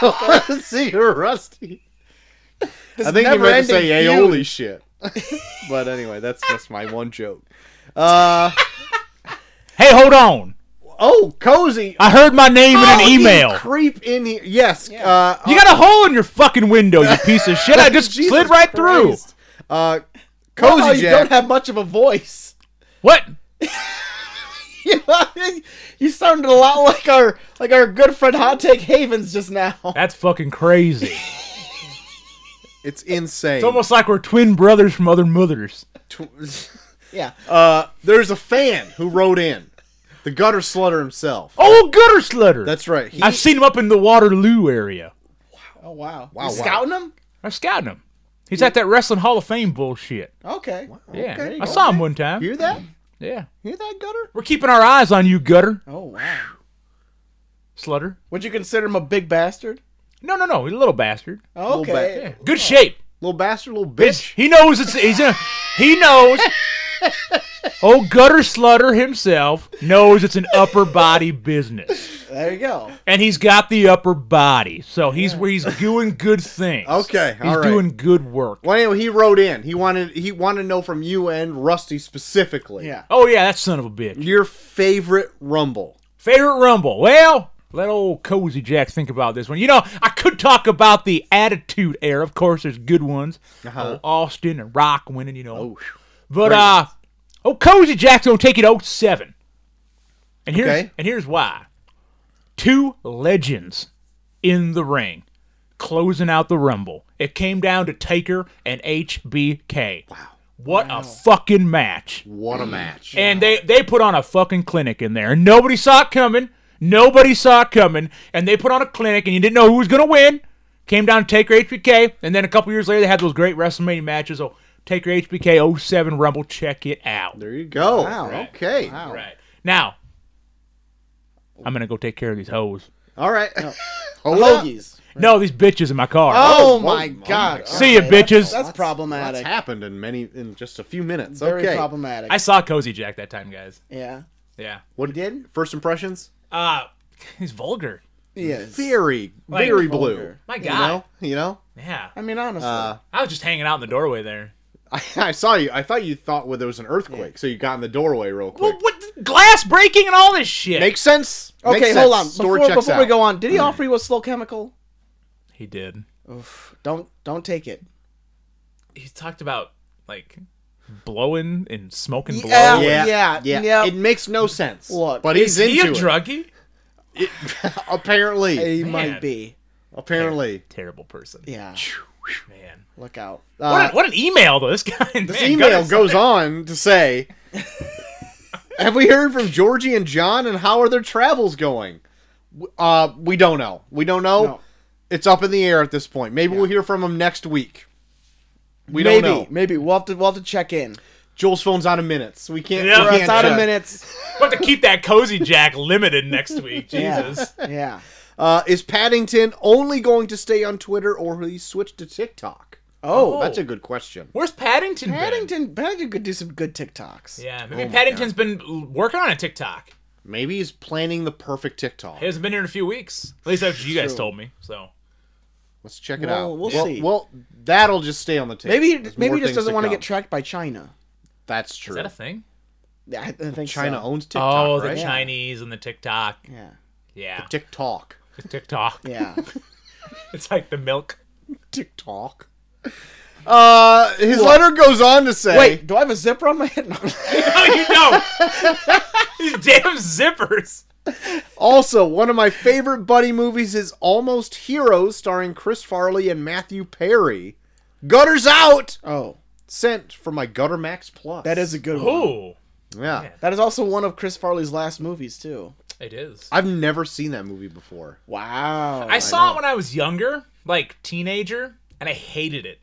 Speaker 2: Let's see her, Rusty. I think you meant to
Speaker 1: never-ending
Speaker 2: say
Speaker 1: feud.
Speaker 2: aioli shit. but anyway, that's just my one joke. Uh
Speaker 3: Hey, hold on.
Speaker 2: oh, cozy.
Speaker 3: I heard my name in
Speaker 2: Oh,
Speaker 3: an
Speaker 2: you
Speaker 3: email.
Speaker 2: Creep in here. Yes.
Speaker 1: Yeah.
Speaker 2: Uh,
Speaker 3: You got a hole in your fucking window, you piece of shit. I just
Speaker 2: Jesus
Speaker 3: slid right
Speaker 2: Christ.
Speaker 3: through.
Speaker 2: Uh,
Speaker 1: Wow,
Speaker 2: cozy
Speaker 1: you don't
Speaker 2: Jack.
Speaker 1: have much of a voice.
Speaker 3: What?
Speaker 1: you sounded a lot like our like our good friend Hot Take Havens just now.
Speaker 3: That's fucking crazy.
Speaker 2: it's
Speaker 3: It's
Speaker 2: insane.
Speaker 3: almost like we're twin brothers from other mothers.
Speaker 2: Tw-
Speaker 1: Yeah.
Speaker 2: uh, there's a fan who wrote in. The gutter slutter himself.
Speaker 3: Oh, gutter slutter.
Speaker 2: That's right. He,
Speaker 3: I've seen him up in the Waterloo area.
Speaker 1: Oh wow.
Speaker 2: Wow, wow.
Speaker 1: you scouting him?
Speaker 3: I'm scouting him. He's at that wrestling Hall of Fame bullshit.
Speaker 1: Okay.
Speaker 3: Yeah,
Speaker 1: Okay.
Speaker 3: I saw him one time.
Speaker 2: hear that?
Speaker 3: Yeah,
Speaker 2: Hear that gutter?
Speaker 3: we're keeping our eyes on you, gutter
Speaker 1: Oh wow.
Speaker 3: slutter.
Speaker 1: Would you consider him a big bastard?
Speaker 3: No, no, no, he's a little bastard.
Speaker 1: Okay.
Speaker 3: Yeah, good shape.
Speaker 2: Little bastard, little
Speaker 3: It's-
Speaker 2: bitch.
Speaker 3: he knows it's he's in. He knows. oh, gutter slutter himself knows it's an upper body business.
Speaker 1: There you go.
Speaker 3: and he's got the upper body, so he's where he's doing good things.
Speaker 2: Okay,
Speaker 3: he's
Speaker 2: all right.
Speaker 3: doing good work.
Speaker 2: Well, anyway, he wrote in. He wanted he wanted to know from you and Rusty specifically.
Speaker 1: Yeah.
Speaker 3: Oh yeah, that son of a bitch.
Speaker 2: Your favorite Rumble.
Speaker 3: Favorite Rumble. Well, let old Cozy Jack think about this one. You know, I could talk about the Attitude Era. Of course, there's good ones.
Speaker 2: Uh-huh.
Speaker 3: Oh, Austin and Rock winning. You know,
Speaker 2: Oh,
Speaker 3: but
Speaker 2: great.
Speaker 3: uh, oh Cozy Jack's gonna take it 07. And here's
Speaker 2: Okay.
Speaker 3: and here's why. Two legends in the ring, closing out the Rumble. It came down to Taker and HBK. Wow. What a fucking match.
Speaker 2: what a match.
Speaker 3: And they, they put on a fucking clinic in there. And nobody saw it coming. Nobody saw it coming. And they put on a clinic, and you didn't know who was going to win. Came down to Taker HBK. And then a couple years later, they had those great WrestleMania matches. Oh, Taker HBK 07 Rumble. Check it out.
Speaker 2: there you go.
Speaker 1: Wow.
Speaker 2: Okay.
Speaker 1: Wow.
Speaker 3: Right. Now, I'm going to go take care of these hoes.
Speaker 2: All right. Hold up.
Speaker 1: Hoagies.
Speaker 3: No, these bitches in my car.
Speaker 1: Oh,
Speaker 2: Oh,
Speaker 1: my
Speaker 2: oh my
Speaker 1: god.
Speaker 2: God.
Speaker 3: See ya,
Speaker 1: Okay,
Speaker 3: bitches.
Speaker 1: That's
Speaker 2: That's
Speaker 1: problematic.
Speaker 2: happened in many in just a few minutes.
Speaker 1: Very
Speaker 2: okay.
Speaker 1: problematic.
Speaker 3: I saw Cozy Jack that time, guys.
Speaker 1: yeah.
Speaker 3: Yeah.
Speaker 2: What did? First impressions?
Speaker 3: Uh, he's vulgar.
Speaker 1: Yes.
Speaker 2: Very,
Speaker 3: Like
Speaker 2: very
Speaker 1: vulgar.
Speaker 2: blue.
Speaker 3: My
Speaker 2: You
Speaker 3: God.
Speaker 2: know? You know?
Speaker 3: Yeah.
Speaker 1: I mean honestly.
Speaker 2: Uh,
Speaker 3: I was just hanging out in the doorway there.
Speaker 2: I, I saw you. I thought you thought well, there was an earthquake, so you got in the doorway real quick.
Speaker 3: Well, what glass breaking and all this shit?
Speaker 2: Makes sense.
Speaker 1: okay,
Speaker 2: Makes
Speaker 1: hold on.
Speaker 2: sense. Story
Speaker 1: before
Speaker 2: checks
Speaker 1: before
Speaker 2: out. Hmm.
Speaker 1: we go on, did he offer you a slow chemical?
Speaker 3: he did.
Speaker 1: Oof. Don't don't take it.
Speaker 3: He talked about like blowing and smoking
Speaker 1: Yeah.
Speaker 3: blow.
Speaker 2: Yeah,
Speaker 1: Yeah,
Speaker 2: yeah,
Speaker 1: yeah.
Speaker 2: It makes no sense.
Speaker 1: Look,
Speaker 2: but
Speaker 3: Is
Speaker 2: he's
Speaker 3: he a
Speaker 2: into it.
Speaker 3: druggie?
Speaker 2: Apparently,
Speaker 1: He
Speaker 3: Man.
Speaker 1: might be.
Speaker 2: apparently.
Speaker 3: Terrible person.
Speaker 1: Yeah.
Speaker 3: Man.
Speaker 1: Look out.
Speaker 2: Uh,
Speaker 3: What, a, what an email though. This guy.
Speaker 2: this email goes on to say, "Have we heard from Georgie and John, and how are their travels going?" W- Uh, we don't know. We don't know.
Speaker 1: No.
Speaker 2: It's up in the air at this point. Maybe we'll hear from them next week. We
Speaker 1: maybe,
Speaker 2: don't know.
Speaker 1: Maybe we'll have to we'll have to check in.
Speaker 2: Joel's phone's out of minutes. We can't.
Speaker 3: Yeah.
Speaker 2: we can't
Speaker 1: It's out of
Speaker 2: check.
Speaker 1: minutes.
Speaker 3: We'll have to keep that cozy jack limited next week.
Speaker 1: Yeah.
Speaker 3: Jesus.
Speaker 1: Yeah.
Speaker 2: Uh, is Paddington only going to stay on Twitter, or will he switch to TikTok?
Speaker 1: Oh,
Speaker 2: that's a good question.
Speaker 3: Where's Paddington? been?
Speaker 1: Paddington, Paddington could do some good TikToks.
Speaker 3: Yeah,
Speaker 2: Oh
Speaker 3: maybe Paddington's been working on a TikTok.
Speaker 2: Maybe he's planning the perfect TikTok.
Speaker 3: He hasn't been here in a few weeks. At least that's what you guys
Speaker 1: True.
Speaker 3: told me. So
Speaker 2: Let's check it
Speaker 1: Well,
Speaker 2: out.
Speaker 1: we'll
Speaker 2: well,
Speaker 1: see.
Speaker 2: Well, that'll just stay on the table.
Speaker 1: Maybe
Speaker 2: There's
Speaker 1: maybe
Speaker 2: more
Speaker 1: he just
Speaker 2: things
Speaker 1: doesn't want to
Speaker 2: come.
Speaker 1: get tracked by China.
Speaker 2: That's true.
Speaker 3: is that a thing?
Speaker 1: Yeah, I I think so.
Speaker 2: China owns TikTok,
Speaker 3: Oh, the
Speaker 2: right?
Speaker 3: Chinese and the TikTok.
Speaker 1: Yeah,
Speaker 3: Yeah,
Speaker 2: TikTok.
Speaker 3: TikTok.
Speaker 1: yeah.
Speaker 3: It's like the milk.
Speaker 2: TikTok. Uh, his letter goes on to say,
Speaker 1: Wait, do I have a zipper on my head? No.
Speaker 3: No, Oh, you don't. These damn zippers.
Speaker 2: also, one of my favorite buddy movies is Almost Heroes, starring Chris Farley and Matthew Perry. Gutters out!
Speaker 1: oh,
Speaker 2: Sent from my Gutter Max Plus.
Speaker 1: that is a good one.
Speaker 3: Ooh,
Speaker 2: Yeah.
Speaker 3: Yeah.
Speaker 1: That is also one of Chris Farley's last movies too.
Speaker 3: it is.
Speaker 2: I've never seen that movie before.
Speaker 1: Wow.
Speaker 3: I saw it when I was younger, like teenager, and I hated it.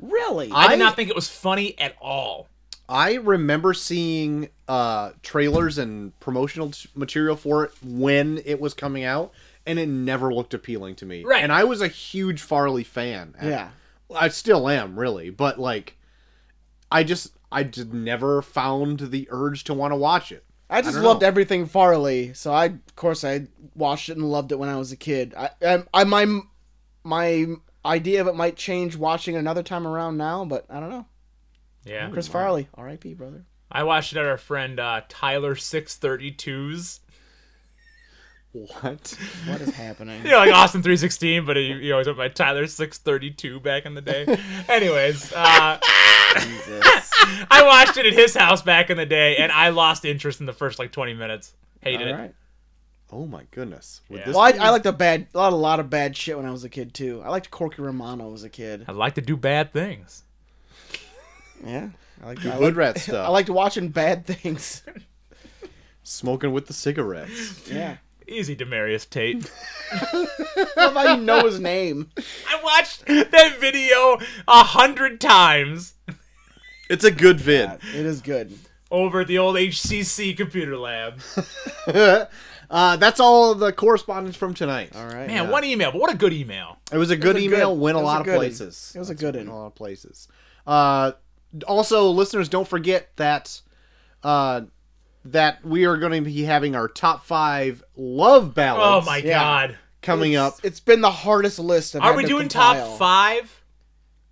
Speaker 1: really.
Speaker 3: I,
Speaker 2: I-
Speaker 3: did not think it was funny at all.
Speaker 2: I remember seeing uh, trailers and promotional t- material for it when it was coming out, and it never looked appealing to me.
Speaker 3: Right.
Speaker 2: And I was a huge Farley fan. And
Speaker 1: yeah.
Speaker 2: I still am, really. But like, I just, I just never found the urge to want to watch it.
Speaker 1: I just
Speaker 2: don't
Speaker 1: loved
Speaker 2: know.
Speaker 1: everything Farley, so I, of course, I watched it and loved it when I was a kid. I, I, I my, my idea of it might change watching it another time around now, but I don't know.
Speaker 3: Yeah,
Speaker 1: Chris Farley, R.I.P. brother.
Speaker 3: I watched it at our friend uh, Tyler six thirty twos.
Speaker 2: What?
Speaker 1: What is happening?
Speaker 3: You know, like Austin three sixteen, but he, he always went by Tyler six thirty two back in the day. Anyways, uh,
Speaker 1: Jesus.
Speaker 3: I watched it at his house back in the day, and I lost interest in the first like twenty minutes. Hated
Speaker 1: All
Speaker 3: it.
Speaker 1: right.
Speaker 2: Oh my goodness! Would
Speaker 3: Yeah.
Speaker 2: this
Speaker 1: Well, I, I liked a bad, a lot, a lot of bad shit when I was a kid too. I liked Corky Romano as a kid.
Speaker 3: I like to do bad things.
Speaker 1: Yeah, I liked. I,
Speaker 2: wood
Speaker 1: liked
Speaker 2: rat stuff?
Speaker 1: I liked watching bad things.
Speaker 2: smoking with the cigarettes.
Speaker 1: Yeah.
Speaker 3: Easy, Demarius Tate.
Speaker 1: How about you know his name?
Speaker 3: I watched that video a hundred times
Speaker 2: it's a good vid.
Speaker 1: Yeah, it is good.
Speaker 3: over at the old HCC computer lab.
Speaker 2: uh, that's all the correspondence from tonight.
Speaker 1: All right.
Speaker 3: Man, one email, but what a good email.
Speaker 2: It was a good
Speaker 1: a good-
Speaker 2: email. went
Speaker 1: it
Speaker 2: a
Speaker 1: was a
Speaker 2: lot of
Speaker 1: good
Speaker 2: places.
Speaker 1: one. It was a
Speaker 2: That's
Speaker 1: good
Speaker 2: went
Speaker 1: one.
Speaker 2: A lot of places. Uh, also, listeners, don't forget that uh, that we are going to be having our top five love
Speaker 3: Oh
Speaker 2: ballads
Speaker 3: my
Speaker 1: yeah.
Speaker 3: god.
Speaker 2: coming
Speaker 1: It's-
Speaker 2: up.
Speaker 1: It's been the hardest list. I've
Speaker 3: Are
Speaker 1: had
Speaker 3: we
Speaker 1: to
Speaker 3: doing
Speaker 1: compile.
Speaker 3: top five?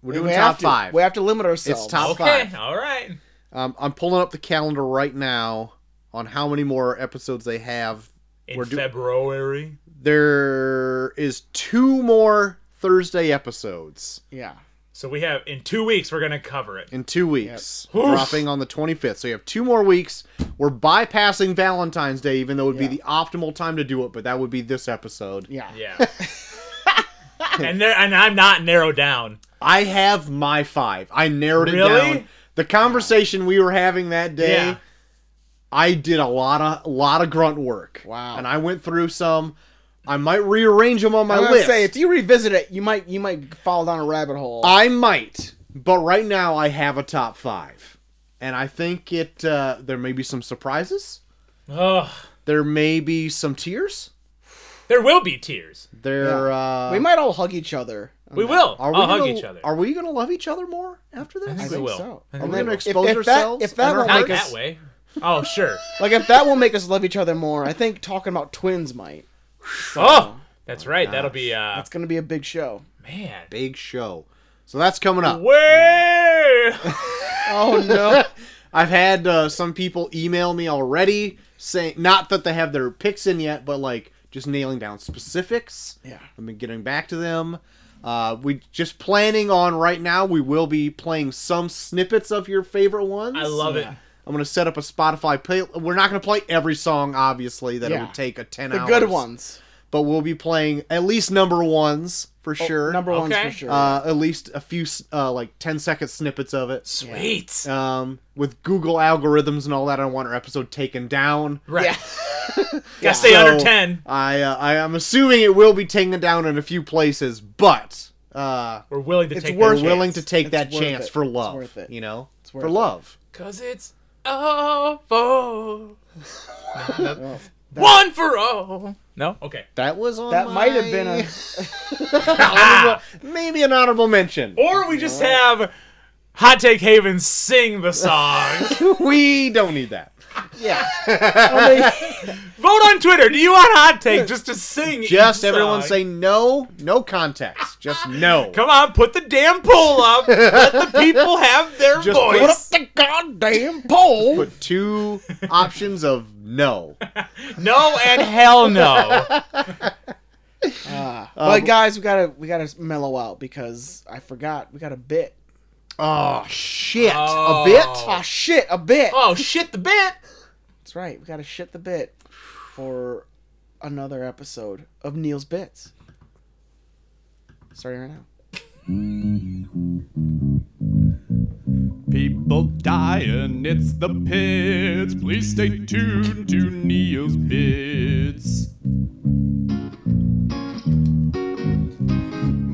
Speaker 2: We're doing
Speaker 1: We have
Speaker 2: top
Speaker 1: to.
Speaker 2: five.
Speaker 1: We have to limit ourselves.
Speaker 2: top-
Speaker 3: okay,
Speaker 2: five.
Speaker 3: all right.
Speaker 2: Um, I'm pulling up the calendar right now on how many more episodes they have.
Speaker 3: In
Speaker 2: We're do-
Speaker 3: February.
Speaker 2: There is two more Thursday episodes
Speaker 1: Yeah.
Speaker 3: So we have in two weeks we're gonna cover it.
Speaker 2: in two weeks,
Speaker 3: Oof.
Speaker 2: dropping on the 25th. So you have two more weeks. We're bypassing Valentine's Day, even though it would
Speaker 1: Yeah.
Speaker 2: be the optimal time to do it, but that would be this episode.
Speaker 1: Yeah.
Speaker 3: Yeah. and there and I'm not narrowed down.
Speaker 2: I have my five. I narrowed it
Speaker 3: Really?
Speaker 2: down. The conversation we were having that day,
Speaker 3: Yeah.
Speaker 2: I did a lot of a lot of grunt work.
Speaker 1: Wow.
Speaker 2: And I went through some. I might rearrange them on my
Speaker 1: I was gonna
Speaker 2: list.
Speaker 1: say if you revisit it, you might you might fall down a rabbit hole.
Speaker 2: I might, but right now I have a top five, and I think it. Uh, there may be some surprises.
Speaker 3: Ugh.
Speaker 2: There may be some tears.
Speaker 3: There will be tears.
Speaker 2: There. Uh,
Speaker 1: we might all hug each other. on
Speaker 3: We
Speaker 1: that.
Speaker 3: will.
Speaker 2: Are we
Speaker 3: I'll
Speaker 2: gonna,
Speaker 3: hug each other.
Speaker 2: Are we gonna love each other more after this?
Speaker 1: I
Speaker 3: we
Speaker 1: think
Speaker 3: will.
Speaker 1: so.
Speaker 3: I think
Speaker 1: And
Speaker 3: we
Speaker 1: then
Speaker 3: will.
Speaker 1: if,
Speaker 2: Expose
Speaker 1: if
Speaker 2: ourselves
Speaker 1: that if that
Speaker 2: and our
Speaker 1: will
Speaker 3: not
Speaker 1: make
Speaker 3: that
Speaker 1: us
Speaker 3: way. Oh sure.
Speaker 1: like if that will make us love each other more, I think talking about twins might.
Speaker 3: Oh, that's right. That'll be uh
Speaker 1: That's gonna be a big show.
Speaker 3: man.
Speaker 2: Big show. So that's coming up.
Speaker 3: Way.
Speaker 1: Oh no!
Speaker 2: I've had uh, some people email me already saying not that they have their picks in yet, but like just nailing down specifics.
Speaker 1: Yeah.
Speaker 2: I've been getting back to them. Uh, we just planning on right now. We will be playing some snippets of your favorite ones.
Speaker 3: I love it.
Speaker 2: I'm gonna set up a Spotify play. We're not gonna play every song, obviously. That it
Speaker 1: Yeah.
Speaker 2: would take a ten.
Speaker 1: the
Speaker 2: hours,
Speaker 1: good ones,
Speaker 2: But we'll be playing at least number ones for sure.
Speaker 1: Oh, Number ones
Speaker 3: Okay.
Speaker 1: for sure.
Speaker 2: Uh, at least a few s- uh, like 10 second snippets of it
Speaker 3: Sweet.
Speaker 2: um, with Google algorithms and all that. I want our episode taken down.
Speaker 3: Right.
Speaker 1: yeah.
Speaker 3: Gotta stay under
Speaker 2: So,
Speaker 3: ten.
Speaker 2: I, uh, I am assuming it will be taken down in a few places, but uh,
Speaker 3: We're willing to
Speaker 1: It's
Speaker 3: take
Speaker 2: we're
Speaker 1: worth
Speaker 3: that
Speaker 2: willing to
Speaker 3: chance.
Speaker 2: take
Speaker 1: It's
Speaker 2: that
Speaker 1: worth
Speaker 2: chance
Speaker 1: it.
Speaker 2: for
Speaker 1: It's
Speaker 2: love.
Speaker 1: worth it.
Speaker 2: You know,
Speaker 1: worth
Speaker 2: for
Speaker 1: it.
Speaker 2: love.
Speaker 3: Cause it's awful. One for all. No? Okay.
Speaker 2: That was on
Speaker 1: That
Speaker 2: my...
Speaker 1: might have been a.
Speaker 2: maybe an honorable mention.
Speaker 3: Or we just have Hot Take Haven sing the song.
Speaker 2: we don't need that.
Speaker 1: Yeah. I mean,
Speaker 3: Vote on Twitter. Do you want Hot Take just to sing?
Speaker 2: Just
Speaker 3: each
Speaker 2: everyone
Speaker 3: song?
Speaker 2: say no, no context. Just no.
Speaker 3: Come on, put the damn poll up. Let the people have their
Speaker 2: Just
Speaker 3: voice.
Speaker 2: put up
Speaker 1: the goddamn poll.
Speaker 2: Put two options of no.
Speaker 3: No and hell no.
Speaker 2: Uh,
Speaker 1: Ah, but guys, we gotta we gotta mellow out because I forgot we got a bit.
Speaker 2: Oh shit!
Speaker 3: Oh.
Speaker 2: A bit.
Speaker 1: Oh shit, a bit.
Speaker 3: Oh shit, the bit.
Speaker 1: That's right. We gotta shit the bit for another episode of Neil's Bits. Starting right now.
Speaker 6: People dying, it's the pits. Please stay tuned to Neo's Bits.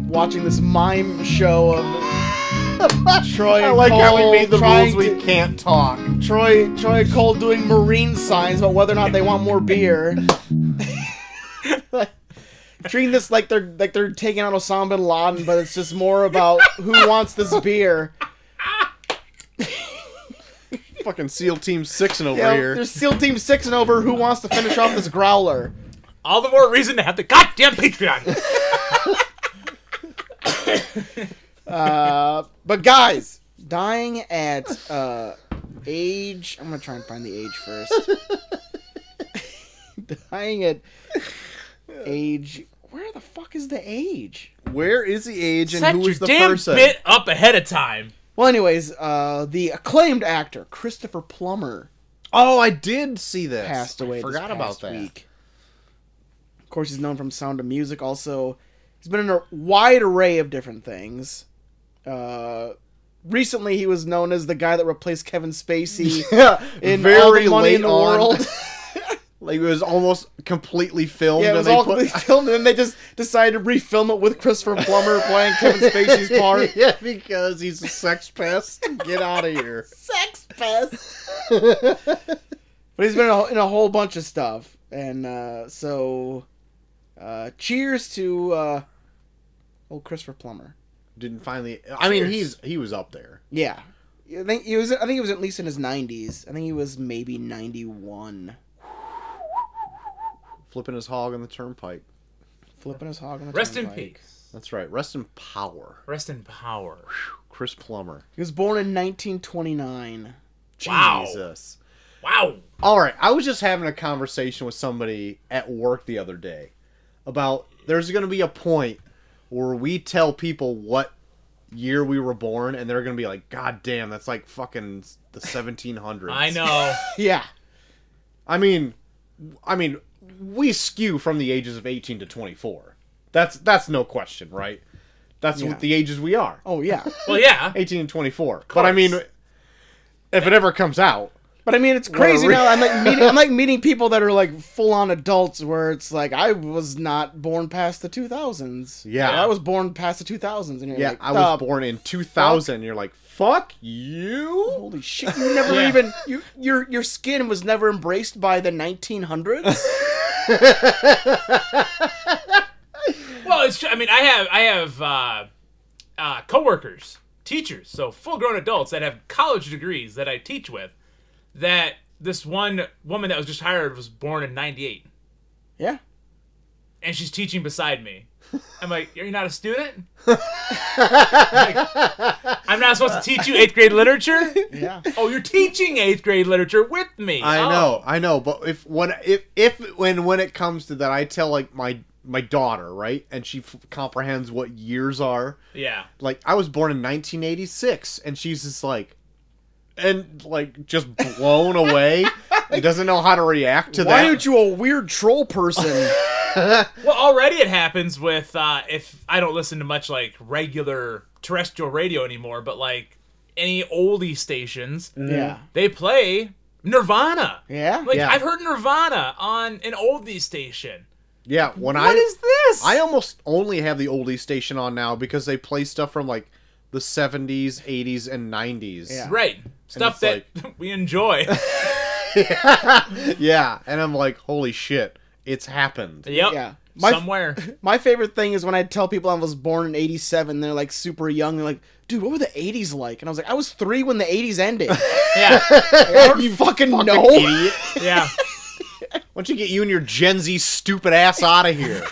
Speaker 1: Watching this mime show of Troy
Speaker 2: I
Speaker 1: and
Speaker 2: like how we
Speaker 1: Cole
Speaker 2: made the
Speaker 1: trying
Speaker 2: rules.
Speaker 1: to-
Speaker 2: We can't talk.
Speaker 1: Troy Troy and Cole doing marine signs about whether or not they want more beer. Treating this like they're like they're taking out Osama bin Laden, but it's just more about who wants this beer.
Speaker 2: Fucking SEAL Team Six and over
Speaker 1: Yeah,
Speaker 2: here.
Speaker 1: there's SEAL Team Six and over. Who wants to finish off this growler?
Speaker 3: All the more reason to have the goddamn Patreon.
Speaker 1: Uh, but guys, dying at uh, age. I'm gonna try and find the age first. dying at age. Where the fuck is the age?
Speaker 2: Where is the age and
Speaker 3: Set
Speaker 2: who
Speaker 3: your
Speaker 2: is the
Speaker 3: damn
Speaker 2: person?
Speaker 3: bit up ahead of time.
Speaker 1: Well, anyways, uh, the acclaimed actor Christopher Plummer
Speaker 2: Oh, I did see this.
Speaker 1: passed away.
Speaker 2: I
Speaker 1: this
Speaker 2: forgot about
Speaker 1: past
Speaker 2: that.
Speaker 1: Week. Of course, he's known from Sound of Music. Also, he's been in a wide array of different things. Uh, recently, he was known as the guy that replaced Kevin Spacey
Speaker 2: Yeah,
Speaker 1: in
Speaker 2: very
Speaker 1: All the Money
Speaker 2: late
Speaker 1: in the
Speaker 2: on.
Speaker 1: World.
Speaker 2: Like it was almost completely filmed.
Speaker 1: yeah, it
Speaker 2: and
Speaker 1: was
Speaker 2: they
Speaker 1: all
Speaker 2: put-
Speaker 1: completely filmed, and then they just decided to refilm it with Christopher Plummer playing Kevin Spacey's part.
Speaker 2: yeah, because he's a sex pest. Get out of here.
Speaker 1: sex pest. but he's been in a, in a whole bunch of stuff, and uh, so uh, cheers to uh, old Christopher Plummer.
Speaker 2: Didn't finally. I mean,
Speaker 3: Cheers.
Speaker 2: he's he was up there.
Speaker 1: Yeah, I think he was. I think he was at least in his nineties. I think he was maybe ninety one,
Speaker 2: flipping his hog on the turnpike.
Speaker 1: flipping his hog on the
Speaker 3: Rest in
Speaker 1: turnpike.
Speaker 3: peace.
Speaker 2: That's right. Rest in power,
Speaker 3: Rest in power.
Speaker 2: Chris Plummer.
Speaker 1: He was born in nineteen twenty nine.
Speaker 3: Wow.
Speaker 2: Jesus.
Speaker 3: Wow.
Speaker 2: All right, I was just having a conversation with somebody at work the other day about there's going to be a point where we tell people what year we were born, and they're going to be like, "God damn, that's like fucking the 1700s."
Speaker 3: I know.
Speaker 1: Yeah,
Speaker 2: I mean, I mean, we skew from the ages of 18 to 24. That's that's no question, right? That's
Speaker 1: Yeah.
Speaker 2: what the ages we are.
Speaker 1: oh yeah.
Speaker 3: Well, yeah.
Speaker 2: 18 and 24. But I mean, if it ever comes out,
Speaker 1: But I mean, it's crazy
Speaker 2: re-
Speaker 1: now. I'm like meeting. I'm like meeting people that are like full on adults, where it's like I was not born past the 2000s.
Speaker 2: Yeah.
Speaker 1: Or I was born past the 2000s, and you're
Speaker 2: yeah,
Speaker 1: like,
Speaker 2: I was
Speaker 1: "The
Speaker 2: born in 2000. You're like, fuck you.
Speaker 1: Holy shit! You never
Speaker 3: Yeah.
Speaker 1: even you your your skin was never embraced by the 1900s.
Speaker 3: Well, it's. I mean, I have I have uh, uh, coworkers, teachers, so full grown adults that have college degrees that I teach with. That this one woman that was just hired was born in '98,
Speaker 1: yeah.
Speaker 3: and she's teaching beside me. I'm like, you're not a student. Like, I'm not supposed to teach you eighth grade literature.
Speaker 1: Yeah.
Speaker 3: Oh, you're teaching eighth grade literature with me.
Speaker 2: I
Speaker 3: Oh.
Speaker 2: know, I know. But if when if if when when it comes to that, I tell like my my daughter, right, and she f- comprehends what years are.
Speaker 3: Yeah.
Speaker 2: Like I was born in 1986, and she's just like, and like just blown away. and doesn't know how to react to
Speaker 1: Why
Speaker 2: that.
Speaker 1: aren't you a weird troll person?
Speaker 3: Well, already it happens with uh, if I don't listen to much like regular terrestrial radio anymore, but like any oldie stations,
Speaker 1: yeah.
Speaker 3: they play Nirvana.
Speaker 1: Yeah.
Speaker 3: Like
Speaker 2: Yeah.
Speaker 3: I've heard Nirvana on an oldie station.
Speaker 2: yeah, when I
Speaker 3: What is this?
Speaker 2: I almost only have the oldie station on now because they play stuff from like the 70s, 80s, and 90s.
Speaker 1: Yeah.
Speaker 3: right stuff
Speaker 2: it's
Speaker 3: that we enjoy.
Speaker 2: yeah, and I'm like, holy shit, it's happened.
Speaker 3: Yep.
Speaker 1: Yeah. My-
Speaker 3: Somewhere.
Speaker 1: My favorite thing is when I tell people I was born in 87, they're like super young. They're like, dude, what were the 80s like? And I was like, I was three when the 80s ended.
Speaker 3: yeah.
Speaker 1: I don't fucking, know.
Speaker 2: Idiot.
Speaker 3: Yeah.
Speaker 2: Why don't you get you and your Gen Z stupid ass out of here?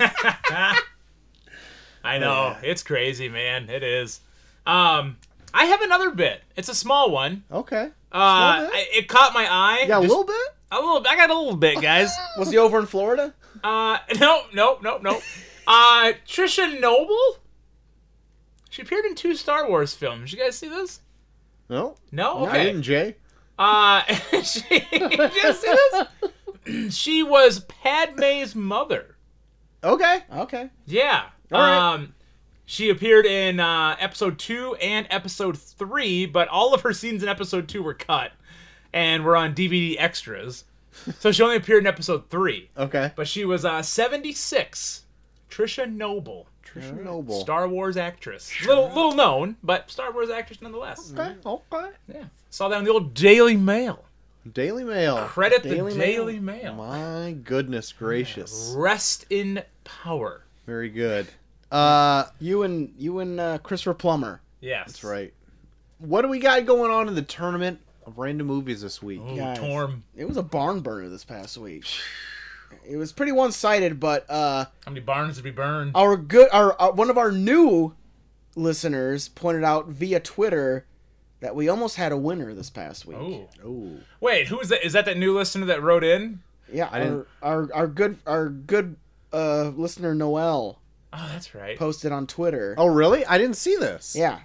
Speaker 3: I know. It's crazy, man. It is. Um, I have another bit. It's a small one.
Speaker 1: Okay.
Speaker 3: Uh, I, it caught my eye.
Speaker 1: Yeah, a
Speaker 3: Just-
Speaker 1: little bit?
Speaker 3: a little. I got a little bit, guys.
Speaker 1: Was he over in Florida?
Speaker 3: uh, no, no, no, no. Uh, Trisha Noble. She appeared in two Star Wars films. You guys see this?
Speaker 2: No,
Speaker 3: No.
Speaker 2: I
Speaker 3: Okay.
Speaker 2: didn't, Jay.
Speaker 3: Uh, she, you guys see this? she was Padme's mother.
Speaker 1: Okay. Okay.
Speaker 3: Yeah.
Speaker 1: right.
Speaker 3: Um, she appeared in uh, episode two and episode three, but all of her scenes in episode two were cut and were on DVD extras. So she only appeared in episode three.
Speaker 2: Okay,
Speaker 3: But she was uh, 76. Trisha Noble,
Speaker 2: Trisha Noble.
Speaker 3: Star Wars actress. Little little known, but Star Wars actress nonetheless.
Speaker 2: okay, okay.
Speaker 3: Yeah. Saw that on the old Daily Mail.
Speaker 2: Daily Mail.
Speaker 3: Credit
Speaker 1: Daily
Speaker 3: the
Speaker 1: Mail.
Speaker 3: Daily Mail.
Speaker 2: My goodness gracious,
Speaker 3: Rest in power.
Speaker 2: very good. Uh,
Speaker 1: You and you and uh, Christopher Plummer.
Speaker 3: Yes.
Speaker 2: that's right. What do we got going on in the tournament of random movies this week?
Speaker 3: Ooh,
Speaker 1: Guys.
Speaker 3: Torm.
Speaker 1: It was a barn burner this past week. It was pretty one-sided, but uh,
Speaker 3: How many barns did we burn?
Speaker 1: our good, our, our one of our new listeners pointed out via Twitter that we almost had a winner this past week.
Speaker 3: Oh.
Speaker 2: Oh,
Speaker 3: Wait, who is that? Is that that new listener that wrote in?
Speaker 1: Yeah,
Speaker 2: I
Speaker 1: our,
Speaker 2: didn't-
Speaker 1: our our good our good uh, listener Noel
Speaker 3: Oh, that's right.
Speaker 1: posted on Twitter.
Speaker 2: oh, really? I didn't see this.
Speaker 1: Yeah,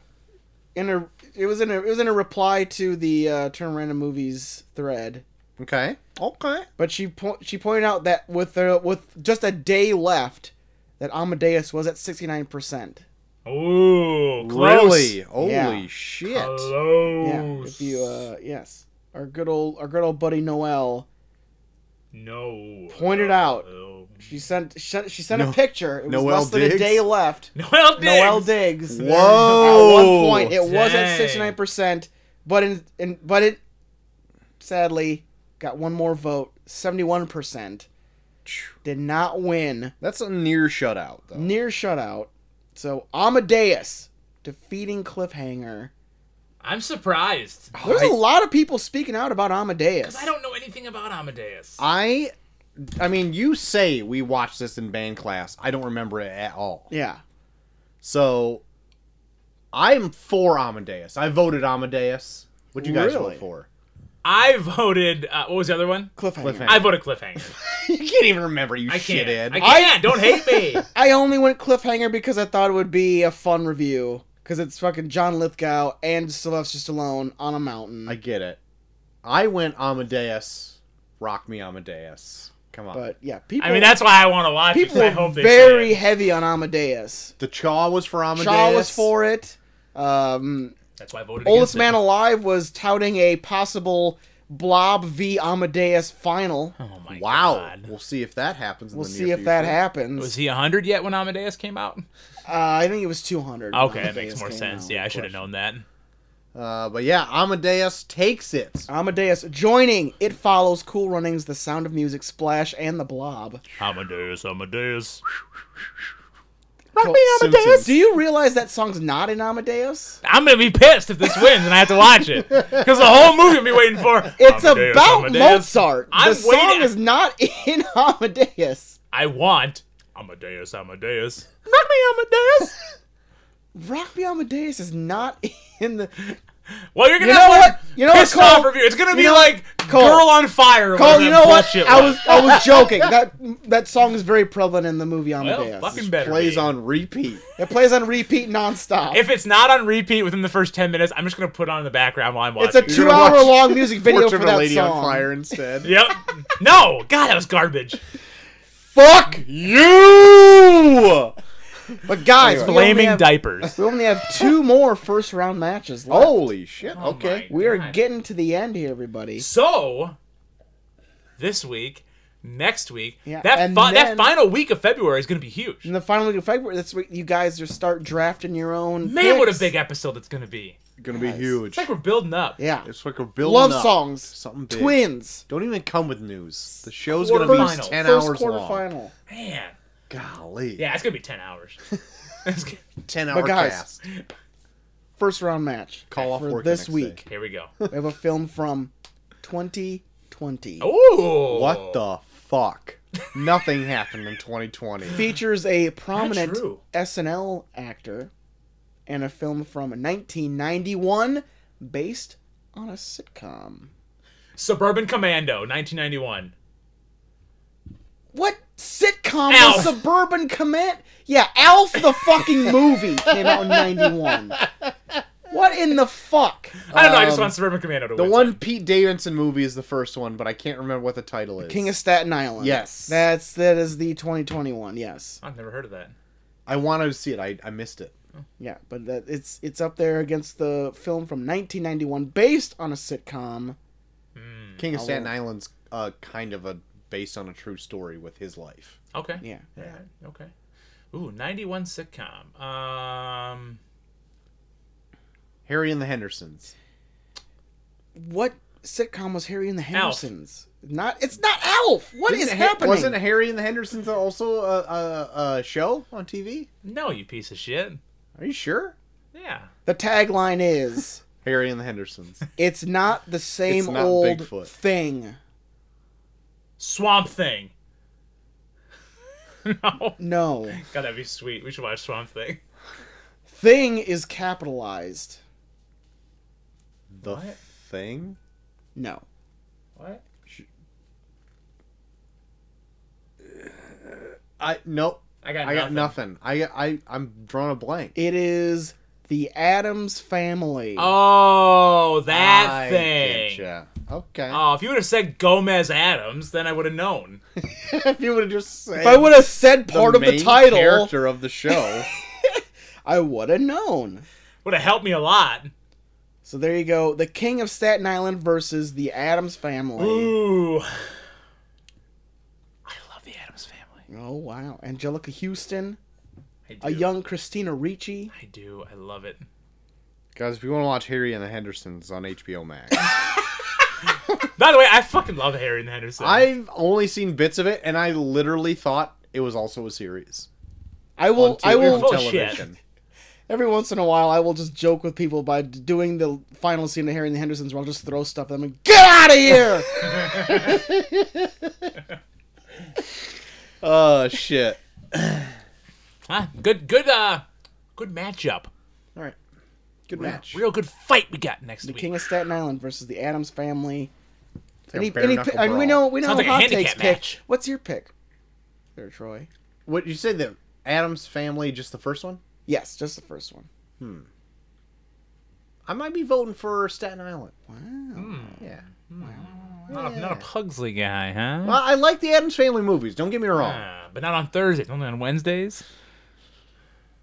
Speaker 1: in a it was in a it was in a reply to the uh, Turn Random Movies thread.
Speaker 2: Okay. Okay.
Speaker 1: But she po- she pointed out that with uh, with just a day left, that Amadeus was at sixty nine percent.
Speaker 3: Ooh, close.
Speaker 2: Really? Holy
Speaker 1: Yeah.
Speaker 2: shit.
Speaker 3: Close.
Speaker 1: Yeah, if you uh, yes, our good old our good old buddy Noel
Speaker 3: no.
Speaker 1: pointed out.
Speaker 3: Oh.
Speaker 1: She sent she, she sent a
Speaker 2: No-
Speaker 1: picture. It was
Speaker 2: Noel
Speaker 1: less than a
Speaker 2: Diggs?
Speaker 1: day left.
Speaker 3: Noel Diggs.
Speaker 1: Noel Diggs. At one
Speaker 2: Whoa.
Speaker 1: point, it was at
Speaker 3: Dang.
Speaker 1: sixty nine percent, but in, in but it sadly got one more vote, seventy one percent. Did not win.
Speaker 2: That's a near shutout, though.
Speaker 1: near shutout. So Amadeus defeating Cliffhanger.
Speaker 3: I'm surprised.
Speaker 1: There's
Speaker 2: I-
Speaker 1: a lot of people speaking out about Amadeus.
Speaker 3: Because I don't know anything about Amadeus.
Speaker 2: I, I mean, you say we watched this in band class. I don't remember it at all.
Speaker 1: Yeah,
Speaker 2: So, I'm for Amadeus. I voted Amadeus. What you guys
Speaker 1: Really?
Speaker 2: vote for?
Speaker 3: I voted. Uh, what was the other one?
Speaker 1: Cliffhanger.
Speaker 2: Cliffhanger.
Speaker 3: I voted Cliffhanger.
Speaker 2: you can't even remember. You
Speaker 3: I can't.
Speaker 2: shithead.
Speaker 3: I can't. Don't hate me.
Speaker 1: I only went Cliffhanger because I thought it would be a fun review because it's fucking John Lithgow and Sylvester Stallone on a mountain.
Speaker 2: I get it. I went Amadeus. Rock me, Amadeus. Come on.
Speaker 1: but yeah, people.
Speaker 3: I mean, that's why I want to watch it.
Speaker 1: people
Speaker 3: 'cause I
Speaker 1: were
Speaker 3: hope they
Speaker 1: very
Speaker 3: say it.
Speaker 1: heavy on Amadeus.
Speaker 2: the Chaw was for Amadeus.
Speaker 1: Shaw was for it. Um,
Speaker 3: That's why I voted.
Speaker 1: Oldest
Speaker 3: against
Speaker 1: Man
Speaker 3: It.
Speaker 1: Alive was touting a possible Blob v Amadeus final.
Speaker 3: Oh my
Speaker 2: Wow.
Speaker 3: God.
Speaker 2: We'll see if that happens. in
Speaker 1: We'll
Speaker 2: the
Speaker 1: see
Speaker 2: near
Speaker 1: if that
Speaker 2: future.
Speaker 1: happens.
Speaker 3: Was he 100 yet when Amadeus came out?
Speaker 1: Uh, I think it was 200. when
Speaker 3: Okay, that
Speaker 1: Amadeus
Speaker 3: makes more
Speaker 1: came
Speaker 3: sense.
Speaker 1: out.
Speaker 3: Yeah, I should have known that.
Speaker 2: Uh, but yeah, Amadeus takes it.
Speaker 1: Amadeus joining It Follows, Cool Runnings, The Sound of Music, Splash, and The Blob.
Speaker 3: Amadeus, Amadeus.
Speaker 1: Cool.
Speaker 2: Amadeus.
Speaker 1: Simpsons. Do you realize that song's not in Amadeus?
Speaker 3: I'm gonna be pissed if this wins and I have to watch it because the whole movie will be waiting for.
Speaker 1: It's
Speaker 3: Amadeus,
Speaker 1: about
Speaker 3: Amadeus.
Speaker 1: Mozart.
Speaker 3: I'm
Speaker 1: the song
Speaker 3: waiting-
Speaker 1: is not in Amadeus.
Speaker 3: I want Amadeus, Amadeus.
Speaker 1: Rock Me Amadeus. Rock Me Amadeus is not in the.
Speaker 3: Well, you're gonna
Speaker 1: You know
Speaker 3: have one
Speaker 1: what? You know what,
Speaker 3: pissed
Speaker 1: Cole?
Speaker 3: off review. It's gonna
Speaker 1: You
Speaker 3: be
Speaker 1: know-
Speaker 3: like
Speaker 1: Cole.
Speaker 3: Girl on Fire. or
Speaker 1: Cole,
Speaker 3: whatever
Speaker 1: Oh, you
Speaker 3: that
Speaker 1: know what?
Speaker 3: bullshit
Speaker 1: I was I was joking. That that song is very prevalent in the movie Amadeus.
Speaker 3: well, fucking better.
Speaker 2: plays
Speaker 3: be.
Speaker 2: on repeat.
Speaker 1: it plays on repeat nonstop.
Speaker 3: If it's not on repeat within the first ten minutes, I'm just gonna put it on in the background while I'm
Speaker 1: it's a
Speaker 3: watching. it.
Speaker 2: You're gonna
Speaker 1: two-hour
Speaker 2: watch
Speaker 1: long music video
Speaker 2: Portrait
Speaker 1: for
Speaker 2: of a
Speaker 1: that
Speaker 2: Lady
Speaker 1: song.
Speaker 2: on Fire instead.
Speaker 3: Yep. No, God, that was garbage.
Speaker 2: Fuck you!
Speaker 1: But guys, we only
Speaker 3: Flaming
Speaker 1: have-
Speaker 3: diapers.
Speaker 1: We only have two more first round matches left.
Speaker 2: Holy shit!
Speaker 1: Oh
Speaker 2: okay.
Speaker 3: my
Speaker 1: we are
Speaker 3: God.
Speaker 1: getting to the end here, everybody.
Speaker 3: So, this week, next week,
Speaker 1: Yeah,
Speaker 3: that
Speaker 1: and
Speaker 3: fi-
Speaker 1: then-
Speaker 3: that final week of February is going to be huge.
Speaker 1: In the final week of February, that's where you guys just start drafting your own.
Speaker 3: Man, what a
Speaker 1: picks.
Speaker 3: big episode it's going to be.
Speaker 2: gonna be
Speaker 1: Guys.
Speaker 2: huge.
Speaker 3: It's like we're building up.
Speaker 1: Yeah.
Speaker 2: It's like we're building
Speaker 1: Love
Speaker 2: up
Speaker 1: songs.
Speaker 2: Something big.
Speaker 1: Twins.
Speaker 2: Don't even come with news. The show's gonna be
Speaker 3: Quarterfinals.
Speaker 2: ten
Speaker 1: First
Speaker 2: hours long.
Speaker 1: quarterfinal.
Speaker 3: Man.
Speaker 2: Golly.
Speaker 3: Yeah, it's going to be 10 hours. It's gonna-
Speaker 2: Ten hour
Speaker 1: guys-
Speaker 2: cast.
Speaker 1: First round match.
Speaker 2: Call off
Speaker 1: for
Speaker 2: work the
Speaker 1: this
Speaker 2: next
Speaker 1: week.
Speaker 3: Here we go.
Speaker 1: we have a film from 2020.
Speaker 3: Oh.
Speaker 2: What the fuck? Nothing happened in 2020.
Speaker 1: Features a prominent
Speaker 3: true.
Speaker 1: SNL actor and a film from 1991 based on a sitcom.
Speaker 3: Suburban Commando, 1991.
Speaker 1: What sitcom
Speaker 3: Alf.
Speaker 1: was Suburban Command? Yeah, Alf the fucking movie came out in 91. What in the fuck?
Speaker 3: I don't know. I just
Speaker 2: Um,
Speaker 3: want Suburban Commando to
Speaker 2: The
Speaker 3: win.
Speaker 2: one Pete Davidson movie is the first one, but I can't remember what the title is.
Speaker 1: King of Staten Island.
Speaker 2: Yes.
Speaker 1: That's that is the 2021. Yes.
Speaker 3: I've never heard of that.
Speaker 2: I wanted to see it. I, I missed it.
Speaker 1: Yeah, but that it's it's up there against the film from 1991 based on a sitcom.
Speaker 2: King of
Speaker 1: I
Speaker 2: Staten
Speaker 1: won't.
Speaker 2: Island's uh, kind of a based on a true story with his life.
Speaker 3: Okay.
Speaker 1: Yeah.
Speaker 3: Alright, Okay. Ooh, 91 sitcom. Um,
Speaker 2: Harry and the Hendersons.
Speaker 1: What sitcom was Harry and the
Speaker 3: Alf.
Speaker 1: Hendersons? Not it's not Alf. What is
Speaker 2: Didn't Ha-
Speaker 1: happening?
Speaker 2: Wasn't Harry and the Hendersons also a, a, a show on TV?
Speaker 3: no, you piece of shit.
Speaker 2: Are you sure?
Speaker 3: Yeah.
Speaker 1: The tagline is
Speaker 2: Harry and the Hendersons.
Speaker 1: it's not the same
Speaker 2: It's not
Speaker 1: old
Speaker 2: Bigfoot.
Speaker 1: thing.
Speaker 3: Swamp Thing. no. God,
Speaker 1: No.
Speaker 3: that'd be sweet. We should watch Swamp Thing.
Speaker 1: Thing is capitalized.
Speaker 2: the
Speaker 3: What?
Speaker 2: thing?
Speaker 1: No.
Speaker 3: What?
Speaker 2: I nope.
Speaker 3: I got
Speaker 2: I got
Speaker 3: nothing.
Speaker 2: nothing. I I I'm drawing a blank.
Speaker 1: It is the Adams family.
Speaker 3: Oh, that
Speaker 2: I
Speaker 3: thing.
Speaker 2: getcha. Okay.
Speaker 3: Oh, if you would have said Gomez Adams, then I would have known.
Speaker 2: if you would have just said
Speaker 1: if I would have said part of the
Speaker 2: main
Speaker 1: title,
Speaker 2: character of the show.
Speaker 1: I would have known.
Speaker 3: Would have helped me a lot.
Speaker 1: So there you go. The King of Staten Island versus the Adams family.
Speaker 3: Ooh. I love the Adams family.
Speaker 1: Oh wow. Angelica Houston,
Speaker 3: I do.
Speaker 1: a young Christina Ricci.
Speaker 3: I do. I love it.
Speaker 2: Guys, if you want to watch Harry and the Hendersons on HBO Max,
Speaker 3: By the way, I fucking love Harry and the Henderson.
Speaker 2: I've only seen bits of it, and I literally thought it was also a series.
Speaker 1: I
Speaker 2: on
Speaker 1: will
Speaker 2: t-
Speaker 1: I
Speaker 2: on
Speaker 1: will
Speaker 3: Full Oh, shit.
Speaker 2: television.
Speaker 1: every once in a while I will just joke with people by d- doing the final scene of Harry and the Hendersons where I'll just throw stuff at them and get out of here.
Speaker 2: Oh shit!
Speaker 3: Huh? Good, good, uh, good matchup.
Speaker 1: All right. Good match.
Speaker 3: Real good fight we got next
Speaker 1: The
Speaker 3: week.
Speaker 1: King of Staten Island versus the Adams family.
Speaker 2: It's like a
Speaker 1: Any,
Speaker 2: bare
Speaker 1: any,
Speaker 2: knuckle
Speaker 1: I mean, we
Speaker 2: brawl.
Speaker 1: know we know
Speaker 3: Sounds like a
Speaker 1: hot
Speaker 3: handicap
Speaker 1: takes
Speaker 3: match.
Speaker 1: pick. What's your pick? There, Troy.
Speaker 2: What you said that Adam's family just the first one?
Speaker 1: Yes, just the first one.
Speaker 2: I might be voting for Staten Island.
Speaker 1: Wow.
Speaker 2: Yeah.
Speaker 3: Not, a, not a Pugsley guy, huh?
Speaker 2: Well, I like the Adams Family movies. Don't get me wrong.
Speaker 3: Ah, but not on Thursdays. Only on Wednesdays.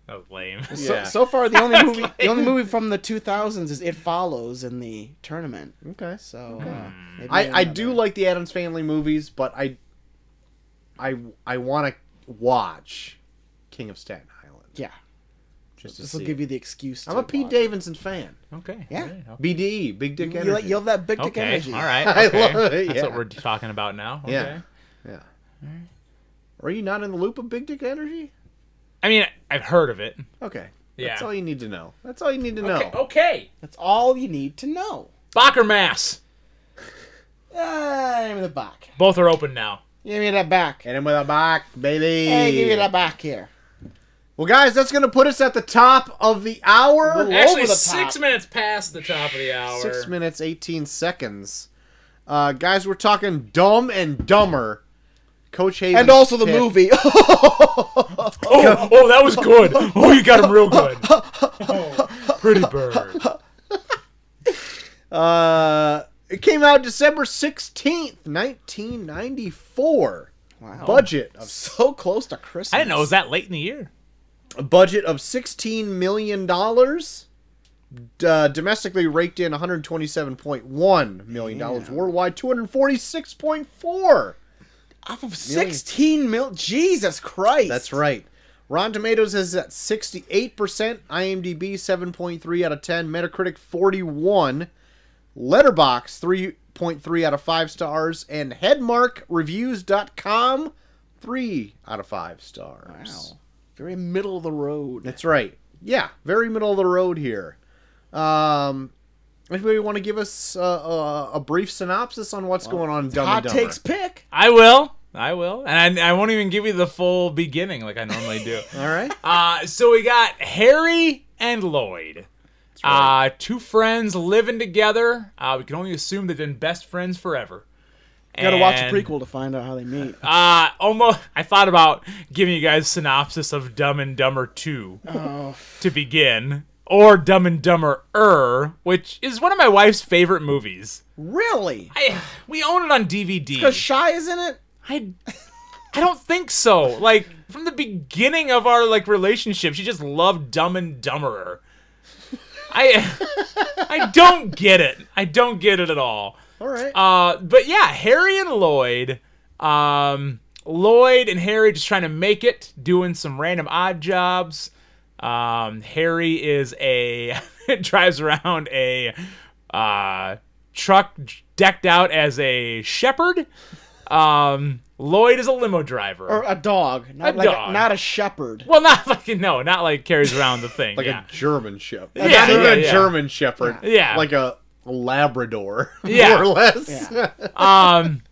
Speaker 3: That was lame.
Speaker 1: So,
Speaker 2: Yeah.
Speaker 1: so far the only movie the only movie from the 2000s is It Follows in the tournament.
Speaker 2: okay.
Speaker 1: So uh, maybe
Speaker 2: I, I do
Speaker 1: another-
Speaker 2: like the Adams Family movies, but I I I want to watch King of Staten Island.
Speaker 1: Yeah.
Speaker 2: Just to
Speaker 1: This will
Speaker 2: see
Speaker 1: give
Speaker 2: it.
Speaker 1: you the excuse to
Speaker 2: I'm a Pete
Speaker 1: watch.
Speaker 2: Davidson fan.
Speaker 3: Okay.
Speaker 1: Yeah.
Speaker 3: all right, okay.
Speaker 2: BDE, Big Dick
Speaker 1: You,
Speaker 2: Energy.
Speaker 1: like- you have that big dick
Speaker 3: Okay.
Speaker 1: energy.
Speaker 3: All right.
Speaker 2: I
Speaker 3: Okay.
Speaker 2: love it,
Speaker 3: That's
Speaker 2: yeah.
Speaker 3: what we're talking about now. Okay.
Speaker 2: Yeah. Yeah. Are you not in the loop of Big Dick Energy?
Speaker 3: I mean, I've heard of it.
Speaker 2: Okay.
Speaker 3: Yeah.
Speaker 2: That's all you need to know. That's all you need to know.
Speaker 3: Okay. Oh. Okay.
Speaker 1: That's all you need to know.
Speaker 3: Bocker Mass.
Speaker 1: Ah, give me the back.
Speaker 3: Both are open now.
Speaker 1: Give me that back.
Speaker 2: Hit him with a back, baby.
Speaker 1: Hey, give me that back here.
Speaker 2: Well, guys, that's going to put us at the top of the hour.
Speaker 1: We're
Speaker 3: Actually,
Speaker 1: over the
Speaker 3: six
Speaker 1: top.
Speaker 3: minutes past the top of the hour.
Speaker 2: Six minutes, 18 seconds. Uh, guys, we're talking Dumb and Dumber. Coach Haven.
Speaker 1: And also the movie.
Speaker 3: Oh, oh, that was good. Oh, you got him real good. Oh, pretty bird.
Speaker 2: Uh, it came out December 16th, 1994.
Speaker 1: wow.
Speaker 2: Budget of
Speaker 1: so close to Christmas.
Speaker 3: I didn't know it was that late in the year.
Speaker 2: a budget of 16 million dollars uh, domestically raked in 127.1 million dollars worldwide 246.4
Speaker 1: off of 16 mil. Jesus Christ.
Speaker 2: that's right Rotten Tomatoes is at 68%, IMDb 7.3 out of 10, Metacritic 41, Letterbox 3.3 out of 5 stars, and headmarkreviews.com 3 out of 5 stars.
Speaker 1: Wow. Very middle of the road.
Speaker 2: That's right. Yeah, very middle of the road here. Um, anybody want to give us uh, a, a brief synopsis on what's going on in Dumb and
Speaker 1: Hot
Speaker 2: Dumber?
Speaker 1: takes pick.
Speaker 3: I will. I will. And I, I won't even give you the full beginning like I normally do.
Speaker 2: All right.
Speaker 3: Uh, so we got Harry and Lloyd. Uh, two friends living together. Uh, we can only assume they've been best friends forever.
Speaker 1: Got to watch a
Speaker 3: And-
Speaker 1: prequel to find out how they meet.
Speaker 3: Uh, almost. I thought about giving you guys synopsis of Dumb and Dumber Two
Speaker 2: Oh.
Speaker 3: to begin, or Dumb and Dumber Er, which is one of my wife's favorite movies.
Speaker 1: Really?
Speaker 3: I we own it on DVD.
Speaker 1: Because Shy is in it.
Speaker 3: I I don't think so. Like from the beginning of our like relationship, she just loved Dumb and Dumberer. I I don't get it. I don't get it at all.
Speaker 1: All right.
Speaker 3: Uh, but yeah, Harry and Lloyd. Um, Lloyd and Harry just trying to make it, doing some random odd jobs. Um, Harry is a drives around a uh, truck decked out as a shepherd. Um, Lloyd is a limo driver.
Speaker 1: or a dog. Not
Speaker 3: a
Speaker 1: like
Speaker 3: dog.
Speaker 1: A, not a shepherd.
Speaker 3: well, not like no, not like carries around the thing.
Speaker 2: like
Speaker 3: yeah.
Speaker 2: a German shepherd.
Speaker 3: Yeah,
Speaker 2: not even
Speaker 3: yeah,
Speaker 2: a
Speaker 3: yeah.
Speaker 2: German shepherd.
Speaker 3: Yeah.
Speaker 2: like a Labrador,
Speaker 3: Yeah.
Speaker 2: more or less.
Speaker 3: um,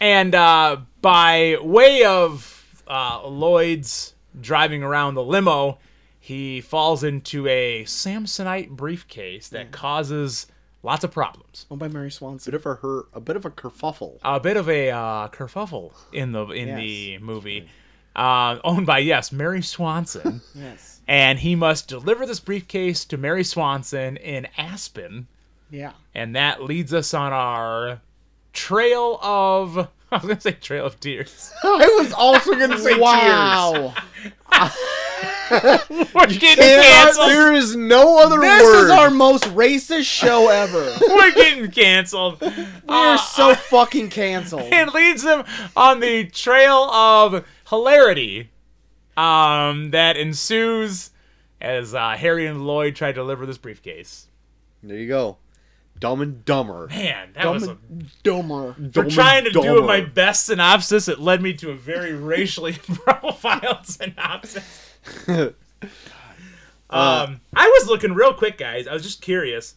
Speaker 3: and uh, by way of uh, Lloyd's driving around the limo, he falls into a Samsonite briefcase that causes lots of problems.
Speaker 1: Owned by Mary Swanson.
Speaker 2: bit of a her, a bit of a kerfuffle.
Speaker 3: A bit of a uh, kerfuffle in the in the movie, uh, owned by yes Mary Swanson,
Speaker 1: Yes.
Speaker 3: and he must deliver this briefcase to Mary Swanson in Aspen.
Speaker 1: Yeah.
Speaker 3: And that leads us on our trail of I was gonna say trail of tears.
Speaker 2: I was also gonna say tears.
Speaker 1: Wow.
Speaker 3: We're getting
Speaker 2: Cannot-
Speaker 3: canceled.
Speaker 2: there is no other
Speaker 1: This
Speaker 2: word.
Speaker 1: is our most racist show ever.
Speaker 3: We're getting canceled. Uh,
Speaker 1: We're so fucking canceled.
Speaker 3: And leads him on the trail of hilarity um, that ensues as uh, Harry and Lloyd try to deliver this briefcase.
Speaker 2: there you go. Dumb and dumber.
Speaker 3: Man, that was a,
Speaker 1: Dumber.
Speaker 3: for trying to do
Speaker 2: Dumber.
Speaker 3: my best synopsis. It led me to a very racially profiled synopsis.
Speaker 2: Uh,
Speaker 3: Um, I was looking real quick, guys. I was just curious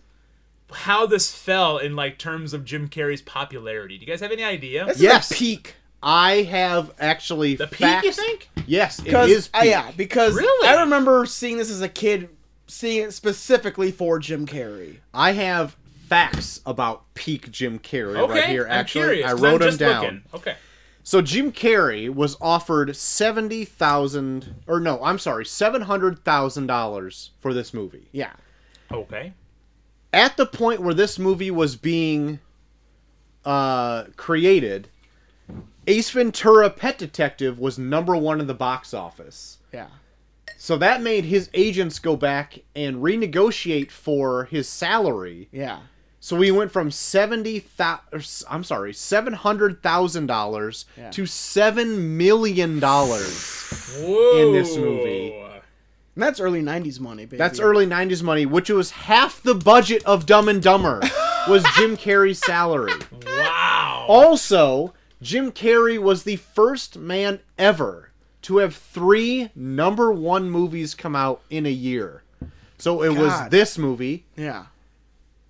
Speaker 3: how this fell in like terms of Jim Carrey's popularity. Do you guys have any idea?
Speaker 1: This
Speaker 2: Yes.
Speaker 1: is a peak.
Speaker 2: I have actually
Speaker 3: the peak,
Speaker 2: facts.
Speaker 3: you think?
Speaker 2: Yes, it
Speaker 1: Because
Speaker 2: is. Peak.
Speaker 1: uh, yeah, because
Speaker 3: Really?
Speaker 1: I remember seeing this as a kid, seeing it specifically for Jim Carrey.
Speaker 2: I have facts about peak Jim Carrey
Speaker 3: Okay,
Speaker 2: right here.
Speaker 3: I'm
Speaker 2: Actually,
Speaker 3: curious,
Speaker 2: I
Speaker 3: 'cause
Speaker 2: wrote
Speaker 3: I'm
Speaker 2: them
Speaker 3: just
Speaker 2: down.
Speaker 3: looking. Okay,
Speaker 2: So Jim Carrey was offered seventy thousand, or no, I'm sorry, seven hundred thousand dollars for this movie.
Speaker 1: Yeah.
Speaker 3: okay,
Speaker 2: At the point where this movie was being uh, created, Ace Ventura: Pet Detective was number one in the box office.
Speaker 1: Yeah.
Speaker 2: So that made his agents go back and renegotiate for his salary.
Speaker 1: Yeah.
Speaker 2: So we went from seventy thousand, I'm sorry, seven hundred thousand dollars
Speaker 1: Yeah.
Speaker 2: to seven million dollars.
Speaker 3: Whoa.
Speaker 2: this movie.
Speaker 1: And that's early '90s money, baby.
Speaker 2: That's early '90s money, which was half the budget of Dumb and Dumber. was Jim Carrey's salary?
Speaker 3: Wow.
Speaker 2: Also, Jim Carrey was the first man ever to have three number one movies come out in a year. So it was
Speaker 1: God.
Speaker 2: this movie.
Speaker 1: Yeah.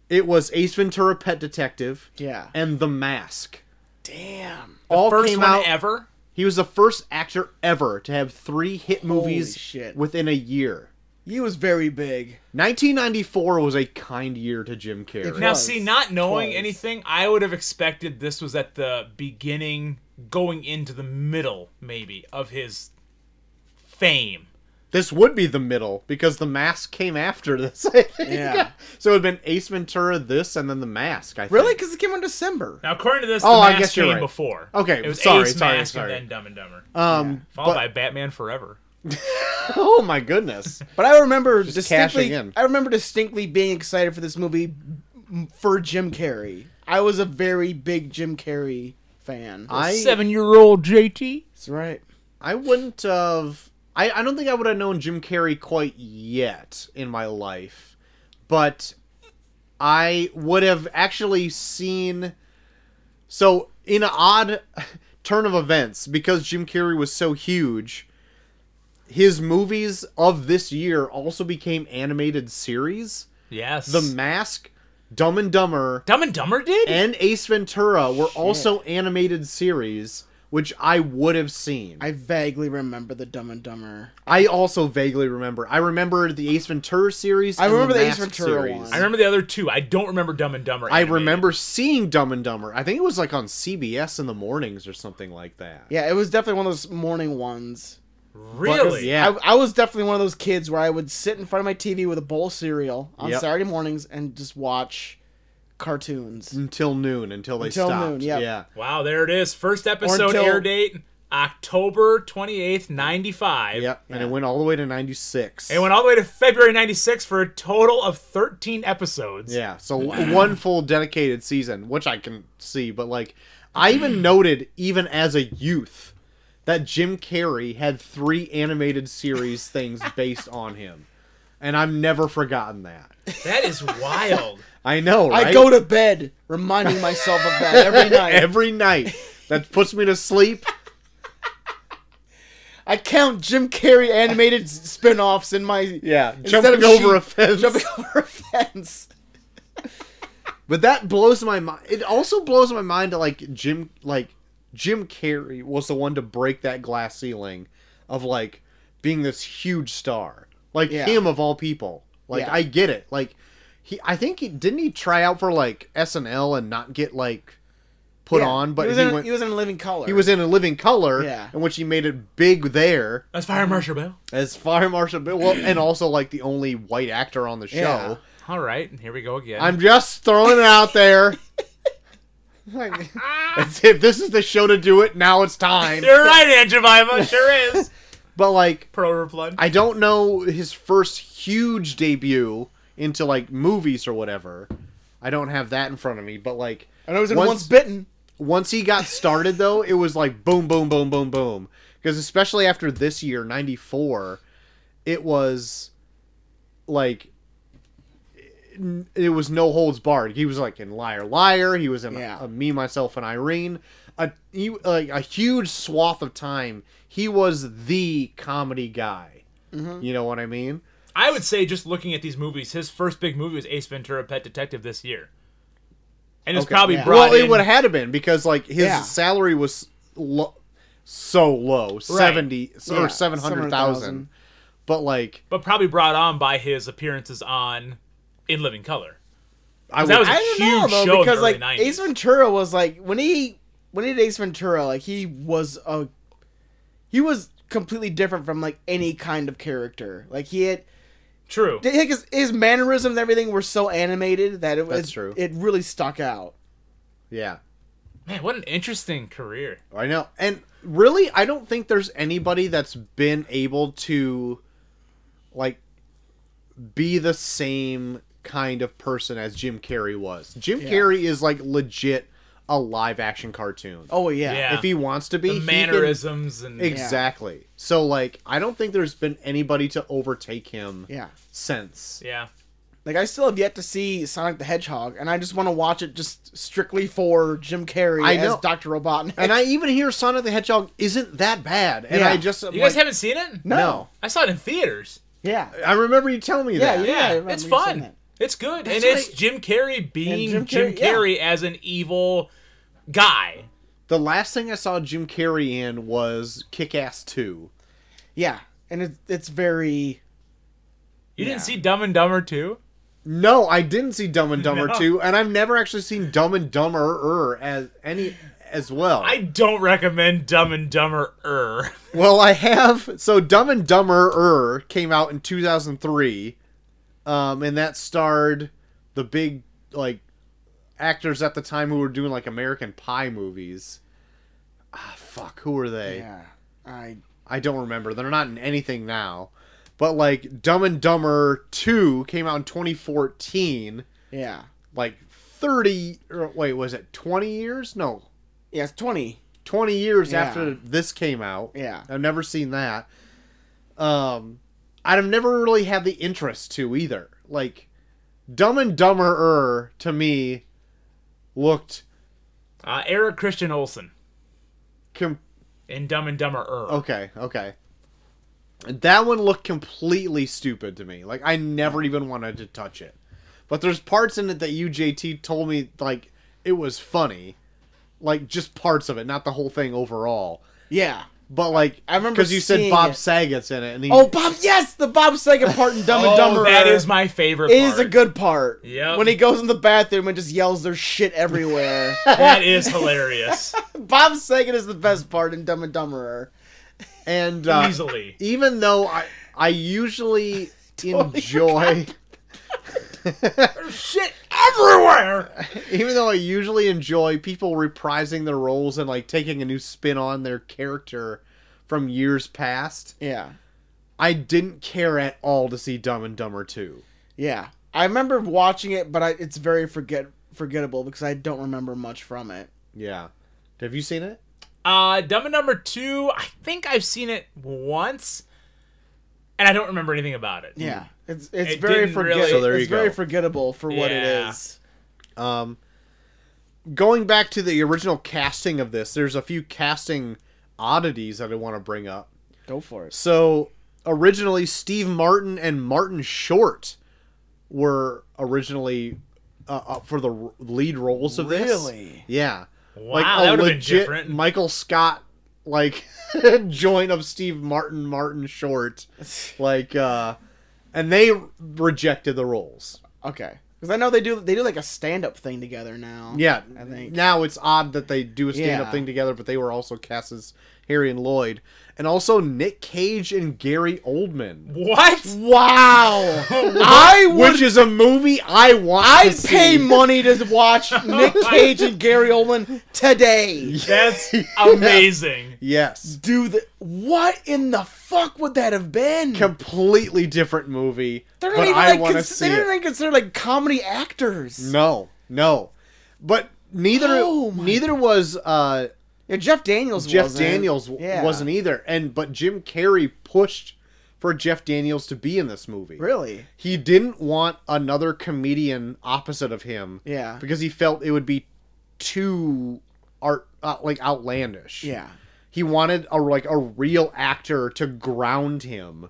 Speaker 2: It was Ace Ventura: Pet Detective.
Speaker 1: Yeah.
Speaker 2: And The Mask.
Speaker 1: Damn.
Speaker 2: All
Speaker 3: First
Speaker 2: came
Speaker 3: one
Speaker 2: out
Speaker 3: ever.
Speaker 2: He was the first actor ever to have three hit movies
Speaker 1: shit.
Speaker 2: within a year.
Speaker 1: He was very big.
Speaker 2: 1994 was a kind year to Jim Carrey.
Speaker 1: It
Speaker 3: Now,
Speaker 1: was.
Speaker 3: see, not knowing
Speaker 1: Twice.
Speaker 3: anything, I would have expected this was at the beginning, going into the middle, maybe, of his fame.
Speaker 2: this would be the middle because The Mask came after this. I think.
Speaker 1: Yeah.
Speaker 2: So it had been Ace Ventura, this, and then The Mask. I think.
Speaker 1: Really? Because it came out in December.
Speaker 3: Now, according to this,
Speaker 2: Oh,
Speaker 3: the
Speaker 2: I
Speaker 3: mask
Speaker 2: guess you're
Speaker 3: came
Speaker 2: right.
Speaker 3: before.
Speaker 2: Okay,
Speaker 3: it was
Speaker 2: sorry,
Speaker 3: Ace
Speaker 2: sorry,
Speaker 3: Mask
Speaker 2: sorry.
Speaker 3: and then Dumb and Dumber,
Speaker 2: Um.
Speaker 3: followed
Speaker 2: but-
Speaker 3: by Batman Forever.
Speaker 2: Oh my goodness.
Speaker 1: But I remember distinctly.
Speaker 2: cashing in.
Speaker 1: I remember distinctly being excited for this movie m- for Jim Carrey. I was a very big Jim Carrey fan.
Speaker 2: I
Speaker 3: Seven-year-old JT.
Speaker 1: That's right.
Speaker 2: I wouldn't have I, I don't think I would have known Jim Carrey quite yet in my life, but I would have actually seen. So, in an odd turn of events, because Jim Carrey was so huge, his movies of this year also became animated series.
Speaker 3: Yes.
Speaker 2: The Mask, Dumb and Dumber,
Speaker 3: Dumb and Dumber did?
Speaker 2: and Ace Ventura were also animated series, which I would have seen.
Speaker 1: I vaguely remember the Dumb and Dumber.
Speaker 2: I also vaguely remember. I remember the Ace Ventura series.
Speaker 1: I
Speaker 2: and
Speaker 1: remember the Ace
Speaker 2: Mask
Speaker 1: Ventura one.
Speaker 3: I remember the other two. I don't remember Dumb and Dumber.
Speaker 2: I
Speaker 3: animated.
Speaker 2: remember seeing Dumb and Dumber. I think it was like on CBS in the mornings or something like that.
Speaker 1: Yeah, it was definitely one of those morning ones.
Speaker 3: Really?
Speaker 2: Yeah.
Speaker 1: I, I was definitely one of those kids where I would sit in front of my TV with a bowl of cereal on
Speaker 2: Yep.
Speaker 1: Saturday mornings and just watch cartoons.
Speaker 2: Until noon, until they
Speaker 1: Until
Speaker 2: stopped.
Speaker 1: noon, yeah.
Speaker 2: Yeah.
Speaker 3: Wow, there it is. First episode
Speaker 1: until-
Speaker 3: air date October 28th, 95.
Speaker 2: Yep. And
Speaker 1: Yeah.
Speaker 2: it went all the way to ninety six.
Speaker 3: It went all the way to February 96 for a total of 13 episodes.
Speaker 2: Yeah. So one full dedicated season, which I can see, but like I even noted even as a youth that Jim Carrey had three animated series things based on him. And I've never forgotten that.
Speaker 3: That is wild.
Speaker 2: I know, right?
Speaker 1: I go to bed reminding myself of that every night.
Speaker 2: every night. That puts me to sleep.
Speaker 1: I count Jim Carrey animated s- spin-offs in my
Speaker 2: Yeah,
Speaker 1: Instead
Speaker 2: jumping
Speaker 1: of
Speaker 2: over a
Speaker 1: sheep,
Speaker 2: fence.
Speaker 1: jumping over a fence.
Speaker 2: But that blows my mind. It also blows my mind that like Jim, like Jim Carrey was the one to break that glass ceiling of like being this huge star, like
Speaker 1: Yeah.
Speaker 2: him of all people. Like
Speaker 1: Yeah.
Speaker 2: I get it. Like he, I think he didn't he try out for like SNL and not get like put
Speaker 1: Yeah,
Speaker 2: on, but
Speaker 1: he was,
Speaker 2: he,
Speaker 1: in,
Speaker 2: went.
Speaker 1: he was in Living Color.
Speaker 2: He was in a living color,
Speaker 1: Yeah.
Speaker 2: in which he made it big there
Speaker 3: That's Fire Marshal Bell.
Speaker 2: as far Marshall Bill, well, and also like the only white actor on the show.
Speaker 1: Yeah.
Speaker 3: All right, and here we go again.
Speaker 2: I'm just throwing it out there. Like, it's- if this is the show to do it, now it's time.
Speaker 3: You're right, Aunt Jemima. Sure is.
Speaker 2: But like,
Speaker 3: Pro Replun.
Speaker 2: I don't know his first huge debut into like movies or whatever. I don't have that in front of me, but like,
Speaker 1: I know he was in
Speaker 2: once-
Speaker 1: Once, Bitten.
Speaker 2: once he got started though it was like boom boom boom boom boom because especially after this year 94 it was like n- it was no holds barred he was like in liar liar he was in
Speaker 1: Yeah.
Speaker 2: uh, me myself and irene a, he, like, a huge swath of time he was the comedy guy you know what i mean
Speaker 3: I would say just looking at these movies, his first big movie was Ace Ventura: Pet Detective this year, and it's
Speaker 2: Okay.
Speaker 3: probably
Speaker 1: Yeah.
Speaker 3: brought
Speaker 2: well it
Speaker 3: in-
Speaker 2: would have had to been because like his
Speaker 1: Yeah.
Speaker 2: salary was lo- so low 70
Speaker 1: Yeah,
Speaker 2: or 700,000
Speaker 1: 700,000.
Speaker 2: but like
Speaker 3: but probably brought on by his appearances on In Living Color.
Speaker 2: I
Speaker 3: That
Speaker 2: would,
Speaker 3: was a
Speaker 1: I
Speaker 3: huge
Speaker 1: don't know though
Speaker 3: show
Speaker 1: because
Speaker 3: in the
Speaker 1: like
Speaker 3: early 90s.
Speaker 1: Ace Ventura was like when he when he did Ace Ventura like he was a he was completely different from like any kind of character like he had
Speaker 3: True.
Speaker 1: his, his mannerisms and everything were so animated that it was
Speaker 2: That's true.
Speaker 1: it really stuck out
Speaker 2: yeah
Speaker 3: Man, what an interesting career.
Speaker 2: I know and really I don't think there's anybody that's been able to like be the same kind of person as Jim Carrey was Jim Carrey is like legit a live action cartoon
Speaker 1: oh yeah
Speaker 3: Yeah.
Speaker 2: if he wants to be
Speaker 3: The
Speaker 2: he can-
Speaker 3: mannerisms and
Speaker 2: Exactly. So like I don't think there's been anybody to overtake him
Speaker 1: yeah
Speaker 2: since.
Speaker 3: yeah.
Speaker 1: like I still have yet to see Sonic the Hedgehog and I just want to watch it just strictly for Jim Carrey
Speaker 2: I
Speaker 1: as
Speaker 2: know.
Speaker 1: Doctor Robotnik
Speaker 2: And I even hear Sonic the Hedgehog isn't that bad. And
Speaker 1: Yeah.
Speaker 2: I just I'm
Speaker 3: You guys
Speaker 2: like,
Speaker 3: haven't seen it?
Speaker 1: no,
Speaker 2: no.
Speaker 3: I saw it in theaters.
Speaker 1: yeah
Speaker 2: I remember you telling me
Speaker 1: yeah
Speaker 2: that.
Speaker 1: yeah, I
Speaker 3: Yeah,
Speaker 1: remember
Speaker 3: it's
Speaker 1: you saying
Speaker 3: fun.
Speaker 1: that.
Speaker 3: It's good, and
Speaker 2: That's
Speaker 3: it's
Speaker 2: right.
Speaker 3: Jim Carrey being Jim
Speaker 1: Jim
Speaker 3: Carrey,
Speaker 1: Carrey- yeah.
Speaker 3: as an evil guy.
Speaker 2: The last thing I saw Jim Carrey in was Kick Ass Two.
Speaker 1: yeah and it, it's very
Speaker 3: You didn't see Dumb and Dumber too?
Speaker 2: No, I didn't see Dumb and Dumber
Speaker 3: No.
Speaker 2: Two, and I've never actually seen Dumb and Dumber as any as well.
Speaker 3: I don't recommend Dumb and Dumber. Er,
Speaker 2: Well, I have. So Dumb and Dumber came out in 2003, um, and that starred the big like actors at the time who were doing like American Pie movies. Ah, fuck, who were they?
Speaker 1: yeah I
Speaker 2: I don't remember. They're not in anything now. But like Dumb and Dumber 2 came out in 2014,
Speaker 1: yeah
Speaker 2: like 30 or wait, was it 20 years? No,
Speaker 1: yeah it's twenty
Speaker 2: 20 years
Speaker 1: Yeah.
Speaker 2: after this came out.
Speaker 1: Yeah.
Speaker 2: I've never seen that. Um, I've never really had the interest to either. Like, Dumb and Dumberer to me looked
Speaker 3: Uh, Eric Christian Olsen
Speaker 2: com-
Speaker 3: in Dumb and Dumber Er.
Speaker 2: okay, okay. That one looked completely stupid to me. Like, I never even wanted to touch it. But there's parts in it that UJT told me like it was funny, like just parts of it, not the whole thing overall.
Speaker 1: Yeah.
Speaker 2: But like,
Speaker 1: I remember
Speaker 2: because you said
Speaker 1: seeing
Speaker 2: Bob
Speaker 1: it.
Speaker 2: Saget's in it, and he
Speaker 1: Oh, Bob! Yes, the Bob Saget part in Dumb and
Speaker 3: Oh,
Speaker 1: Dumber.
Speaker 3: that is my favorite.
Speaker 1: It er is a
Speaker 3: part.
Speaker 1: good part.
Speaker 3: Yep.
Speaker 1: When he goes in the bathroom and just yells their shit everywhere.
Speaker 3: That is hilarious.
Speaker 1: Bob Saget is the best part in Dumb and Dumberer.
Speaker 2: and uh,
Speaker 3: Easily.
Speaker 2: even though I I usually enjoy
Speaker 3: Shit everywhere.
Speaker 2: even though I usually enjoy people reprising their roles and like taking a new spin on their character from years past,
Speaker 1: Yeah.
Speaker 2: I didn't care at all to see Dumb and Dumber 2.
Speaker 1: Yeah. I remember watching it, but I, it's very forget forgettable because I don't remember much from it.
Speaker 2: Yeah. Have you seen it?
Speaker 3: Uh, Dumb and Number Two. I think I've seen it once, and I don't remember anything about it.
Speaker 1: Yeah. It's it's
Speaker 3: Hmm. It
Speaker 1: very
Speaker 3: didn't
Speaker 1: forgettable.
Speaker 3: really- So
Speaker 2: there
Speaker 1: it's
Speaker 2: you
Speaker 1: very
Speaker 2: go.
Speaker 1: forgettable for what it
Speaker 3: Yeah.
Speaker 1: is.
Speaker 2: Um, going back to the original casting of this, there's a few casting oddities that I want to bring up.
Speaker 1: Go for it.
Speaker 2: So originally, Steve Martin and Martin Short were originally uh, up for the r- lead roles of this.
Speaker 1: Really?
Speaker 2: Yeah.
Speaker 3: Wow, that would have been
Speaker 2: legit
Speaker 3: different.
Speaker 2: Michael Scott like joint of Steve Martin, Martin Short, like, uh, and they rejected the roles.
Speaker 1: Okay. Because I know they do they do like a stand up thing together now.
Speaker 2: Yeah,
Speaker 1: I think.
Speaker 2: now it's odd that they do a stand-up
Speaker 1: Yeah.
Speaker 2: thing together, but they were also cast as Harry and Lloyd, and also Nick Cage and Gary Oldman,
Speaker 3: What?
Speaker 1: Wow. I would
Speaker 2: which is a movie I want.
Speaker 1: I
Speaker 2: to
Speaker 1: pay
Speaker 2: see.
Speaker 1: money to watch Nick Cage and Gary Oldman today.
Speaker 3: That's amazing.
Speaker 2: Yes,
Speaker 1: Do the what in the fuck would that have been?
Speaker 2: completely different movie,
Speaker 1: They're
Speaker 2: but
Speaker 1: not even
Speaker 2: I
Speaker 1: like
Speaker 2: want to
Speaker 1: cons-
Speaker 2: see
Speaker 1: they
Speaker 2: it.
Speaker 1: don't even consider like comedy actors.
Speaker 2: No, no, but neither
Speaker 1: Oh my-
Speaker 2: neither was uh,
Speaker 1: Yeah, Jeff Daniels.
Speaker 2: Jeff
Speaker 1: wasn't.
Speaker 2: Daniels w-
Speaker 1: Yeah.
Speaker 2: wasn't either, and but Jim Carrey pushed for Jeff Daniels to be in this movie.
Speaker 1: really.
Speaker 2: he didn't want another comedian opposite of him
Speaker 1: Yeah.
Speaker 2: because he felt it would be too art uh, like outlandish
Speaker 1: Yeah.
Speaker 2: he wanted a like a real actor to ground him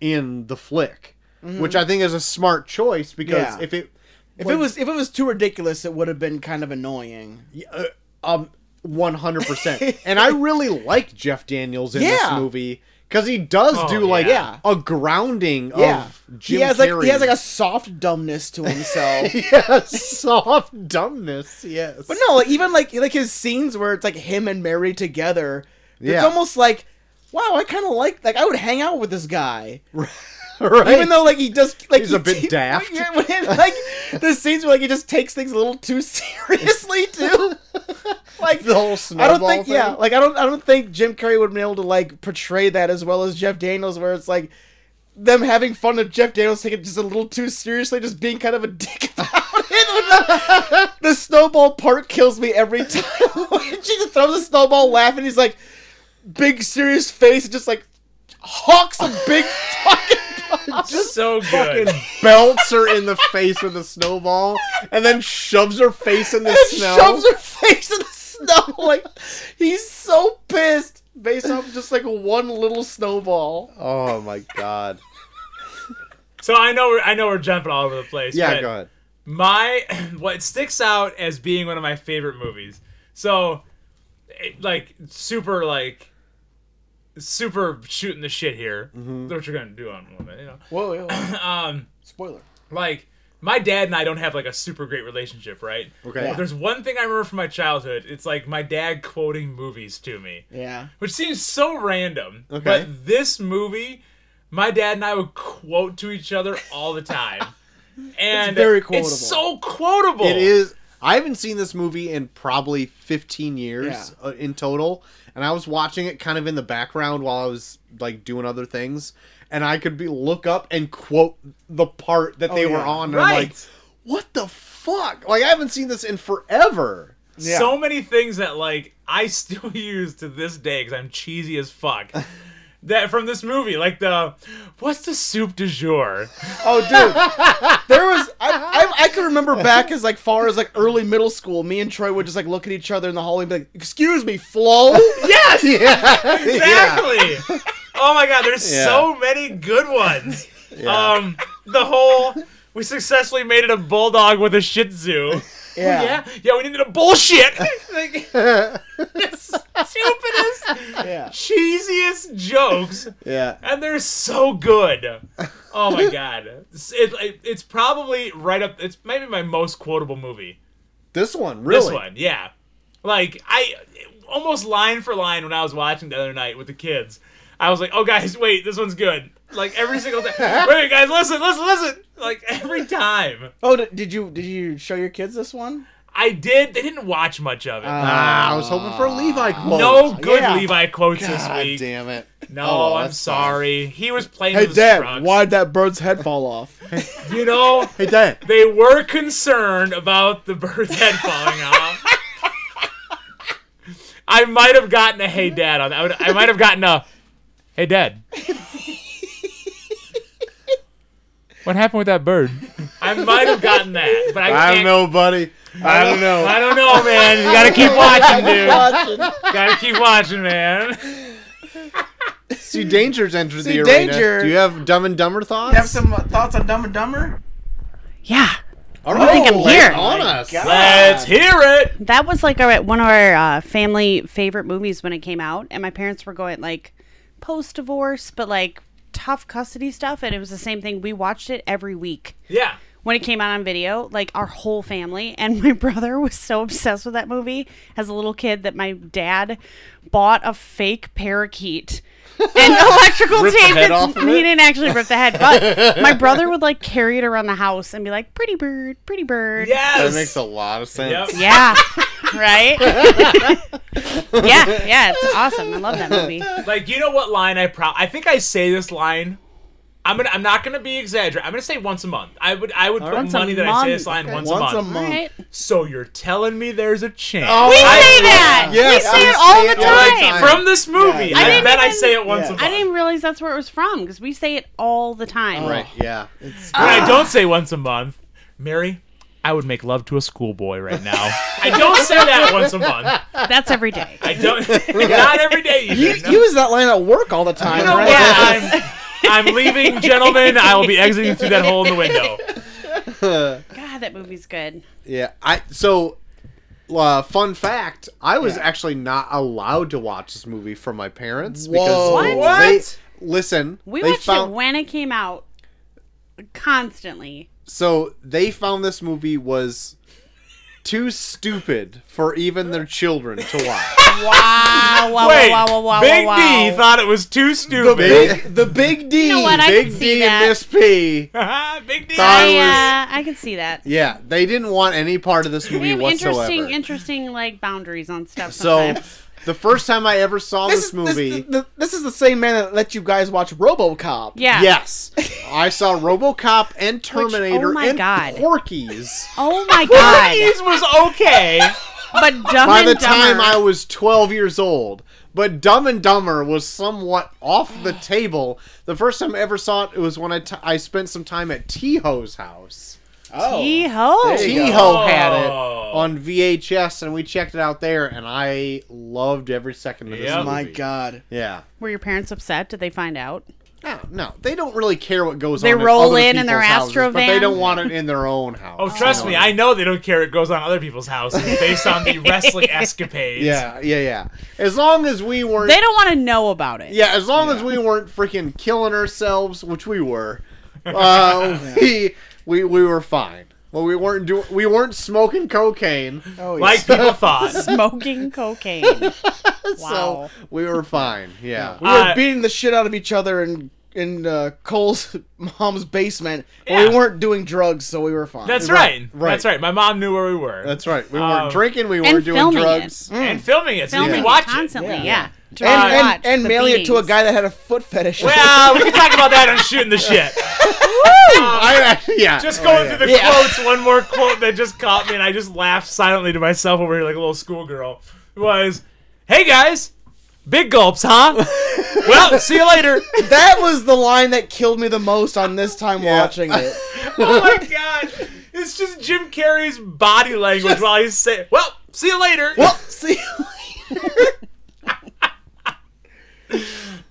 Speaker 2: in the flick which i think is a smart choice because
Speaker 1: Mm-hmm. Yeah.
Speaker 2: if it
Speaker 1: If it was if it was too ridiculous, it would have been kind of annoying.
Speaker 2: uh, um 100% and i really like jeff daniels in this
Speaker 1: Yeah.
Speaker 2: movie because he does
Speaker 3: Oh,
Speaker 2: do like
Speaker 1: yeah.
Speaker 2: a grounding
Speaker 1: Yeah.
Speaker 2: of Jim
Speaker 1: He has like
Speaker 2: Carrey.
Speaker 1: he has like a soft dumbness to himself.
Speaker 2: yes, soft dumbness. Yes,
Speaker 1: But no, like, even like like his scenes where it's like him and Mary together,
Speaker 2: Yeah.
Speaker 1: it's almost like, wow, I kind of like like I would hang out with this guy,
Speaker 2: right?
Speaker 1: even though like he just like
Speaker 2: He's
Speaker 1: he
Speaker 2: a bit
Speaker 1: t-
Speaker 2: daft.
Speaker 1: yeah, when it- like the scenes where like he just takes things a little too seriously too. like
Speaker 2: the whole
Speaker 1: I
Speaker 2: snowball
Speaker 1: don't think
Speaker 2: thing.
Speaker 1: yeah, like I don't I don't think Jim Carrey would have been able to like portray that as well as Jeff Daniels, where it's like them having fun of Jeff Daniels taking it just a little too seriously, just being kind of a dick about it. the snowball part kills me every time. she just throws a snowball, laughing. He's like big serious face, and just like hawks a big fucking. Bomb.
Speaker 3: Just so good.
Speaker 2: belts her in the face with a snowball, and then shoves her face in the
Speaker 1: and
Speaker 2: snow.
Speaker 1: shoves her face in the snow. Like he's so pissed based off just like one little snowball.
Speaker 2: Oh my god!
Speaker 3: So I know we're, I know we're jumping all over the place.
Speaker 2: Yeah,
Speaker 3: but
Speaker 2: go ahead.
Speaker 3: My what sticks out as being one of my favorite movies. So, it, like super like super shooting the shit here.
Speaker 2: Mm-hmm.
Speaker 3: That's what you're gonna do on one, you know.
Speaker 1: Whoa, whoa.
Speaker 3: Um,
Speaker 1: spoiler.
Speaker 3: like my dad and I don't have like a super great relationship, right?
Speaker 2: Okay.
Speaker 3: If there's one thing I remember from my childhood, it's like my dad quoting movies to me,
Speaker 1: Yeah.
Speaker 3: which seems so random.
Speaker 2: Okay.
Speaker 3: But this movie, my dad and I would quote to each other all the time. And
Speaker 1: very quotable.
Speaker 3: It's so quotable.
Speaker 2: It is. I haven't seen this movie in probably 15 years
Speaker 1: Yeah.
Speaker 2: uh, in total, and I was watching it kind of in the background while I was like doing other things, and I could be look up and quote the part that they were
Speaker 1: Oh, yeah.
Speaker 2: on, and I'm
Speaker 3: Right.
Speaker 2: like, what the fuck? Like I haven't seen this in forever.
Speaker 1: Yeah.
Speaker 3: So many things that like I still use to this day because I'm cheesy as fuck. that from this movie. Like the what's the soup du jour?
Speaker 1: Oh, dude, there was I, I I can remember back as like far as like early middle school. Me and Troy would just like look at each other in the hallway and be like, "Excuse me, Flo."
Speaker 3: Yes,
Speaker 2: yeah,
Speaker 3: exactly. Oh my god, there's
Speaker 2: Yeah.
Speaker 3: so many good ones.
Speaker 2: Yeah.
Speaker 3: Um, the whole we successfully made it a bulldog with a Shih Tzu.
Speaker 1: Oh, Yeah.
Speaker 3: yeah, yeah, we needed a bullshit. like, the stupidest,
Speaker 1: Yeah.
Speaker 3: cheesiest jokes,
Speaker 1: Yeah.
Speaker 3: and they're so good. Oh my god, it's, it, it- it's probably right up. It's maybe my most quotable movie.
Speaker 2: This one, really.
Speaker 3: This one, yeah. Like I almost line for line when I was watching the other night with the kids. I was like, "Oh guys, wait, this one's good." Like every single time. wait, guys, listen, listen, listen. Like every time.
Speaker 1: Oh, did, did you did you show your kids this one?
Speaker 3: I did. They didn't watch much of it.
Speaker 2: Ah, I was hoping for a Levi quote.
Speaker 3: Ah. no good
Speaker 1: yeah.
Speaker 3: Levi quotes this
Speaker 2: God
Speaker 3: week.
Speaker 2: damn it.
Speaker 3: No,
Speaker 2: Oh, well,
Speaker 3: I'm
Speaker 2: that's
Speaker 3: sorry. He was playing
Speaker 1: Hey,
Speaker 3: with his
Speaker 1: Dad,
Speaker 3: trucks.
Speaker 1: why'd that bird's head fall off?
Speaker 3: You know,
Speaker 2: Hey, Dad.
Speaker 3: they were concerned about the bird's head falling off. I might have gotten a hey dad on that. I, would- I might have gotten a hey dad. what happened with that bird? I might have gotten that, but I,
Speaker 2: I don't
Speaker 3: can't-
Speaker 2: know, buddy. I don't know.
Speaker 3: I don't know, man. You gotta keep watching, dude.
Speaker 1: Watching.
Speaker 3: Gotta keep watching, man.
Speaker 2: See, Danger's entered
Speaker 1: See,
Speaker 2: the arena.
Speaker 1: Danger.
Speaker 2: Do you have Dumb and Dumber thoughts?
Speaker 1: You have some uh, thoughts on Dumb and Dumber?
Speaker 7: Yeah,
Speaker 2: All
Speaker 7: I think I'm
Speaker 2: lay
Speaker 7: here.
Speaker 2: it On us.
Speaker 3: Let's hear it.
Speaker 7: that was like our one of our uh, family favorite movies when it came out, and my parents were going like post divorce, but like tough custody stuff, and it was the same thing. We watched it every week.
Speaker 3: Yeah.
Speaker 7: when it came out on video, like our whole family and my brother was so obsessed with that movie as a little kid that my dad bought a fake parakeet and electrical
Speaker 2: Ripped the
Speaker 7: tape.
Speaker 2: head
Speaker 7: that's-
Speaker 2: off of
Speaker 7: he
Speaker 2: it?
Speaker 7: didn't actually rip the head, but my brother would like carry it around the house and be like, "Pretty bird, pretty bird."
Speaker 3: Yes.
Speaker 2: That makes a lot of sense.
Speaker 3: Yep.
Speaker 7: Yeah. Right? yeah, yeah, it's awesome. I love that movie.
Speaker 3: Like you know what line I pro I think I say this line. I'm gonna I'm not gonna be exaggerating. I'm gonna say once a month. I would I would put
Speaker 7: Once a
Speaker 3: money that I say this
Speaker 7: month.
Speaker 3: line once,
Speaker 1: Once
Speaker 3: a
Speaker 1: a
Speaker 3: month.
Speaker 7: All
Speaker 1: month.
Speaker 7: right.
Speaker 3: So you're telling me there's a chance.
Speaker 7: We
Speaker 2: I-
Speaker 7: say that.
Speaker 2: Yes,
Speaker 7: we say
Speaker 2: I
Speaker 7: it all
Speaker 2: say
Speaker 7: the
Speaker 2: it all the
Speaker 7: time.
Speaker 2: time.
Speaker 3: From this movie.
Speaker 1: Yeah.
Speaker 7: I
Speaker 3: I,
Speaker 7: didn't
Speaker 3: bet I
Speaker 7: even-
Speaker 3: say it once
Speaker 1: yeah.
Speaker 3: a month.
Speaker 7: I didn't realize that's where it was from because we say it all the time.
Speaker 2: Right, yeah. It's
Speaker 3: when I don't say once a month, Mary, I would make love to a schoolboy right now. I don't say that once a month.
Speaker 7: That's every day.
Speaker 3: I don't not every day even.
Speaker 1: You
Speaker 3: No.
Speaker 1: use that line at work all the time,
Speaker 3: You know
Speaker 1: right?
Speaker 3: what? I'm I'm leaving, gentlemen. I will be exiting through that hole in the window.
Speaker 7: God, that movie's good.
Speaker 2: Yeah, I so uh, fun fact: I was actually not allowed to watch this movie from my parents because
Speaker 1: Whoa.
Speaker 7: What?
Speaker 2: they listen.
Speaker 7: We
Speaker 2: they
Speaker 7: watched
Speaker 2: found
Speaker 7: it when it came out constantly.
Speaker 2: so they found this movie was too stupid for even their children to watch.
Speaker 7: Wow, wow,
Speaker 3: Wait,
Speaker 7: wow, wow, wow,
Speaker 3: Big
Speaker 7: wow,
Speaker 3: D
Speaker 7: wow.
Speaker 3: thought it was too
Speaker 2: the
Speaker 3: stupid.
Speaker 2: big, the big D,
Speaker 7: know what, I
Speaker 2: big
Speaker 7: can
Speaker 2: D,
Speaker 7: see that.
Speaker 2: and Miss P.
Speaker 3: Big D.
Speaker 2: Thought- I
Speaker 7: I, uh, I can see that.
Speaker 2: Yeah, they didn't want any part of this
Speaker 7: We
Speaker 2: movie
Speaker 7: have
Speaker 2: whatsoever.
Speaker 7: interesting, interesting like boundaries on stuff.
Speaker 2: so,
Speaker 7: Sometimes.
Speaker 2: the first time I ever saw
Speaker 1: This,
Speaker 2: this,
Speaker 1: is,
Speaker 2: movie,
Speaker 1: This, the, this is the same man that let you guys watch RoboCop.
Speaker 7: yeah.
Speaker 2: Yes. I saw RoboCop and Terminator
Speaker 7: oh my
Speaker 2: and
Speaker 7: God.
Speaker 2: Porky's.
Speaker 7: Oh my god.
Speaker 3: Porky's was okay.
Speaker 7: but dumb
Speaker 2: By
Speaker 7: and
Speaker 2: the
Speaker 7: dumber.
Speaker 2: time I was 12 years old. But Dumb and Dumber was somewhat off the table. The first time I ever saw it, it was when I, t- I spent some time at T-Ho's house.
Speaker 1: Oh.
Speaker 7: Yee-ho.
Speaker 1: There you go.
Speaker 2: T-Ho had it
Speaker 3: Oh.
Speaker 2: on VHS, and we checked it out there, and I loved every second of this
Speaker 3: Yep.
Speaker 2: movie.
Speaker 1: Oh My God.
Speaker 2: Yeah.
Speaker 7: Were your parents upset? Did they find out?
Speaker 2: No, no, they don't really care what goes
Speaker 7: They
Speaker 2: on.
Speaker 7: roll
Speaker 2: other
Speaker 7: in in their
Speaker 2: people's houses,
Speaker 7: Astro
Speaker 2: but they
Speaker 7: van.
Speaker 2: don't want it in their own house.
Speaker 3: Oh, trust me, I know they don't care. It goes on other people's houses based on the wrestling escapades.
Speaker 2: Yeah, yeah, yeah. As long as we weren't.
Speaker 7: They don't want to know about it.
Speaker 2: yeah, as long as we weren't freaking killing ourselves, which we were, uh, we, we we were fine. Well, we weren't doing. We weren't smoking cocaine,
Speaker 1: Oh, yeah.
Speaker 3: Like people thought.
Speaker 7: Smoking cocaine. wow.
Speaker 1: Oh.
Speaker 2: so we were fine. Yeah.
Speaker 1: we were
Speaker 3: Uh,
Speaker 1: beating the shit out of each other in in uh, Cole's mom's basement. but
Speaker 3: Yeah.
Speaker 1: We weren't doing drugs, so we were fine.
Speaker 3: That's right,
Speaker 2: right.
Speaker 3: That's right. My mom knew where we were.
Speaker 2: That's right. We
Speaker 3: Um,
Speaker 2: weren't drinking. We
Speaker 7: and
Speaker 2: weren't doing
Speaker 7: filming it.
Speaker 2: drugs.
Speaker 3: and filming it so you
Speaker 7: filming
Speaker 3: can watch it.
Speaker 7: constantly.
Speaker 1: Yeah.
Speaker 7: Yeah, To
Speaker 1: And and,
Speaker 7: watch
Speaker 1: and
Speaker 7: the
Speaker 1: mailing it to a
Speaker 7: beatings.
Speaker 1: guy that had a foot fetish.
Speaker 3: Well, we can talk about that on shooting the shit.
Speaker 2: I actually, yeah.
Speaker 3: Just going through the
Speaker 1: Yeah.
Speaker 3: quotes, one more quote that just caught me, and I just laughed silently to myself over here like a little schoolgirl. Was, hey guys, Big gulps, huh? well, see you later.
Speaker 1: That was the line that killed me the most on this time watching it.
Speaker 3: oh my gosh. It's just Jim Carrey's body language while he's saying, well, see you later.
Speaker 1: Well, see, you later.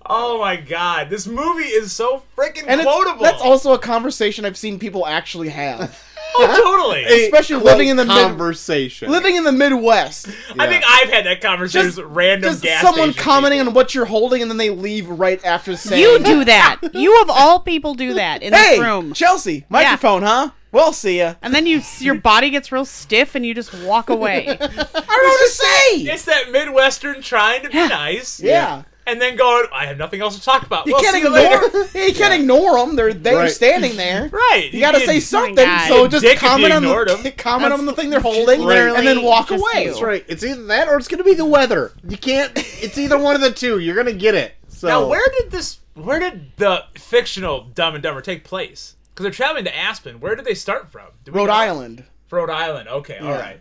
Speaker 3: Oh my god. This movie is so freaking
Speaker 1: and it's,
Speaker 3: quotable.
Speaker 1: that's also a conversation I've seen people actually have,
Speaker 3: Oh, totally.
Speaker 1: especially living in the mid-
Speaker 2: conversation.
Speaker 1: living in the Midwest.
Speaker 3: I think I've had that conversation
Speaker 1: Just-
Speaker 3: with random
Speaker 1: Just
Speaker 3: gas
Speaker 1: someone
Speaker 3: station
Speaker 1: commenting
Speaker 3: people.
Speaker 1: on what you're holding, and then they leave right after saying,
Speaker 7: You do that. You of all people do that in
Speaker 1: "Hey,
Speaker 7: this room.
Speaker 1: Chelsea, microphone, huh? We'll see ya."
Speaker 7: And then you your body gets real stiff and you just walk away.
Speaker 1: I don't know what to say.
Speaker 3: It's that Midwestern trying to be nice.
Speaker 1: yeah.
Speaker 3: And then going, I have nothing else to talk about.
Speaker 1: You
Speaker 3: well,
Speaker 1: can't
Speaker 3: see you
Speaker 1: ignore.
Speaker 3: later.
Speaker 1: yeah, you can't ignore them. They're they're
Speaker 2: Right.
Speaker 1: standing there.
Speaker 3: Right.
Speaker 1: You gotta
Speaker 3: can-
Speaker 1: say something.
Speaker 7: God.
Speaker 1: So just
Speaker 3: Dick if you
Speaker 1: comment on
Speaker 3: ignored 'em.
Speaker 1: the, comment on the thing they're holding,
Speaker 2: literally
Speaker 1: and then walk
Speaker 7: just
Speaker 1: away.
Speaker 7: you.
Speaker 2: That's right. It's either that or it's going to be the weather. You can't. It's either one of the two. You're going to get it. So
Speaker 3: Now, where did this? Where did the fictional Dumb and Dumber take place? Because they're traveling to Aspen. Where did they start from? Did we
Speaker 1: Rhode
Speaker 3: know?
Speaker 1: Island.
Speaker 3: Rhode Island. Okay. All
Speaker 1: Yeah.
Speaker 3: right.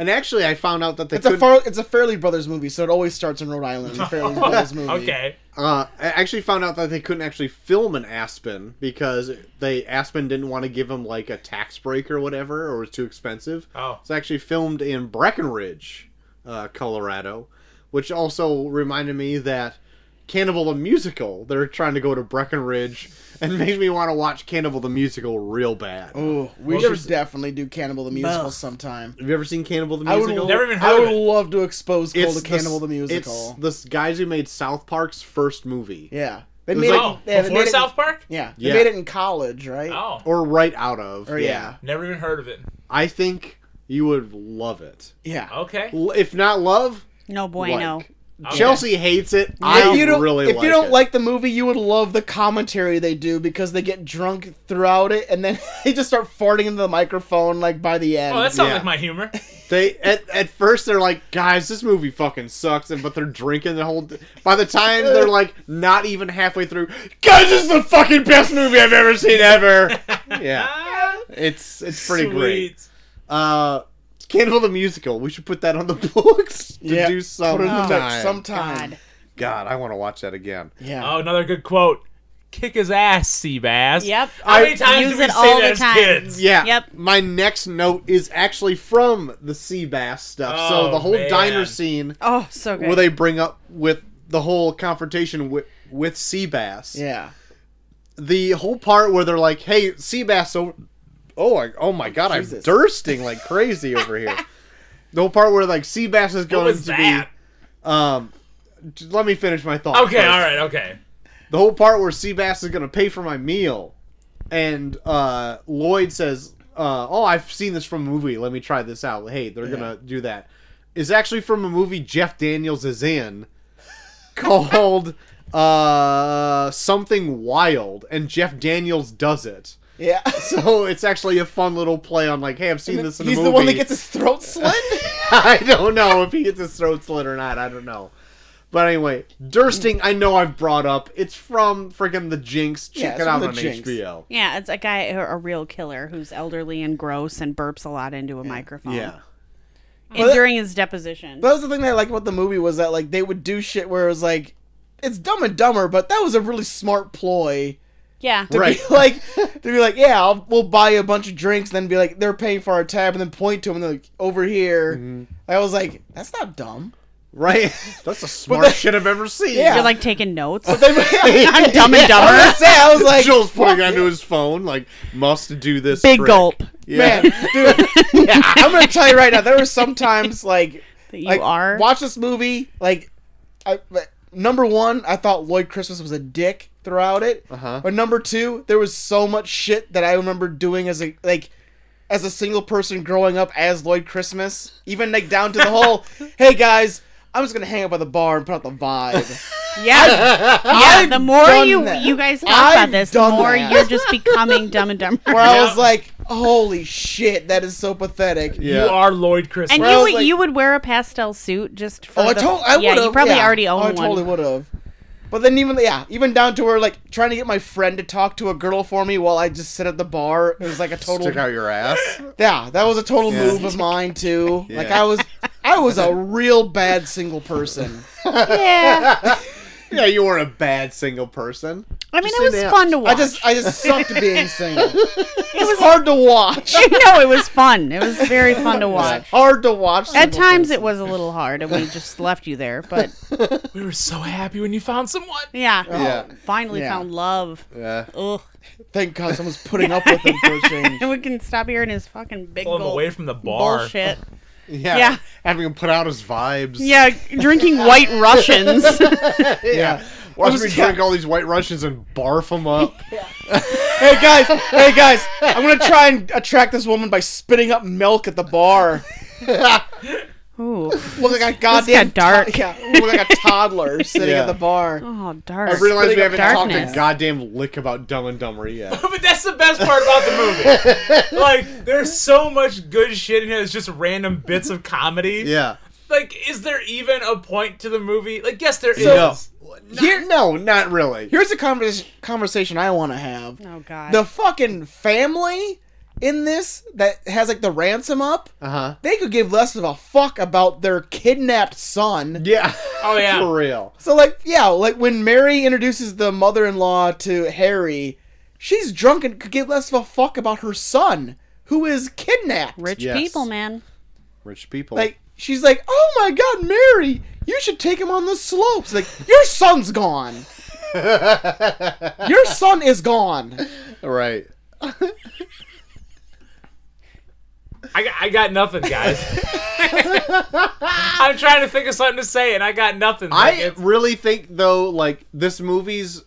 Speaker 2: And actually, I found out that they
Speaker 1: It's a
Speaker 2: could.
Speaker 1: far, it's a Fairly Brothers movie, so it always starts in Rhode Island. The Fairly Brothers movie.
Speaker 3: Okay.
Speaker 2: Uh, I actually found out that they couldn't actually film in Aspen because they Aspen didn't want to give them like a tax break or whatever, or it's too expensive.
Speaker 3: Oh.
Speaker 2: it's actually filmed in Breckenridge, uh, Colorado, which also reminded me that Cannibal the Musical. They're trying to go to Breckenridge, and makes me want to watch Cannibal the Musical real bad.
Speaker 1: Ooh, we
Speaker 3: Well,
Speaker 1: should
Speaker 3: there's-
Speaker 1: definitely do Cannibal the Musical sometime.
Speaker 2: Have you ever seen Cannibal the
Speaker 1: I would,
Speaker 2: Musical?
Speaker 3: Never even
Speaker 1: I
Speaker 3: heard
Speaker 1: would
Speaker 3: of it.
Speaker 1: love to expose Cole to
Speaker 2: s-
Speaker 1: Cannibal the
Speaker 2: It's
Speaker 1: Musical.
Speaker 2: the s- guys who made South Park's first movie,
Speaker 1: Yeah, they
Speaker 2: was
Speaker 1: made
Speaker 2: like-
Speaker 3: Oh,
Speaker 1: it. Yeah, they
Speaker 3: before
Speaker 1: made it-
Speaker 3: South Park.
Speaker 1: yeah, they
Speaker 2: Yeah.
Speaker 1: made it in college, right?
Speaker 3: Oh,
Speaker 2: or right out of.
Speaker 1: Or yeah,
Speaker 3: never even heard of it.
Speaker 2: I think you would love it.
Speaker 1: yeah.
Speaker 3: Okay.
Speaker 2: L- If not love,
Speaker 7: No bueno.
Speaker 2: like.
Speaker 3: Okay.
Speaker 2: Chelsea hates it. I
Speaker 1: if you don't,
Speaker 2: really
Speaker 1: if
Speaker 2: like
Speaker 1: you don't
Speaker 2: it.
Speaker 1: like the movie, you would love the commentary they do because they get drunk throughout it, and then they just start farting into the microphone like by the end.
Speaker 3: Oh, that sounds
Speaker 2: Yeah.
Speaker 3: like my humor.
Speaker 2: they at, at first they're like, guys, this movie fucking sucks, and but they're drinking the whole. T- By the time they're like not even halfway through, guys, this is the fucking best movie I've ever seen ever. yeah,
Speaker 3: Ah,
Speaker 2: it's it's pretty
Speaker 3: sweet.
Speaker 2: great. Uh, Cannibal the musical. We should put that on the books to
Speaker 1: Yeah,
Speaker 2: do
Speaker 1: Put it in the
Speaker 2: sometime.
Speaker 1: book sometime.
Speaker 7: God.
Speaker 2: Oh, God, I want to watch that again.
Speaker 1: Yeah.
Speaker 3: Oh, another good quote. Kick his ass, sea bass.
Speaker 7: Yep.
Speaker 3: How many times
Speaker 7: Use
Speaker 3: did we
Speaker 7: it
Speaker 3: say
Speaker 7: all
Speaker 3: that
Speaker 7: the
Speaker 3: as
Speaker 7: time.
Speaker 3: kids?
Speaker 2: Yeah.
Speaker 7: Yep.
Speaker 2: My next note is actually from the sea bass stuff. so
Speaker 3: Oh,
Speaker 2: the whole
Speaker 3: man.
Speaker 2: diner scene
Speaker 7: Oh, so good.
Speaker 2: where they bring up with the whole confrontation with with sea bass.
Speaker 1: Yeah.
Speaker 2: The whole part where they're like, "Hey, sea bass, over- oh, I, oh my god, I'm
Speaker 1: Jesus.
Speaker 2: thirsting like crazy over here." The whole part where like sea bass is
Speaker 3: What
Speaker 2: going
Speaker 3: was
Speaker 2: to
Speaker 3: that?
Speaker 2: be. Um, j- let me finish my thought.
Speaker 3: Okay.
Speaker 2: first.
Speaker 3: All right. Okay.
Speaker 2: the whole part where Seabass is gonna pay for my meal, and uh, Lloyd says, uh, "Oh, I've seen this from a movie. Let me try this out." Hey, they're gonna do that. Is actually from a movie Jeff Daniels is in called uh, something wild, and Jeff Daniels does it.
Speaker 1: Yeah.
Speaker 2: So it's actually a fun little play on like, "Hey, I've seen this in a
Speaker 1: He's
Speaker 2: movie."
Speaker 1: the one that gets his throat slit.
Speaker 2: I don't know if he gets his throat slit or not. I don't know. But anyway, Dursting, I know I've brought up. It's from freaking The Jinx.
Speaker 1: Yeah,
Speaker 2: Check
Speaker 1: it's
Speaker 2: it
Speaker 1: from
Speaker 2: out
Speaker 1: The
Speaker 2: on
Speaker 1: Jinx.
Speaker 2: HBO.
Speaker 7: yeah, it's a guy, a real killer who's elderly and gross and burps a lot into a microphone.
Speaker 2: Yeah.
Speaker 7: And during his deposition.
Speaker 1: that was the thing that I liked about the movie was that like they would do shit where it was like, it's dumb and dumber, but that was a really smart ploy.
Speaker 7: yeah.
Speaker 1: To
Speaker 2: Right.
Speaker 1: Be like to be like, yeah, I'll, we'll buy you a bunch of drinks, then be like, they're paying for our tab, and then point to them and they're like, over here.
Speaker 2: Mm-hmm.
Speaker 1: I was like, that's not dumb.
Speaker 2: Right? That's the smartest shit I've ever seen.
Speaker 1: Yeah.
Speaker 7: You're like taking notes.
Speaker 1: They-
Speaker 7: I'm dumb and dumber.
Speaker 1: I was, gonna say, I was like,
Speaker 2: Joel's pointing onto his phone, like, must do this.
Speaker 7: Big
Speaker 2: trick.
Speaker 7: gulp.
Speaker 2: Yeah.
Speaker 1: man, dude, I'm gonna tell you right now, there were sometimes like,
Speaker 7: That you
Speaker 1: like
Speaker 7: are.
Speaker 1: watch this movie, like, I, but number one, I thought Lloyd Christmas was a dick throughout it,
Speaker 2: Uh-huh.
Speaker 1: but number two, there was so much shit that I remember doing as a like. As a single person growing up as Lloyd Christmas, even like down to the whole, hey guys, I'm just gonna hang out by the bar and put out the vibe.
Speaker 7: yeah. yeah.
Speaker 1: I've
Speaker 7: The more
Speaker 1: done
Speaker 7: you
Speaker 1: that.
Speaker 7: you guys talk
Speaker 1: I've
Speaker 7: about this, the
Speaker 1: done
Speaker 7: more
Speaker 1: that.
Speaker 7: you're just becoming dumb and dumber.
Speaker 1: Where I
Speaker 3: Yeah.
Speaker 1: was like, holy shit, that is so pathetic.
Speaker 2: Yeah.
Speaker 3: You are Lloyd Christmas.
Speaker 7: And
Speaker 1: Where I
Speaker 7: you
Speaker 1: was
Speaker 7: would
Speaker 1: like-
Speaker 7: you would wear a pastel suit just for
Speaker 1: Oh, I
Speaker 7: the-
Speaker 1: told I
Speaker 7: yeah,
Speaker 1: would have.
Speaker 7: you probably already own
Speaker 1: oh, I
Speaker 7: one.
Speaker 1: totally would have. But then even yeah, even down to where like trying to get my friend to talk to a girl for me while I just sit at the bar it was like a total
Speaker 2: Stick out your ass.
Speaker 1: yeah that was a total
Speaker 2: Yeah.
Speaker 1: move of mine too. Like
Speaker 2: Yeah.
Speaker 1: I was I was a real bad single person.
Speaker 7: Yeah.
Speaker 2: Yeah, you were a bad single person.
Speaker 7: I mean,
Speaker 2: Just
Speaker 7: it was
Speaker 2: sit down.
Speaker 7: fun to watch.
Speaker 1: I just I just sucked at being single. It was hard to watch.
Speaker 7: no, it was fun. It was very fun to watch.
Speaker 1: Hard to watch.
Speaker 7: At
Speaker 1: single
Speaker 7: times,
Speaker 1: person.
Speaker 7: it was a little hard, and we just left you there. But
Speaker 3: We were so happy when you found someone.
Speaker 7: yeah,
Speaker 2: Yeah.
Speaker 7: finally
Speaker 1: Oh, Yeah.
Speaker 7: found love.
Speaker 2: Yeah.
Speaker 7: Ugh.
Speaker 1: Thank God someone's putting up with him for a change.
Speaker 7: And we can stop hearing his fucking big
Speaker 3: Pull him
Speaker 7: gulp
Speaker 3: away from the bar.
Speaker 7: bullshit.
Speaker 2: Yeah.
Speaker 7: Yeah.
Speaker 2: Having him put out his vibes.
Speaker 7: Yeah, drinking white Russians.
Speaker 2: Yeah. Watch me drink all these white Russians and barf them up.
Speaker 1: Hey guys, hey guys, I'm gonna try and attract this woman by spitting up milk at the bar.
Speaker 7: Ooh.
Speaker 1: Look like a goddamn
Speaker 7: got dark.
Speaker 1: to- yeah, look like a toddler sitting
Speaker 2: Yeah.
Speaker 1: at the bar.
Speaker 7: Oh, dark.
Speaker 2: I realize we haven't talked
Speaker 7: Darkness.
Speaker 2: a goddamn lick about Dumb and Dumber yet.
Speaker 3: but that's the best part about the movie. like, there's so much good shit in here. It's just random bits of comedy.
Speaker 2: yeah.
Speaker 3: Like, is there even a point to the movie? Like, yes, there is.
Speaker 2: No. Not- no, not really.
Speaker 1: Here's a convers- conversation I want to have.
Speaker 7: Oh, God.
Speaker 1: The fucking family in this that has like the ransom up,
Speaker 2: Uh huh.
Speaker 1: they could give less of a fuck about their kidnapped son.
Speaker 2: Yeah.
Speaker 3: Oh, yeah.
Speaker 2: For real.
Speaker 1: So like, yeah, like when Mary introduces the mother-in-law to Harry, she's drunk and could give less of a fuck about her son who is kidnapped.
Speaker 7: Rich
Speaker 2: Yes.
Speaker 7: people, man.
Speaker 2: Rich people.
Speaker 1: Like she's like, "Oh my God, Mary, you should take him on the slopes." Like your son's gone. your son is gone.
Speaker 2: right.
Speaker 3: I got, I got nothing, guys. I'm trying to think of something to say, and I got nothing. Like,
Speaker 2: I
Speaker 3: it's-
Speaker 2: really think though, like this movie's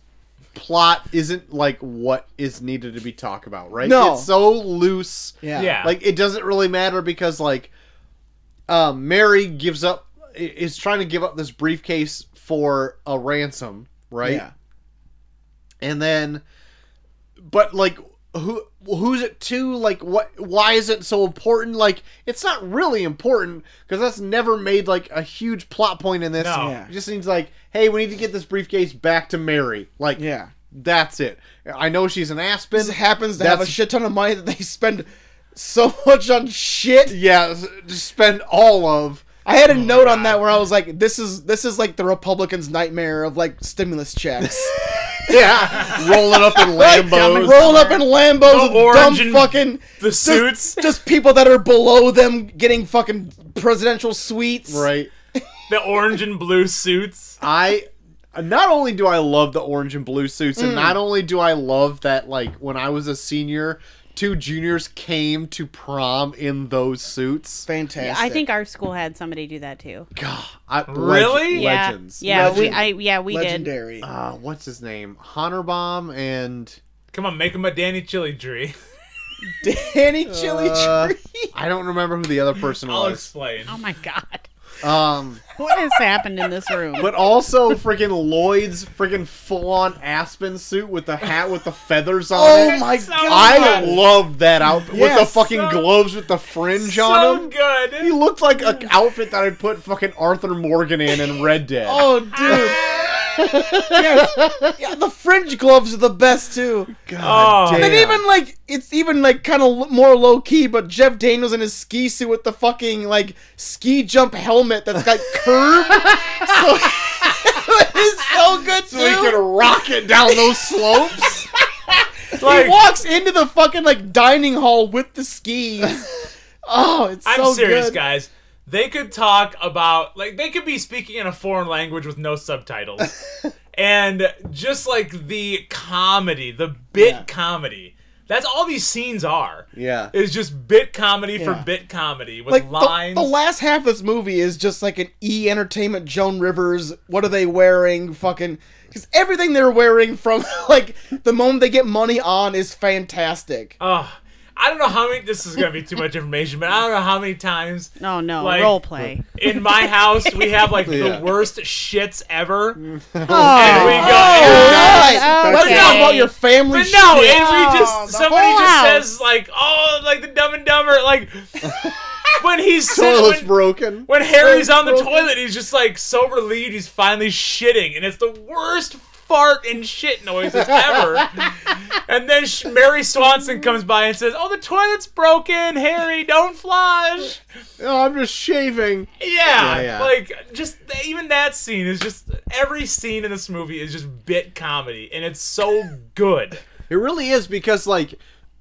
Speaker 2: plot isn't like what is needed to be talked about, right?
Speaker 1: No.
Speaker 2: it's so loose.
Speaker 1: Yeah.
Speaker 3: Yeah.
Speaker 2: like it doesn't really matter because like, um, Mary gives up i- is trying to give up this briefcase for a ransom, right?
Speaker 1: Yeah.
Speaker 2: and then but like who who's it to like what why is it so important like it's not really important because that's never made like a huge plot point in this
Speaker 3: No.
Speaker 1: Yeah.
Speaker 2: it just seems like hey we need to get this briefcase back to mary like
Speaker 1: Yeah.
Speaker 2: that's it i know she's an aspen
Speaker 1: This happens to have a
Speaker 2: That's-
Speaker 1: shit ton of money that they spend so much on shit.
Speaker 2: yeah s- just spend all of
Speaker 1: I had a note on that where I was like, "This is this is like the Republicans' nightmare of like stimulus checks,
Speaker 2: yeah roll it up in
Speaker 1: Like,
Speaker 2: lambos
Speaker 1: roll up in Lambos,
Speaker 3: The
Speaker 1: with dumb
Speaker 3: orange and
Speaker 1: fucking
Speaker 3: the
Speaker 1: just-
Speaker 3: suits.
Speaker 1: just, people that are below them getting fucking presidential suites,
Speaker 2: right
Speaker 3: the orange and blue suits.
Speaker 2: I not only do I love the orange and blue suits,
Speaker 1: Mm.
Speaker 2: and not only do I love that like when I was a senior, two juniors came to prom in those suits.
Speaker 1: Fantastic.
Speaker 7: I think our school had somebody do that too.
Speaker 2: God, I, leg-
Speaker 3: Really?
Speaker 7: Yeah.
Speaker 2: Legends.
Speaker 7: Yeah, we
Speaker 1: Legend.
Speaker 7: I yeah, we did.
Speaker 1: legendary.
Speaker 2: Uh, what's his name? Honorbomb and
Speaker 3: Come on, make him a Danny Chili tree.
Speaker 1: Danny Chili
Speaker 2: Uh,
Speaker 1: Tree.
Speaker 2: I don't remember who the other person
Speaker 3: I'll
Speaker 2: was.
Speaker 3: explain.
Speaker 7: Oh my god.
Speaker 2: Um,
Speaker 7: What has happened in this room?
Speaker 2: but also freaking Lloyd's freaking full-on aspen suit with the hat with the feathers on
Speaker 1: Oh
Speaker 2: it.
Speaker 1: my
Speaker 3: so
Speaker 1: god!
Speaker 2: I love that outfit with the
Speaker 1: Yes.
Speaker 2: fucking
Speaker 3: So-
Speaker 2: gloves with the fringe on
Speaker 3: so
Speaker 2: them.
Speaker 3: good.
Speaker 2: He looked like an outfit that I put fucking Arthur Morgan in in Red Dead.
Speaker 1: Oh, dude. Yes. Yeah, the fringe gloves are the best too.
Speaker 3: Oh.
Speaker 1: And even like it's even like kind of more low key, but Jeff Daniels in his ski suit with the fucking like ski jump helmet that's got curved. so it's so good
Speaker 2: so he
Speaker 1: too.
Speaker 2: can rock it down those slopes.
Speaker 3: like,
Speaker 1: he walks into the fucking like dining hall with the skis. Oh, it's
Speaker 3: I'm
Speaker 1: so
Speaker 3: serious,
Speaker 1: good.
Speaker 3: guys. They could talk about like they could be speaking in a foreign language with no subtitles, and just like the comedy, the bit
Speaker 1: Yeah.
Speaker 3: comedy. That's all these scenes are.
Speaker 2: Yeah.
Speaker 3: Is just bit comedy for
Speaker 1: Yeah.
Speaker 3: bit comedy with
Speaker 1: Like the-
Speaker 3: lines.
Speaker 1: The, last half of this movie is just like an E Entertainment Joan Rivers. What are they wearing? Fucking because everything they're wearing from like the moment they get money on is fantastic.
Speaker 3: Ugh. I don't know how many. This is gonna be too much information, but I don't know how many times
Speaker 7: oh no,
Speaker 3: Like-
Speaker 7: role play.
Speaker 3: in my house we have like
Speaker 2: Yeah.
Speaker 3: the worst shits ever.
Speaker 7: Oh,
Speaker 3: And we go.
Speaker 1: Oh. God.
Speaker 7: God.
Speaker 1: Let's talk
Speaker 7: Okay.
Speaker 1: about your family.
Speaker 3: But no,
Speaker 1: shit.
Speaker 3: if we
Speaker 7: Oh,
Speaker 3: just
Speaker 7: the
Speaker 3: somebody
Speaker 7: whole
Speaker 3: just
Speaker 7: house.
Speaker 3: says like, oh, like the Dumb and Dumber, like when he's
Speaker 2: Toilet's
Speaker 3: sit, when,
Speaker 2: broken.
Speaker 3: when Harry's on the
Speaker 2: broken.
Speaker 3: toilet, he's just like so relieved he's finally shitting, and it's the worst fart and shit noises ever. and then Sh- Mary Swanson comes by and says, "Oh, the toilet's broken, Harry, don't flush."
Speaker 2: Oh, I'm just shaving.
Speaker 3: Yeah,
Speaker 2: Yeah, yeah.
Speaker 3: like just even that scene is just every scene in this movie is just bit comedy, and it's so good.
Speaker 2: It really is because like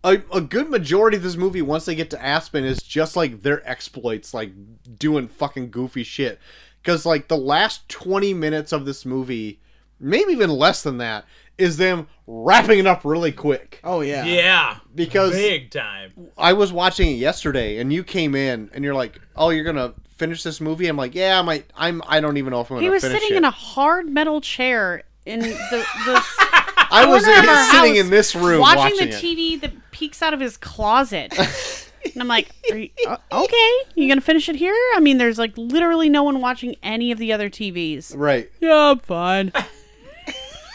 Speaker 2: a, a good majority of this movie once they get to Aspen is just like their exploits like doing fucking goofy shit cuz like the last 20 minutes of this movie maybe even less than that is them wrapping it up really quick
Speaker 1: Oh yeah.
Speaker 3: Yeah,
Speaker 2: because
Speaker 3: big time.
Speaker 2: I was watching it yesterday, and you came in, and you're like, "Oh, you're gonna finish this movie?" I'm like, "Yeah, I might. I'm. I don't even know if I'm gonna
Speaker 7: He was
Speaker 2: finish
Speaker 7: sitting
Speaker 2: it."
Speaker 7: in a hard metal chair in the, the
Speaker 2: I was
Speaker 7: corner of our
Speaker 2: sitting
Speaker 7: house
Speaker 2: in this room
Speaker 7: watching,
Speaker 2: watching,
Speaker 7: the
Speaker 2: it.
Speaker 7: TV that peeks out of his closet. and I'm like, Are you, uh, okay, you gonna finish it here? I mean, there's like literally no one watching any of the other TVs.
Speaker 2: Right
Speaker 7: Yeah, I'm fine.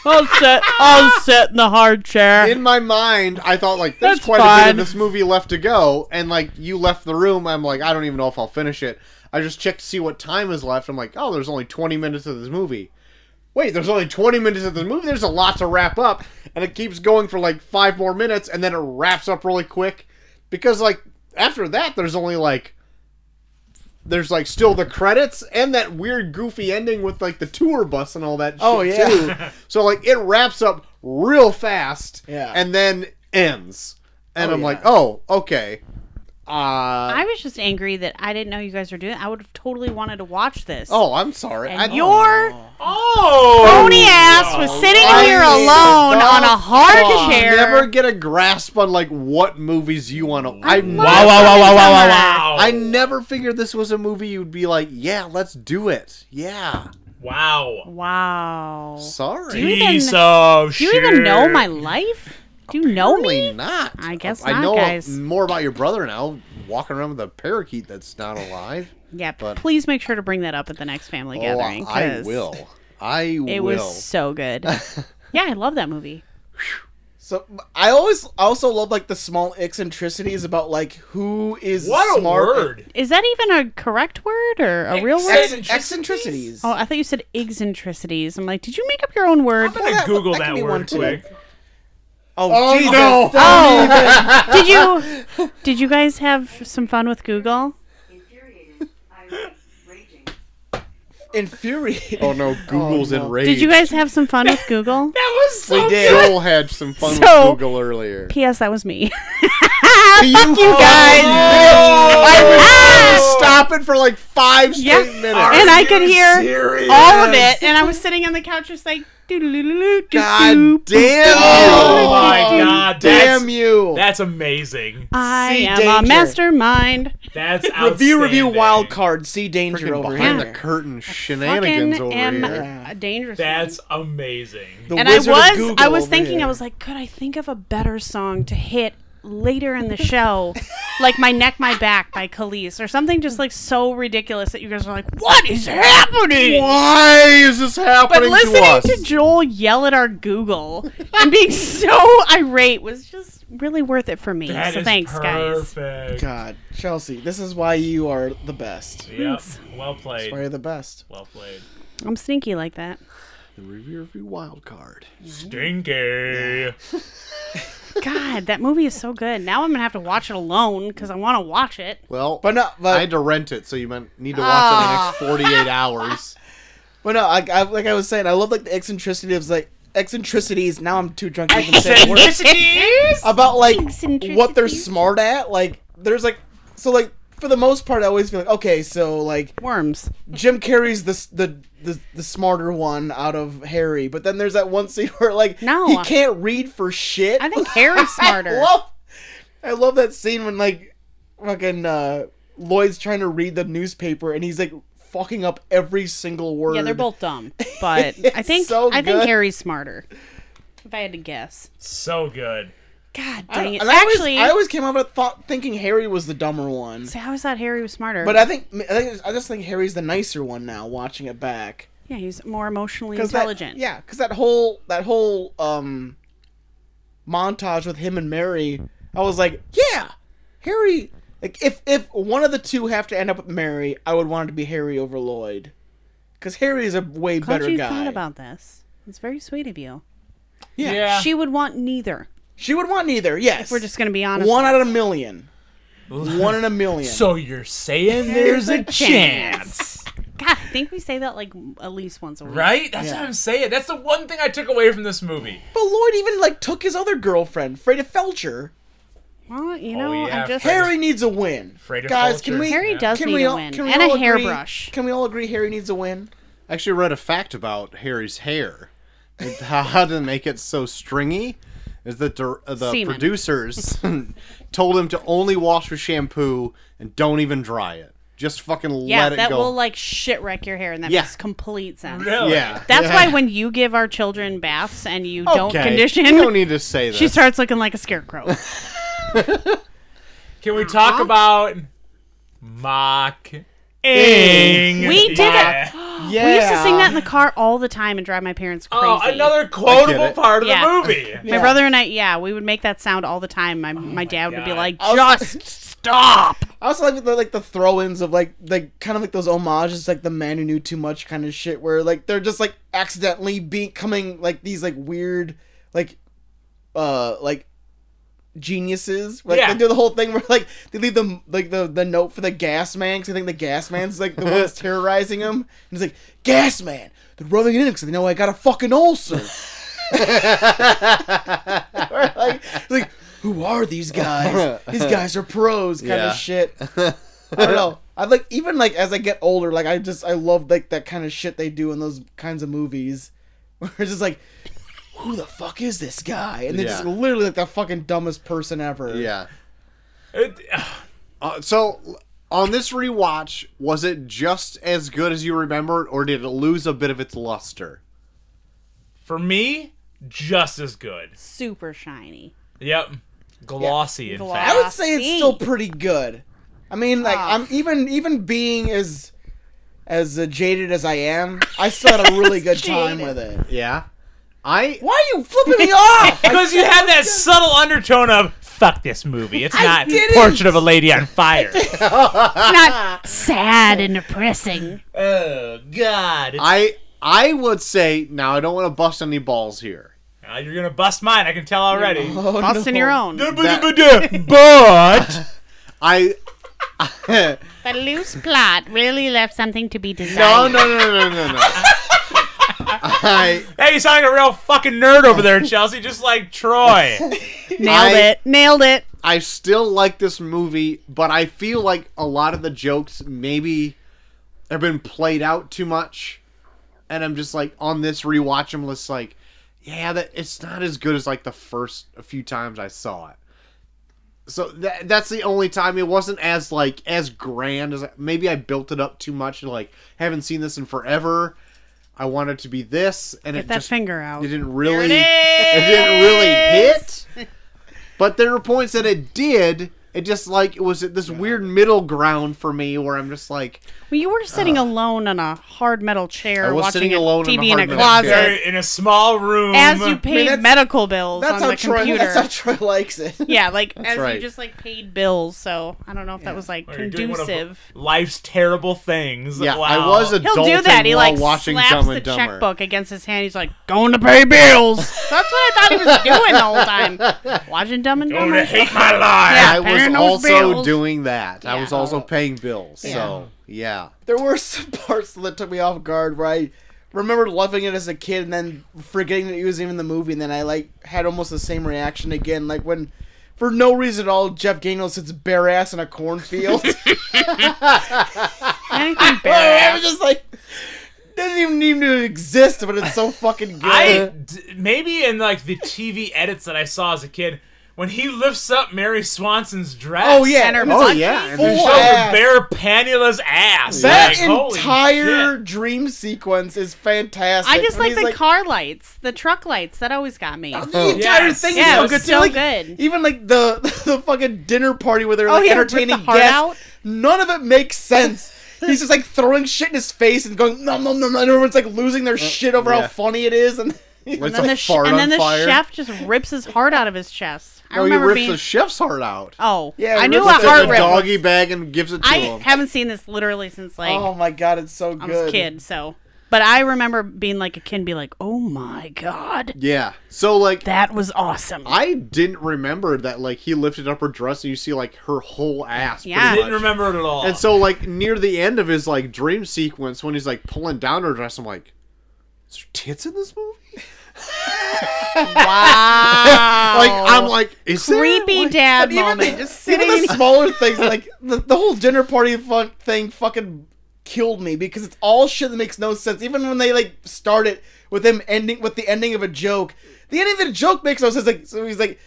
Speaker 7: I'll sit. I'll sit in the hard chair.
Speaker 2: in my mind, I thought like, "There's
Speaker 7: That's
Speaker 2: quite a bit
Speaker 7: fine.
Speaker 2: of this movie left to go," and like you left the room. I'm like, "I don't even know if I'll finish it." I just checked to see what time is left. I'm like, "Oh, there's only 20 minutes of this movie." Wait, there's only 20 minutes of this movie. There's a lot to wrap up, and it keeps going for like five more minutes, and then it wraps up really quick because like after that, there's only like there's like still the credits and that weird goofy ending with like the tour bus and all that shit
Speaker 1: Oh, yeah.
Speaker 2: too. So like it wraps up real fast
Speaker 1: Yeah.
Speaker 2: and then ends. And
Speaker 1: Oh,
Speaker 2: I'm
Speaker 1: yeah.
Speaker 2: like, "Oh, okay." Uh
Speaker 7: I was just angry that I didn't know you guys were doing. it. I would have totally wanted to watch this.
Speaker 2: Oh, I'm sorry.
Speaker 7: and
Speaker 2: I-
Speaker 7: your
Speaker 3: Oh,
Speaker 7: phony ass was sitting
Speaker 2: I
Speaker 7: here
Speaker 2: mean,
Speaker 7: alone
Speaker 2: the
Speaker 7: on a
Speaker 2: fuck?
Speaker 7: hard chair.
Speaker 2: Never get a grasp on like what movies you want to. I
Speaker 7: love
Speaker 3: Wow,
Speaker 2: never-
Speaker 3: wow, wow, wow, wow, wow, wow.
Speaker 7: Wow.
Speaker 2: I never figured this was a movie you'd be like, yeah, let's do it. Yeah.
Speaker 3: Wow.
Speaker 7: Wow.
Speaker 2: Sorry.
Speaker 7: Do you even-
Speaker 3: Piece of
Speaker 7: Do
Speaker 3: shit.
Speaker 7: you even know my life? Do you know
Speaker 2: Really
Speaker 7: me?
Speaker 2: not.
Speaker 7: I guess
Speaker 2: I
Speaker 7: not,
Speaker 2: know
Speaker 7: guys.
Speaker 2: more about your brother now, walking around with a parakeet that's not alive.
Speaker 7: Yeah,
Speaker 2: But-
Speaker 7: please make sure to bring that up at the next family
Speaker 2: oh,
Speaker 7: gathering.
Speaker 2: I
Speaker 7: 'cause
Speaker 2: will. I
Speaker 7: It
Speaker 2: will.
Speaker 7: was so good. yeah, I love that movie.
Speaker 1: So I always I also love like the small eccentricities about like who is
Speaker 3: What a
Speaker 1: smart.
Speaker 3: word.
Speaker 7: Is that even a correct word or a real word?
Speaker 3: Ex-
Speaker 1: Ex- eccentricities.
Speaker 7: Oh, I thought you said eccentricities. I'm like, did you make up your own word?
Speaker 3: I'm gonna
Speaker 1: that-
Speaker 3: Google
Speaker 1: that
Speaker 3: that,
Speaker 1: can be one
Speaker 3: word
Speaker 1: too.
Speaker 3: quick.
Speaker 1: Oh, Jesus.
Speaker 2: no.
Speaker 7: Oh, did you did you guys have some fun with Google?
Speaker 5: Infuriated, irate, raging.
Speaker 1: Infuriating.
Speaker 2: Oh no, Google's
Speaker 1: no.
Speaker 2: enraged.
Speaker 7: Did you guys have some fun with Google?
Speaker 3: That was so
Speaker 2: We did. Joel had some fun
Speaker 7: So-
Speaker 2: with Google earlier. Oh,
Speaker 7: P.S. That was me.
Speaker 2: Fuck you
Speaker 7: guys.
Speaker 2: I stop it for like five straight
Speaker 7: Yeah.
Speaker 2: minutes.
Speaker 7: and I could hear
Speaker 1: Serious.
Speaker 7: all of it, and I was sitting on the couch just like, doo-doo-doo-doo-doo-doo.
Speaker 2: God damn
Speaker 3: Oh
Speaker 2: you!
Speaker 3: my god, that's,
Speaker 2: damn you!
Speaker 3: that's amazing.
Speaker 7: I
Speaker 1: See
Speaker 7: am a
Speaker 1: danger.
Speaker 7: mastermind.
Speaker 3: That's
Speaker 1: Review, review,
Speaker 3: outstanding.
Speaker 1: wild card. See danger
Speaker 2: Freaking
Speaker 1: over
Speaker 2: behind
Speaker 1: here.
Speaker 2: the curtain shenanigans
Speaker 7: Fucking
Speaker 2: over
Speaker 7: am
Speaker 2: here.
Speaker 7: a dangerous.
Speaker 3: That's
Speaker 7: one.
Speaker 3: amazing.
Speaker 1: The
Speaker 7: and I
Speaker 1: Wizard of
Speaker 7: was
Speaker 1: Google
Speaker 7: I was
Speaker 1: over
Speaker 7: thinking I
Speaker 1: here.
Speaker 7: was like, could I think of a better song to hit later in the show, like "My Neck, My Back" by Khalees or something just like so ridiculous that you guys are like, what is happening?
Speaker 2: Why is this
Speaker 7: uh, But
Speaker 2: happening to us?
Speaker 7: listening to Joel yell at our Google and being so irate was just really worth it for me.
Speaker 3: That
Speaker 7: so
Speaker 3: is
Speaker 7: thanks, guys.
Speaker 3: perfect.
Speaker 1: God, Chelsea, this is why you are the best.
Speaker 3: Yep. Well played.
Speaker 1: Why you're the best.
Speaker 3: Well played.
Speaker 7: I'm sneaky like that.
Speaker 2: The review review wild card.
Speaker 3: Stinky.
Speaker 7: God, that movie is so good. Now I'm gonna have to watch it alone because I want to watch it.
Speaker 2: Well,
Speaker 7: uh,
Speaker 1: But no, but
Speaker 2: I had to rent it, so you might need to watch it in the next 48 hours.
Speaker 1: But no, I, I, like I was saying, I love like the eccentricity of like eccentricities. Now I'm too drunk to even say the word. About like what they're
Speaker 7: Eccentricities?
Speaker 1: smart at. Like there's like so like for the most part, I always feel like okay, so like
Speaker 7: Worms.
Speaker 1: Jim Carrey's the s- the the, the smarter one out of Harry, but then there's that one scene where like
Speaker 7: No.
Speaker 1: he can't read for shit.
Speaker 7: I think Harry's smarter.
Speaker 1: I love, I love that scene when like fucking uh, Lloyd's trying to read the newspaper and he's like fucking up every single word.
Speaker 7: Yeah, they're both dumb, but I
Speaker 1: It's
Speaker 7: think
Speaker 1: so
Speaker 7: I think
Speaker 1: good.
Speaker 7: Harry's smarter. If I had to guess,
Speaker 3: So good.
Speaker 7: God
Speaker 1: I
Speaker 7: dang it!
Speaker 1: and I always-
Speaker 7: Actually,
Speaker 1: I always, came out with thought thinking Harry was the dumber one,
Speaker 7: see, I always thought Harry was smarter.
Speaker 1: but I think I think I just think Harry's the nicer one now. Watching it back,
Speaker 7: yeah, he's more emotionally
Speaker 1: 'Cause that-
Speaker 7: intelligent.
Speaker 1: yeah, because that whole that whole um montage with him and Mary, I was like, yeah, Harry. Like if if one of the two have to end up with Mary, I would want it to be Harry over Lloyd, because Harry is a way
Speaker 7: Glad
Speaker 1: better
Speaker 7: you
Speaker 1: guy.
Speaker 7: thought about this. It's very sweet of you.
Speaker 4: Yeah.
Speaker 7: She would want neither.
Speaker 1: She would want neither. Yes.
Speaker 7: We're just going to be honest.
Speaker 1: one out of a million. One in a million.
Speaker 3: So you're saying there's a chance,
Speaker 7: God, I think we say that like at least once a week.
Speaker 3: right? That's
Speaker 1: Yeah.
Speaker 3: what I'm saying. That's the one thing I took away from this movie.
Speaker 1: but Lloyd even like took his other girlfriend, Freda Felcher.
Speaker 7: Well, you
Speaker 3: Oh,
Speaker 7: know,
Speaker 3: yeah,
Speaker 7: I'm just.
Speaker 3: Fred-
Speaker 1: Harry needs a win.
Speaker 3: Freda
Speaker 1: Guys,
Speaker 3: Felcher.
Speaker 1: can we?
Speaker 7: Harry does
Speaker 1: can
Speaker 7: need
Speaker 1: we
Speaker 7: a
Speaker 1: all-
Speaker 7: win
Speaker 1: can we
Speaker 7: and
Speaker 1: all
Speaker 7: a
Speaker 1: agree-
Speaker 7: hairbrush.
Speaker 1: Can we all agree Harry needs a win?
Speaker 2: I actually read a fact about Harry's hair. And How to make it so stringy is that the, uh, the
Speaker 7: Semen.
Speaker 2: producers told him to only wash with shampoo and don't even dry it. Just fucking
Speaker 7: Yeah,
Speaker 2: let it
Speaker 7: that
Speaker 2: go.
Speaker 7: will like shit wreck your hair, and that
Speaker 2: Yeah.
Speaker 7: makes complete sense.
Speaker 3: Really?
Speaker 2: yeah.
Speaker 7: That's
Speaker 2: Yeah.
Speaker 7: why when you give our children baths and you don't
Speaker 2: Okay,
Speaker 7: condition,
Speaker 2: You don't need to say that.
Speaker 7: she starts looking like a scarecrow.
Speaker 3: Can we talk
Speaker 7: Uh-huh.
Speaker 3: about mocking? We
Speaker 7: We did it.
Speaker 1: Yeah.
Speaker 7: We used to sing that in the car all the time and drive my parents crazy.
Speaker 3: Oh, another
Speaker 2: I get
Speaker 3: quotable
Speaker 2: it.
Speaker 3: part of
Speaker 7: Yeah.
Speaker 3: the movie.
Speaker 7: My brother and I, yeah, we would make that sound all the time. My my dad would be
Speaker 3: Oh God.
Speaker 7: like,
Speaker 1: Just stop. I also like the like the throw-ins of like like kind of like those homages, like the man who knew too much kind of shit, where like they're just like accidentally becoming like these like weird like uh like geniuses. Like
Speaker 3: Yeah.
Speaker 1: they do the whole thing where like they leave them like the the note for the gas man because they think the gas man's like the one that's terrorizing him. And he's like, gas man, they're rubbing it in because they know I got a fucking ulcer. Or, like, like, who are these guys? These guys are pros, kind
Speaker 2: Yeah.
Speaker 1: of shit. I don't know. I like even like as I get older, like I just I love like that kind of shit they do in those kinds of movies. Where it's just like, who the fuck is this guy? And they're just
Speaker 2: Yeah.
Speaker 1: literally like the fucking dumbest person ever.
Speaker 2: yeah.
Speaker 3: It-
Speaker 2: Uh, so on this rewatch, was it just as good as you remember it, or did it lose a bit of its luster?
Speaker 3: For me, just as good.
Speaker 7: super shiny.
Speaker 3: Yep. Glossy, in
Speaker 7: Glossy.
Speaker 3: fact.
Speaker 1: I would say it's
Speaker 7: See.
Speaker 1: still pretty good. I mean, like
Speaker 7: Ah.
Speaker 1: I'm even even being as as uh, jaded as I am, I still had a really good time with it.
Speaker 2: Yeah. I
Speaker 1: Why are you flipping me off? I
Speaker 3: Because you had that subtle undertone of fuck this movie. It's not
Speaker 1: didn't.
Speaker 3: Portrait of a Lady on Fire.
Speaker 7: Not sad and depressing.
Speaker 3: oh God.
Speaker 2: I I would say now I don't want to bust any balls here.
Speaker 3: Uh, you're gonna bust mine. I can tell already.
Speaker 1: Oh,
Speaker 7: Busting
Speaker 1: no.
Speaker 7: your own.
Speaker 3: but
Speaker 2: I
Speaker 7: The loose plot really left something to be
Speaker 2: no
Speaker 7: desired.
Speaker 2: no no no no no. I
Speaker 3: hey, you sound like a real fucking nerd over there, Chelsea, just like Troy.
Speaker 7: Nailed
Speaker 2: I-
Speaker 7: it. Nailed it.
Speaker 2: I still like this movie, but I feel like a lot of the jokes maybe have been played out too much, and I'm just like on this rewatch, I'm just like, yeah, that it's not as good as like the first a few times I saw it. So that that's the only time it wasn't as like as grand as maybe I built it up too much. Like haven't seen this in forever. I want it to be this, and
Speaker 7: Get
Speaker 2: it
Speaker 7: that
Speaker 2: just
Speaker 7: finger out.
Speaker 2: it didn't really. It, didn't really hit. But there were points that it did. It just like it was this weird middle ground for me where I'm just like,
Speaker 7: Well, you were sitting alone on a hard metal chair,
Speaker 2: I was
Speaker 7: watching
Speaker 2: sitting
Speaker 7: a
Speaker 2: alone on a
Speaker 7: TV
Speaker 2: hard
Speaker 7: in a
Speaker 2: metal
Speaker 7: closet
Speaker 3: Very- in a small room.
Speaker 7: as you paid
Speaker 1: that's-
Speaker 7: medical bills
Speaker 1: That's
Speaker 7: on
Speaker 1: how
Speaker 7: the
Speaker 1: Troy.
Speaker 7: computer.
Speaker 1: That's how Troy likes it.
Speaker 7: yeah, like as
Speaker 2: right.
Speaker 7: you just like paid bills. So I don't know if that was like
Speaker 3: Or you're doing one of
Speaker 7: conducive.
Speaker 3: life's terrible things.
Speaker 2: yeah,
Speaker 3: Wow.
Speaker 2: I was
Speaker 7: He'll
Speaker 2: adulting
Speaker 7: do that. He
Speaker 2: while
Speaker 7: like
Speaker 2: watching
Speaker 7: slaps
Speaker 2: Dumb
Speaker 7: the
Speaker 2: and Dumber.
Speaker 7: checkbook against his hand. He's like, "Going to pay bills." That's what I thought he was doing the whole time, watching Dumb and
Speaker 3: Oh,
Speaker 7: Dumber.
Speaker 3: to hate my life.
Speaker 7: Yeah,
Speaker 2: I was
Speaker 7: paying those
Speaker 2: also
Speaker 7: bills.
Speaker 2: doing that. I was
Speaker 7: Yeah.
Speaker 2: also paying bills. So yeah,
Speaker 1: There were some parts that took me off guard where I remember loving it as a kid and then forgetting that it was even in the movie, and then I like had almost the same reaction again. Like when, for no reason at all, Jeff Daniels sits bare ass in a cornfield.
Speaker 7: Anything
Speaker 1: I
Speaker 7: bad.
Speaker 1: was just like, doesn't even need to exist, but it's so fucking good.
Speaker 3: I d- maybe in like the TV edits that I saw as a kid when he lifts up Mary Swanson's dress.
Speaker 1: oh yeah,
Speaker 7: And her
Speaker 1: it
Speaker 2: oh
Speaker 1: was
Speaker 2: yeah, and
Speaker 1: full
Speaker 2: there's-
Speaker 3: Shows her
Speaker 1: ass.
Speaker 3: bare pannyless ass.
Speaker 1: That
Speaker 3: Like, holy
Speaker 1: entire
Speaker 3: shit.
Speaker 1: dream sequence is fantastic.
Speaker 7: I just
Speaker 1: When
Speaker 7: like
Speaker 1: he's
Speaker 7: the car lights, the truck lights. That always got me.
Speaker 1: The entire
Speaker 3: Yes.
Speaker 1: thing
Speaker 7: Yeah,
Speaker 1: is so
Speaker 7: it was
Speaker 1: good.
Speaker 7: so
Speaker 1: like,
Speaker 7: good. Oh,
Speaker 1: Even like the the fucking dinner party where they're like
Speaker 7: yeah, rip
Speaker 1: entertaining
Speaker 7: the heart
Speaker 1: guests.
Speaker 7: out.
Speaker 1: None of it makes sense. He's just like throwing shit in his face and going nom nom nom. nom, And everyone's like losing their shit over
Speaker 2: yeah.
Speaker 1: how funny it is. And
Speaker 2: it's
Speaker 7: and
Speaker 2: a
Speaker 7: the sh-
Speaker 2: fart
Speaker 7: and
Speaker 2: on
Speaker 7: then the
Speaker 2: fire.
Speaker 7: chef just rips his heart out of his chest. I
Speaker 2: No, he
Speaker 7: remember
Speaker 2: rips
Speaker 7: being.
Speaker 2: the chef's heart out.
Speaker 7: oh,
Speaker 1: Yeah,
Speaker 7: yeah, I
Speaker 1: he
Speaker 7: knew
Speaker 1: rips
Speaker 7: what
Speaker 2: Puts it
Speaker 7: heart
Speaker 2: in a
Speaker 7: rip. was.
Speaker 2: doggy bag and gives it to
Speaker 7: I
Speaker 2: him.
Speaker 7: haven't seen this literally since like
Speaker 1: oh my Oh god, it's so
Speaker 7: I
Speaker 1: good.
Speaker 7: was a kid, so But I remember being like a kid, and be like, "Oh my god,
Speaker 2: Yeah. So like
Speaker 7: that was awesome!"
Speaker 2: I didn't remember that like he lifted up her dress and you see like her whole ass. pretty
Speaker 7: Yeah.
Speaker 2: much.
Speaker 3: Didn't remember it at all.
Speaker 2: And so like near the end of his like dream sequence when he's like pulling down her dress, I'm like, is there tits in this movie?
Speaker 7: wow,
Speaker 2: Like I'm like, is there?
Speaker 7: creepy
Speaker 2: Like-
Speaker 7: dad
Speaker 1: But even,
Speaker 7: moment.
Speaker 1: the, just even the smaller things, like the, the whole dinner party fun thing, fucking killed me because it's all shit that makes no sense. Even when they like start it with them ending with the ending of a joke, the ending of the joke makes no sense. Like so, he's like.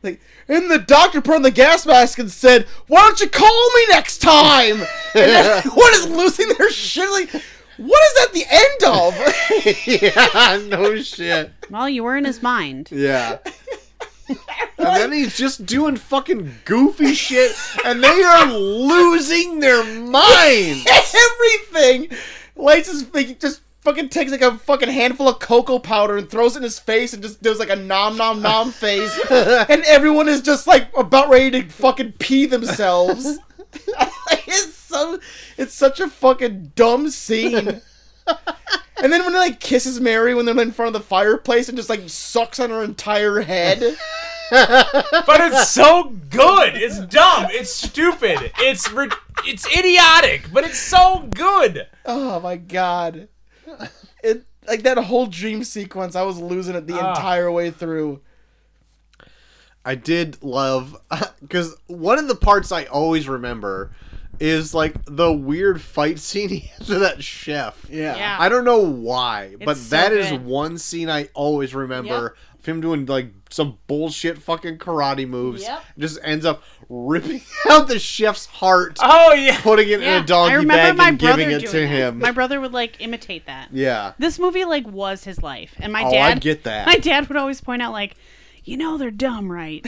Speaker 1: Like, and the doctor put on the gas mask and said, "Why don't you call me next time?" And everyone is losing their shit. Like, what is that the end of?
Speaker 2: yeah, no shit.
Speaker 7: well, you were in his mind.
Speaker 2: Yeah. And then he's just doing fucking goofy shit, and they are losing their mind.
Speaker 1: everything. Lights his thing, just fucking takes like a fucking handful of cocoa powder and throws it in his face and just does like a nom nom nom face. and everyone is just like about ready to fucking pee themselves. it's so it's such a fucking dumb scene. And then when he like kisses Mary when they're in front of the fireplace and just like sucks on her entire head.
Speaker 3: but it's so good. It's dumb. It's stupid. It's ri- it's idiotic. But it's so good.
Speaker 1: Oh my god. It like that whole dream sequence, I was losing it the entire way through.
Speaker 2: I did love because one of the parts I always remember is like the weird fight scene he has with that chef.
Speaker 1: Yeah.
Speaker 7: Yeah.
Speaker 2: I don't know why, but
Speaker 7: so
Speaker 2: that is
Speaker 7: good.
Speaker 2: one scene I always remember of him doing like some bullshit fucking karate moves.
Speaker 7: Yep.
Speaker 2: Just ends up ripping out the chef's heart,
Speaker 3: Oh yeah.
Speaker 2: putting it in a doggy bag and giving it
Speaker 7: doing
Speaker 2: to
Speaker 7: that.
Speaker 2: him.
Speaker 7: My brother would like imitate that.
Speaker 2: yeah.
Speaker 7: This movie like was his life, and my
Speaker 2: Oh,
Speaker 7: dad.
Speaker 2: I get that.
Speaker 7: My dad would always point out like. You know they're dumb, right?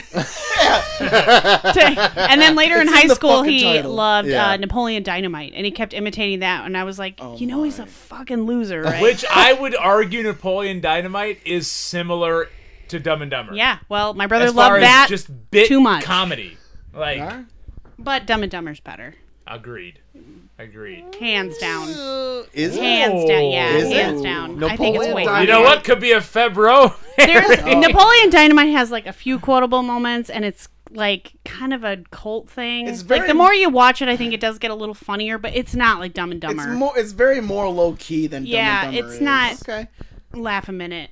Speaker 7: To- and then later in
Speaker 1: It's
Speaker 7: high
Speaker 1: in the
Speaker 7: school,
Speaker 1: fucking
Speaker 7: he
Speaker 1: title.
Speaker 7: loved
Speaker 2: Yeah.
Speaker 7: uh, Napoleon Dynamite, and he kept imitating that. And I was like, you know, he's a fucking loser, right?
Speaker 3: Which I would argue Napoleon Dynamite is similar to Dumb and Dumber.
Speaker 7: yeah. Well, my brother
Speaker 3: As far
Speaker 7: loved
Speaker 3: as
Speaker 7: that,
Speaker 3: just bit
Speaker 7: too much.
Speaker 3: comedy. Like
Speaker 7: but Dumb and Dumber's better,
Speaker 3: agreed. Agreed.
Speaker 7: hands down,
Speaker 2: Is it?
Speaker 7: hands down. Yeah,
Speaker 2: Is it?
Speaker 7: hands down. I think it's
Speaker 2: Napoleon
Speaker 7: way.
Speaker 2: Dynamite.
Speaker 3: You know what could be a Febro?
Speaker 7: There's Napoleon Dynamite has like a few quotable moments, and it's like kind of a cult thing.
Speaker 1: It's
Speaker 7: like
Speaker 1: very-
Speaker 7: the more you watch it, I think it does get a little funnier, but it's not like Dumb and Dumber.
Speaker 1: It's more. It's very more low key than.
Speaker 7: Yeah,
Speaker 1: Dumb and Dumber
Speaker 7: it's
Speaker 1: is.
Speaker 7: not-
Speaker 1: Okay.
Speaker 7: Laugh a minute.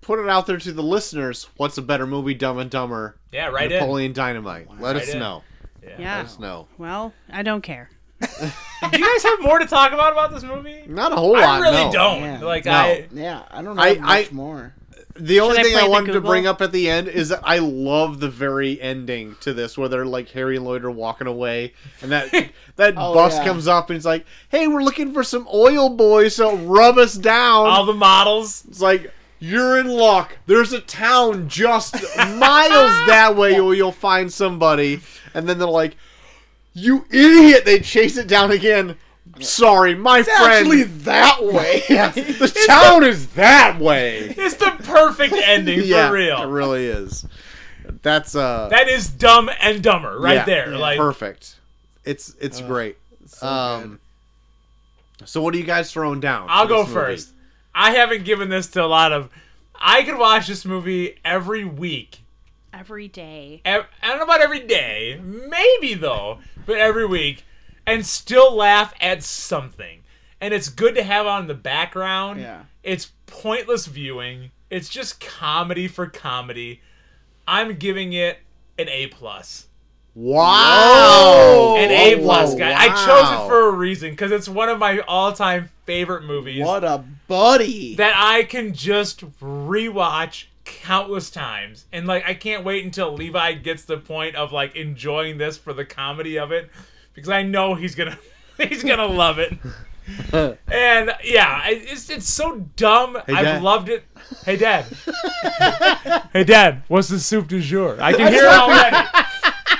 Speaker 2: Put it out there to the listeners. What's a better movie, Dumb and Dumber?
Speaker 3: yeah, right in.
Speaker 2: Napoleon Dynamite. Let
Speaker 3: Right
Speaker 2: us
Speaker 3: in.
Speaker 2: know.
Speaker 7: Yeah.
Speaker 2: Let us know.
Speaker 7: Well, I don't care.
Speaker 3: Do you guys have more to talk about about this movie?
Speaker 2: Not a whole
Speaker 3: I
Speaker 2: lot.
Speaker 3: really
Speaker 2: no.
Speaker 3: don't.
Speaker 1: Yeah.
Speaker 3: Like
Speaker 2: No.
Speaker 3: I
Speaker 1: Yeah, I don't know
Speaker 2: I-
Speaker 1: much
Speaker 2: I-
Speaker 1: more.
Speaker 2: The only
Speaker 7: Should I
Speaker 2: thing
Speaker 7: play
Speaker 2: I,
Speaker 7: the
Speaker 2: wanted to
Speaker 7: Google?
Speaker 2: bring up at the end is that I love the very ending to this, where they're like Harry and Lloyd are walking away, and that that
Speaker 1: Oh,
Speaker 2: bus
Speaker 1: yeah.
Speaker 2: comes up and it's like, "Hey, we're looking for some oil boys, so rub us down."
Speaker 3: all the models.
Speaker 2: it's like you're in luck. There's a town just miles that way where you'll find somebody, and then they're like, "You idiot!" They chase it down again. Sorry, my friend.
Speaker 1: Actually, that way.
Speaker 2: the town is that way.
Speaker 3: It's the perfect ending for real.
Speaker 2: It really is. That's uh
Speaker 3: That is dumb and dumber right
Speaker 2: yeah,
Speaker 3: there.
Speaker 2: yeah,
Speaker 3: Like
Speaker 2: perfect. It's it's great. um So what are you guys throwing down?
Speaker 3: I'll
Speaker 2: for
Speaker 3: go
Speaker 2: this movie?
Speaker 3: first. I haven't given this to a lot of. I could watch this movie every week.
Speaker 7: Every day.
Speaker 3: Ev- I don't know about every day, maybe though, but every week, and still laugh at something. And it's good to have on in the background.
Speaker 1: Yeah.
Speaker 3: It's pointless viewing. It's just comedy for comedy. I'm giving it an A plus.
Speaker 2: Wow.
Speaker 3: An A
Speaker 2: Whoa,
Speaker 3: plus,
Speaker 2: whoa,
Speaker 3: guy. I chose
Speaker 2: Oh, wow.
Speaker 3: it for a reason because it's one of my all-time favorite movies.
Speaker 1: What a buddy.
Speaker 3: that I can just rewatch countless times. And like I can't wait until Levi gets the point of like enjoying this for the comedy of it because I know he's going to he's going to love it. and yeah, I- it's it's so dumb. I've
Speaker 2: Dad.
Speaker 3: loved it. Hey dad. hey dad, what's the soup du jour? I can
Speaker 1: I
Speaker 3: hear it
Speaker 1: just-
Speaker 3: already.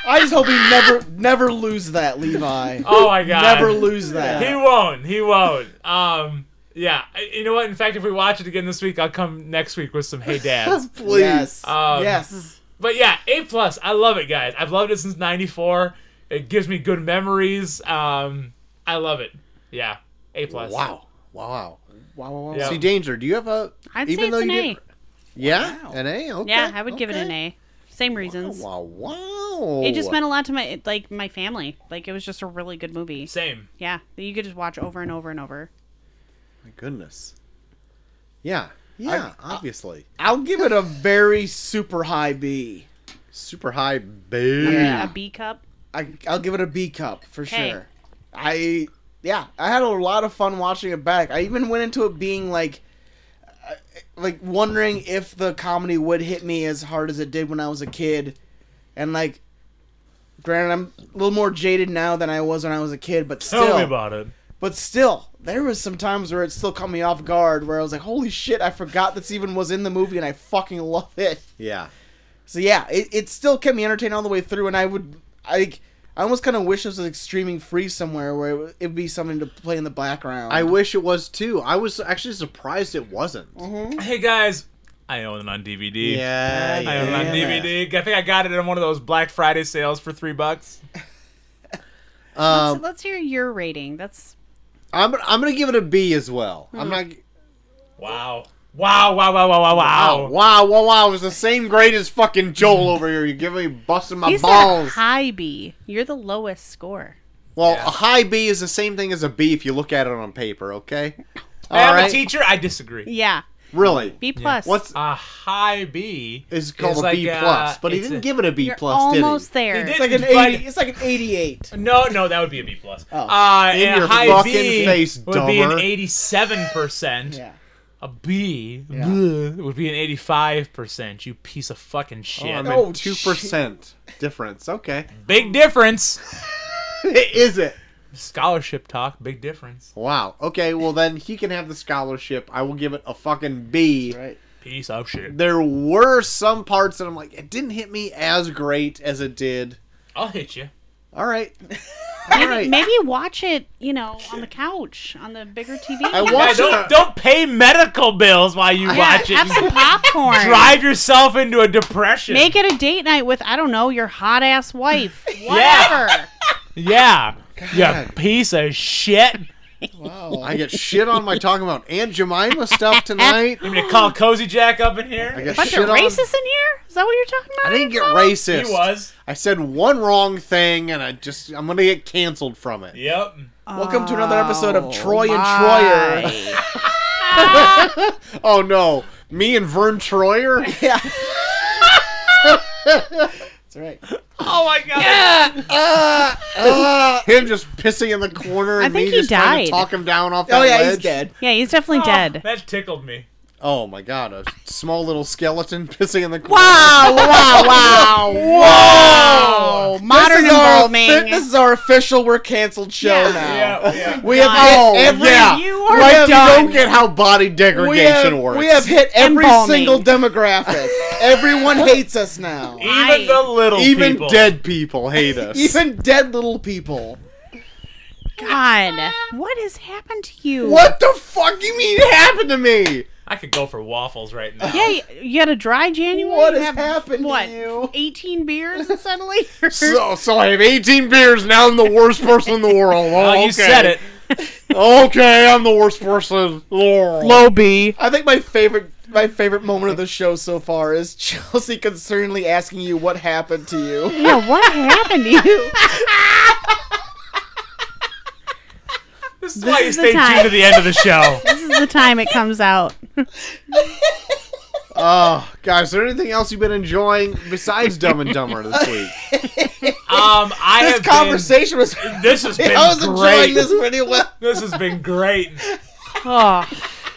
Speaker 1: I just hope he never, never lose that, Levi.
Speaker 3: Oh my god.
Speaker 1: never lose that.
Speaker 3: He won't. He won't. Um yeah, I- you know what? In fact, if we watch it again this week, I'll come next week with some hey dads.
Speaker 2: Please.
Speaker 1: Yes.
Speaker 3: Um,
Speaker 1: yes.
Speaker 3: But yeah, A plus. I love it, guys. I've loved it since '94. It gives me good memories. Um, I love it. Yeah, A plus.
Speaker 2: Wow. Wow.
Speaker 1: Wow, wow, wow.
Speaker 3: Yeah.
Speaker 2: See, Danger, do you have a?
Speaker 7: I'd
Speaker 2: even
Speaker 7: say
Speaker 2: though
Speaker 7: it's an
Speaker 2: you
Speaker 7: A.
Speaker 2: didn't- Yeah,
Speaker 1: Wow.
Speaker 2: an A. Okay.
Speaker 7: Yeah, I would give it an
Speaker 2: okay.
Speaker 7: A. Same reasons.
Speaker 2: Wow, wow.
Speaker 7: It just meant a lot to my like my family. Like it was just a really good movie.
Speaker 3: Same.
Speaker 7: Yeah, that you could just watch over and over and over.
Speaker 2: My goodness. Yeah. Yeah. obviously.
Speaker 1: I'll give it a very super high B.
Speaker 2: Super high B.
Speaker 1: Yeah.
Speaker 7: A B cup.
Speaker 1: I, I'll give it a B cup for
Speaker 7: Okay.
Speaker 1: sure. I yeah, I had a lot of fun watching it back. I even went into it being like, uh, like wondering if the comedy would hit me as hard as it did when I was a kid, and like, granted, I'm a little more jaded now than I was when I was a kid, but
Speaker 3: Tell
Speaker 1: still,
Speaker 3: me about it.
Speaker 1: but still, there was some times where it still caught me off guard, where I was like, holy shit, I forgot this even was in the movie, and I fucking love it.
Speaker 2: Yeah.
Speaker 1: So yeah, it, it still kept me entertained all the way through, and I would I I almost kind of wish this was like streaming free somewhere where it would it'd be something to play in the background.
Speaker 2: I wish it was too. I was actually surprised it wasn't.
Speaker 7: Mhm.
Speaker 3: Hey guys, I own it on DVD.
Speaker 2: Yeah.
Speaker 3: I own it on
Speaker 1: Yeah.
Speaker 3: DVD. I think I got it in one of those Black Friday sales for three bucks.
Speaker 7: So
Speaker 2: Um,
Speaker 7: let's hear your rating. That's
Speaker 2: I'm I'm gonna give it a B as well.
Speaker 7: Hmm.
Speaker 2: I'm not.
Speaker 3: Wow. Wow, wow, wow, wow,
Speaker 2: Wow.
Speaker 3: wow, wow.
Speaker 2: Wow. Wow. Wow. It was the same grade as fucking Joel over here. You're giving me busting my
Speaker 7: you said a
Speaker 2: balls.
Speaker 7: high B. You're the lowest score.
Speaker 2: well, a high B is the same thing as a B if you look at it on paper. Okay. All
Speaker 3: I'm
Speaker 2: right.
Speaker 3: a teacher, I disagree.
Speaker 7: Yeah,
Speaker 2: really.
Speaker 7: B plus.
Speaker 2: What's
Speaker 3: A high B
Speaker 2: is called
Speaker 3: is
Speaker 2: a
Speaker 3: like,
Speaker 2: B
Speaker 3: uh,
Speaker 2: plus? But he
Speaker 3: it's
Speaker 2: didn't
Speaker 3: a-
Speaker 2: give it a B
Speaker 7: You're
Speaker 2: plus,
Speaker 7: almost there.
Speaker 3: He
Speaker 1: it's like an
Speaker 3: But-
Speaker 1: eighty. It's like an eighty-eight.
Speaker 3: No, no, that would be a B plus.
Speaker 1: Oh.
Speaker 3: Uh,
Speaker 2: In
Speaker 3: and
Speaker 2: your
Speaker 3: a high
Speaker 2: fucking
Speaker 3: B
Speaker 2: face,
Speaker 3: would be an
Speaker 2: dumber.
Speaker 3: eighty-seven percent.
Speaker 1: Yeah.
Speaker 3: A B bleh, would be an eighty-five percent. You piece of fucking shit.
Speaker 2: didn't he?
Speaker 1: Oh,
Speaker 2: two percent difference. Okay.
Speaker 3: Big difference.
Speaker 2: is it?
Speaker 3: Scholarship talk. Big difference.
Speaker 2: Wow. Okay. Well, then he can have the scholarship. I will give it a fucking B.
Speaker 1: Right.
Speaker 3: Piece of shit.
Speaker 2: There were some parts that I'm like, it didn't hit me as great as it did.
Speaker 3: I'll hit you.
Speaker 2: All right.
Speaker 7: maybe,
Speaker 2: All right.
Speaker 7: maybe watch it. You know, on the couch on the bigger TV.
Speaker 2: I
Speaker 3: Yeah,
Speaker 2: watched
Speaker 3: don't
Speaker 2: it.
Speaker 3: don't pay medical bills while you watch
Speaker 7: Have
Speaker 3: it.
Speaker 7: some popcorn.
Speaker 3: Drive yourself into a depression.
Speaker 7: Make it a date night with I don't know your hot ass wife.
Speaker 3: Yeah.
Speaker 7: Whatever.
Speaker 3: Yeah. Yeah. Piece of shit.
Speaker 2: I get shit on my talking about Aunt Jemima stuff tonight.
Speaker 3: You mean to call Cozy Jack up in here?
Speaker 2: I get
Speaker 7: Bunch
Speaker 2: shit
Speaker 7: of
Speaker 2: on.
Speaker 7: racists in here? Is that what you're talking
Speaker 2: I
Speaker 7: about?
Speaker 2: didn't get
Speaker 7: Paul?
Speaker 2: racist.
Speaker 3: He was.
Speaker 2: I said one wrong thing, and I just I'm gonna get canceled from it.
Speaker 3: Yep.
Speaker 1: Welcome to another episode of Troy and
Speaker 7: Oh, my.
Speaker 1: Troyer.
Speaker 2: Oh no, me and Vern Troyer.
Speaker 1: yeah. That's right.
Speaker 3: Oh my god.
Speaker 2: Him just pissing in the corner
Speaker 7: I
Speaker 2: and me
Speaker 7: think he
Speaker 2: just trying to
Speaker 7: died.
Speaker 2: talk him down off that
Speaker 1: Oh yeah, he's
Speaker 2: ledge.
Speaker 1: dead.
Speaker 7: Yeah, he's
Speaker 3: Oh.
Speaker 7: definitely dead.
Speaker 3: That tickled me.
Speaker 2: Oh my god, a small little skeleton pissing in the corner.
Speaker 7: Wow,
Speaker 1: Oh.
Speaker 7: wow, wow. Whoa. Oh, Modern
Speaker 1: this is our
Speaker 7: embalming.
Speaker 1: offi- this is our official. We're canceled show
Speaker 7: Yeah.
Speaker 1: now.
Speaker 3: Yeah, yeah.
Speaker 1: We have
Speaker 2: Oh,
Speaker 1: hit every.
Speaker 2: yeah.
Speaker 7: You are
Speaker 2: Right, you
Speaker 7: done.
Speaker 2: don't get how body degradation
Speaker 1: We have,
Speaker 2: works.
Speaker 1: we have hit every
Speaker 7: Embalming.
Speaker 1: single demographic. Everyone hates us now.
Speaker 3: Even the little
Speaker 2: Even
Speaker 3: people.
Speaker 2: dead people hate us.
Speaker 1: Even dead little people.
Speaker 7: God, what has happened to you?
Speaker 2: what the fuck you mean it happened to me?
Speaker 3: I could go for waffles right now.
Speaker 7: Yeah, you, you had a dry January.
Speaker 1: What
Speaker 7: You
Speaker 1: has
Speaker 7: have,
Speaker 1: happened to
Speaker 7: what,
Speaker 1: you?
Speaker 7: Eighteen beers and suddenly.
Speaker 2: So, so I have 18 beers. Now I'm the worst person in the world. Oh,
Speaker 3: Oh, you
Speaker 2: okay.
Speaker 3: said it.
Speaker 2: Okay, I'm the worst person in the world.
Speaker 3: Low B.
Speaker 1: I think my favorite my favorite moment of the show so far is Chelsea concernedly asking you what happened to you.
Speaker 7: yeah, what happened to you?
Speaker 3: This is why you
Speaker 7: is the
Speaker 3: stay tuned
Speaker 7: time.
Speaker 3: to the end of the show.
Speaker 7: This is the time it comes out.
Speaker 2: Oh, guys, is there anything else you've been enjoying besides Dumb and Dumber this week?
Speaker 3: Um, I
Speaker 1: This
Speaker 3: have
Speaker 1: conversation was
Speaker 3: Been, this has been
Speaker 1: I was
Speaker 3: great.
Speaker 1: enjoying this pretty well.
Speaker 3: This has been great.
Speaker 7: Oh,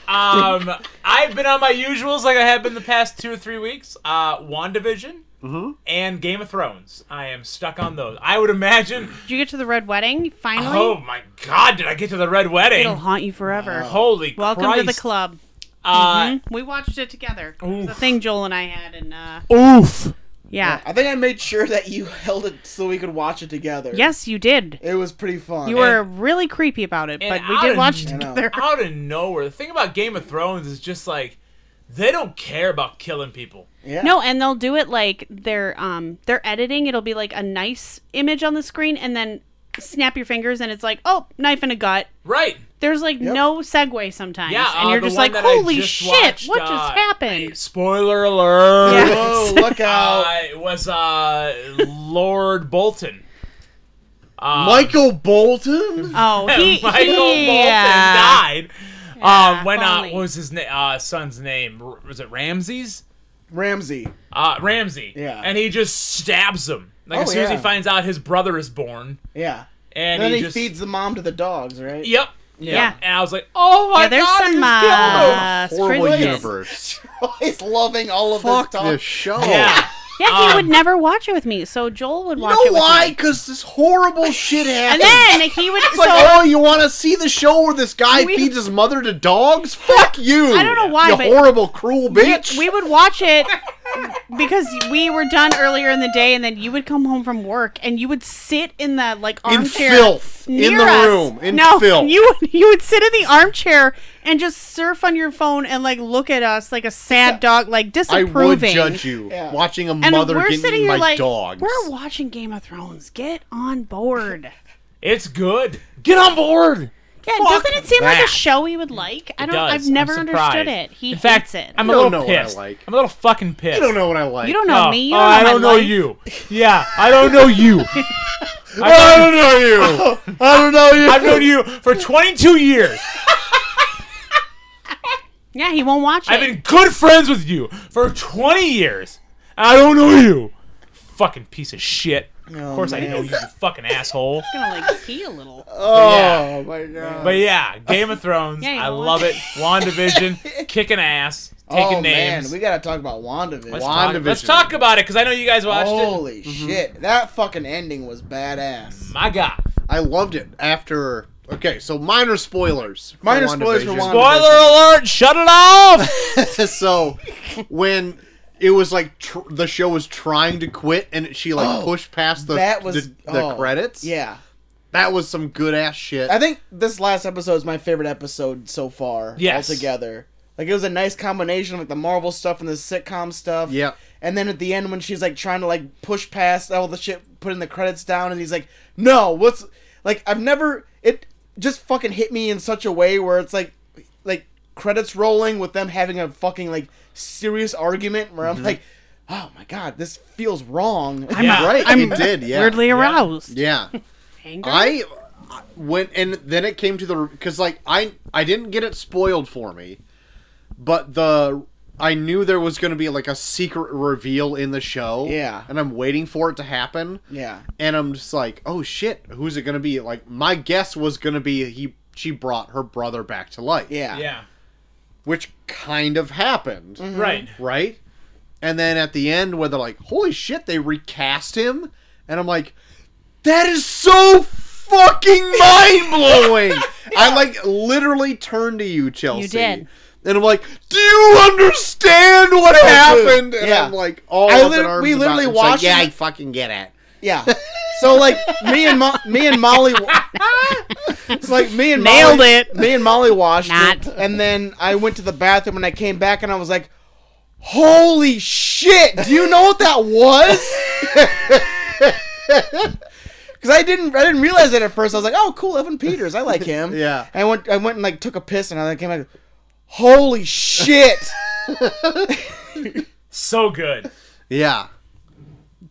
Speaker 3: Um, I've been on my usuals like I have been the past two or three weeks. Uh, WandaVision
Speaker 1: Mm-hmm.
Speaker 3: and Game of Thrones. I am stuck on those. I would imagine.
Speaker 7: did you get to the red wedding finally?
Speaker 3: Oh my God! Did I get to the red wedding?
Speaker 7: It'll haunt you forever.
Speaker 3: Holy
Speaker 7: Welcome
Speaker 3: Christ!
Speaker 7: to the club.
Speaker 3: Uh,
Speaker 7: Mhm. We watched it together. It was a
Speaker 3: Oof. Oh,
Speaker 7: thing Joel and I had, and uh,
Speaker 3: Oof!
Speaker 7: yeah.
Speaker 1: I think I made sure that you held it so we could watch it together.
Speaker 7: Yes, you did.
Speaker 1: It was pretty fun.
Speaker 7: You were really creepy about it, but
Speaker 3: and
Speaker 7: we
Speaker 3: out
Speaker 7: did
Speaker 3: of-
Speaker 7: watch it
Speaker 1: I know.
Speaker 7: together.
Speaker 3: Out of nowhere. The thing about Game of Thrones is just like they don't care about killing people.
Speaker 1: Yeah.
Speaker 7: No, and they'll do it like their um their editing. It'll be like a nice image on the screen, and then snap your fingers and it's like, oh, knife in a gut.
Speaker 3: Right.
Speaker 7: There's like no segue sometimes,
Speaker 3: Yeah,
Speaker 7: and
Speaker 3: uh,
Speaker 7: you're
Speaker 3: the
Speaker 7: just
Speaker 3: one
Speaker 7: like,
Speaker 3: that I
Speaker 7: holy
Speaker 3: just
Speaker 7: shit,
Speaker 3: watched,
Speaker 7: what just
Speaker 3: uh,
Speaker 7: happened?
Speaker 3: Spoiler alert.
Speaker 7: Yeah.
Speaker 1: Oh, look out!
Speaker 3: Uh, it was uh, Lord Bolton. Uh,
Speaker 2: Michael Bolton?
Speaker 7: Oh, he,
Speaker 3: Michael Bolton
Speaker 7: yeah.
Speaker 3: died.
Speaker 7: Yeah,
Speaker 3: uh, when
Speaker 7: if
Speaker 3: uh,
Speaker 7: only.
Speaker 3: what was his na- uh, son's name? R- was it Ramses?
Speaker 1: Ramsey.
Speaker 3: Uh, Ramsey.
Speaker 1: Yeah.
Speaker 3: And he just stabs him. Like
Speaker 1: Oh,
Speaker 3: as soon as he
Speaker 1: yeah.
Speaker 3: finds out his brother is born,
Speaker 1: Yeah. And
Speaker 3: and
Speaker 1: then
Speaker 3: he,
Speaker 1: he
Speaker 3: just
Speaker 1: feeds the mom to the dogs, right?
Speaker 3: Yep.
Speaker 7: Yeah.
Speaker 3: And I was like, oh my
Speaker 7: Yeah, there's
Speaker 3: god,
Speaker 7: some
Speaker 3: he just killed him.
Speaker 7: uh,
Speaker 2: Horrible
Speaker 7: stringent-
Speaker 2: universe.
Speaker 1: He's loving all of
Speaker 2: Fuck
Speaker 1: this dog.
Speaker 2: this show.
Speaker 3: Yeah.
Speaker 7: Yeah, he
Speaker 3: Um,
Speaker 7: would never watch it with me, so Joel would
Speaker 2: You
Speaker 7: watch
Speaker 2: know
Speaker 7: it with
Speaker 2: why?
Speaker 7: me.
Speaker 2: Because this horrible shit
Speaker 7: And
Speaker 2: happened.
Speaker 7: then he would.
Speaker 2: It's
Speaker 7: so
Speaker 2: like, oh, you want to see the show where this guy
Speaker 7: We-
Speaker 2: feeds his mother to dogs? Fuck you!
Speaker 7: I don't know why,
Speaker 2: You
Speaker 7: but-
Speaker 2: horrible, cruel bitch.
Speaker 7: we would watch it because we were done earlier in the day, and then you would come home from work, and you would sit in the like
Speaker 2: in
Speaker 7: armchair.
Speaker 2: filth, in
Speaker 7: near
Speaker 2: the
Speaker 7: us.
Speaker 2: room, in
Speaker 7: no,
Speaker 2: filth.
Speaker 7: You would- you would sit in the armchair and just surf on your phone and like look at us like a sad dog, like
Speaker 2: I
Speaker 7: disapproving.
Speaker 2: would judge you
Speaker 1: Yeah.
Speaker 2: watching a
Speaker 7: And
Speaker 2: mother
Speaker 7: we're
Speaker 2: get
Speaker 7: sitting
Speaker 2: eaten
Speaker 7: here
Speaker 2: by
Speaker 7: like
Speaker 2: dogs.
Speaker 7: we're watching Game of Thrones. Get on board.
Speaker 3: It's good.
Speaker 4: Get on board.
Speaker 7: Yeah,
Speaker 3: Fuck
Speaker 7: doesn't it seem like
Speaker 3: that.
Speaker 7: a show he would like? I
Speaker 3: It
Speaker 7: don't.
Speaker 3: does.
Speaker 7: I've never
Speaker 3: I'm
Speaker 7: understood
Speaker 3: surprised.
Speaker 7: it. He
Speaker 3: In fact,
Speaker 7: hates it.
Speaker 3: I'm a
Speaker 2: You don't
Speaker 3: little
Speaker 2: know what I
Speaker 3: pissed.
Speaker 2: like.
Speaker 3: I'm a little fucking pissed.
Speaker 2: you don't know what I like.
Speaker 7: you don't know me. You
Speaker 3: oh,
Speaker 7: don't know
Speaker 3: I
Speaker 7: my
Speaker 3: don't know
Speaker 7: life.
Speaker 3: you. Yeah, I don't know you.
Speaker 2: I
Speaker 3: I've
Speaker 2: don't
Speaker 3: known,
Speaker 2: know you. I don't know you.
Speaker 3: I've known you for 22 years.
Speaker 7: Yeah, he won't watch it.
Speaker 3: I've been good friends with you for 20 years. I don't know you. Fucking piece of shit.
Speaker 1: Oh,
Speaker 3: of course I
Speaker 1: man.
Speaker 3: know you, you fucking asshole.
Speaker 7: gonna like pee a little.
Speaker 1: Oh
Speaker 3: Yeah.
Speaker 1: my god.
Speaker 3: But yeah, Game of Thrones.
Speaker 7: Yeah, you
Speaker 3: I
Speaker 7: know
Speaker 3: love
Speaker 7: what?
Speaker 3: it. WandaVision, kicking ass, taking
Speaker 1: oh
Speaker 3: names.
Speaker 1: man, we gotta talk about WandaVision.
Speaker 3: Let's talk-
Speaker 2: WandaVision.
Speaker 3: Let's talk about it because I know you guys watched it.
Speaker 1: Holy shit, that fucking ending was badass.
Speaker 3: My God.
Speaker 2: I loved it after. Okay, so minor spoilers. for
Speaker 1: Minor spoilers for
Speaker 2: WandaVision.
Speaker 1: Wanda-
Speaker 3: Spoiler alert! Shut it off.
Speaker 2: so when it was like tr- the show was trying to quit and she like
Speaker 1: Oh,
Speaker 2: pushed past the
Speaker 1: that was
Speaker 2: the, the
Speaker 1: oh,
Speaker 2: credits.
Speaker 1: Yeah,
Speaker 2: that was some good ass shit.
Speaker 1: I think this last episode is my favorite episode so far.
Speaker 3: Yes.
Speaker 1: altogether. Like it was a nice combination of like the Marvel stuff and the sitcom stuff.
Speaker 2: Yep.
Speaker 1: And then at the end when she's like trying to like push past all the shit, putting the credits down, and he's like, "No, what's like I've never it just fucking hit me in such a way where it's like like credits rolling with them having a fucking like serious argument where I'm like, oh my god, this feels wrong. I'm
Speaker 3: Yeah.
Speaker 1: right.
Speaker 2: i it did. Yeah,
Speaker 7: Weirdly aroused.
Speaker 2: yeah.
Speaker 7: Anger?
Speaker 2: I went and then it came to the because like I I didn't get it spoiled for me, but the I knew there was going to be like a secret reveal in the show.
Speaker 1: Yeah.
Speaker 2: and I'm waiting for it to happen.
Speaker 1: yeah.
Speaker 2: and I'm just like, oh shit, who's it gonna be? Like my guess was gonna be he she brought her brother back to life.
Speaker 1: Yeah. Mm-hmm.
Speaker 3: yeah.
Speaker 2: Which kind of happened.
Speaker 3: Right.
Speaker 2: Right? And then at the end where they're like, holy shit, they recast him and I'm like, that is so fucking mind blowing. I like literally turned to you, Chelsea.
Speaker 7: did.
Speaker 2: And I'm like, do you understand what happened? And
Speaker 1: Yeah.
Speaker 2: I'm like, all
Speaker 1: I
Speaker 2: up
Speaker 1: lit-
Speaker 2: in arms
Speaker 1: we
Speaker 2: about
Speaker 1: literally
Speaker 2: it. And she's like,
Speaker 1: watched
Speaker 2: Yeah,
Speaker 1: it.
Speaker 2: I fucking get it.
Speaker 1: Yeah. So like me and Mo- me and Molly, it's like me and
Speaker 7: Nailed
Speaker 1: Molly,
Speaker 7: it.
Speaker 1: Me and Molly washed
Speaker 7: Not.
Speaker 1: it, and then I went to the bathroom and I came back and I was like, "Holy shit! Do you know what that was?" Because I didn't, I didn't realize it at first. I was like, "Oh, cool, Evan Peters, I like him."
Speaker 2: Yeah.
Speaker 1: I went, I went and like took a piss and I came back. Holy shit!
Speaker 3: So good.
Speaker 2: Yeah.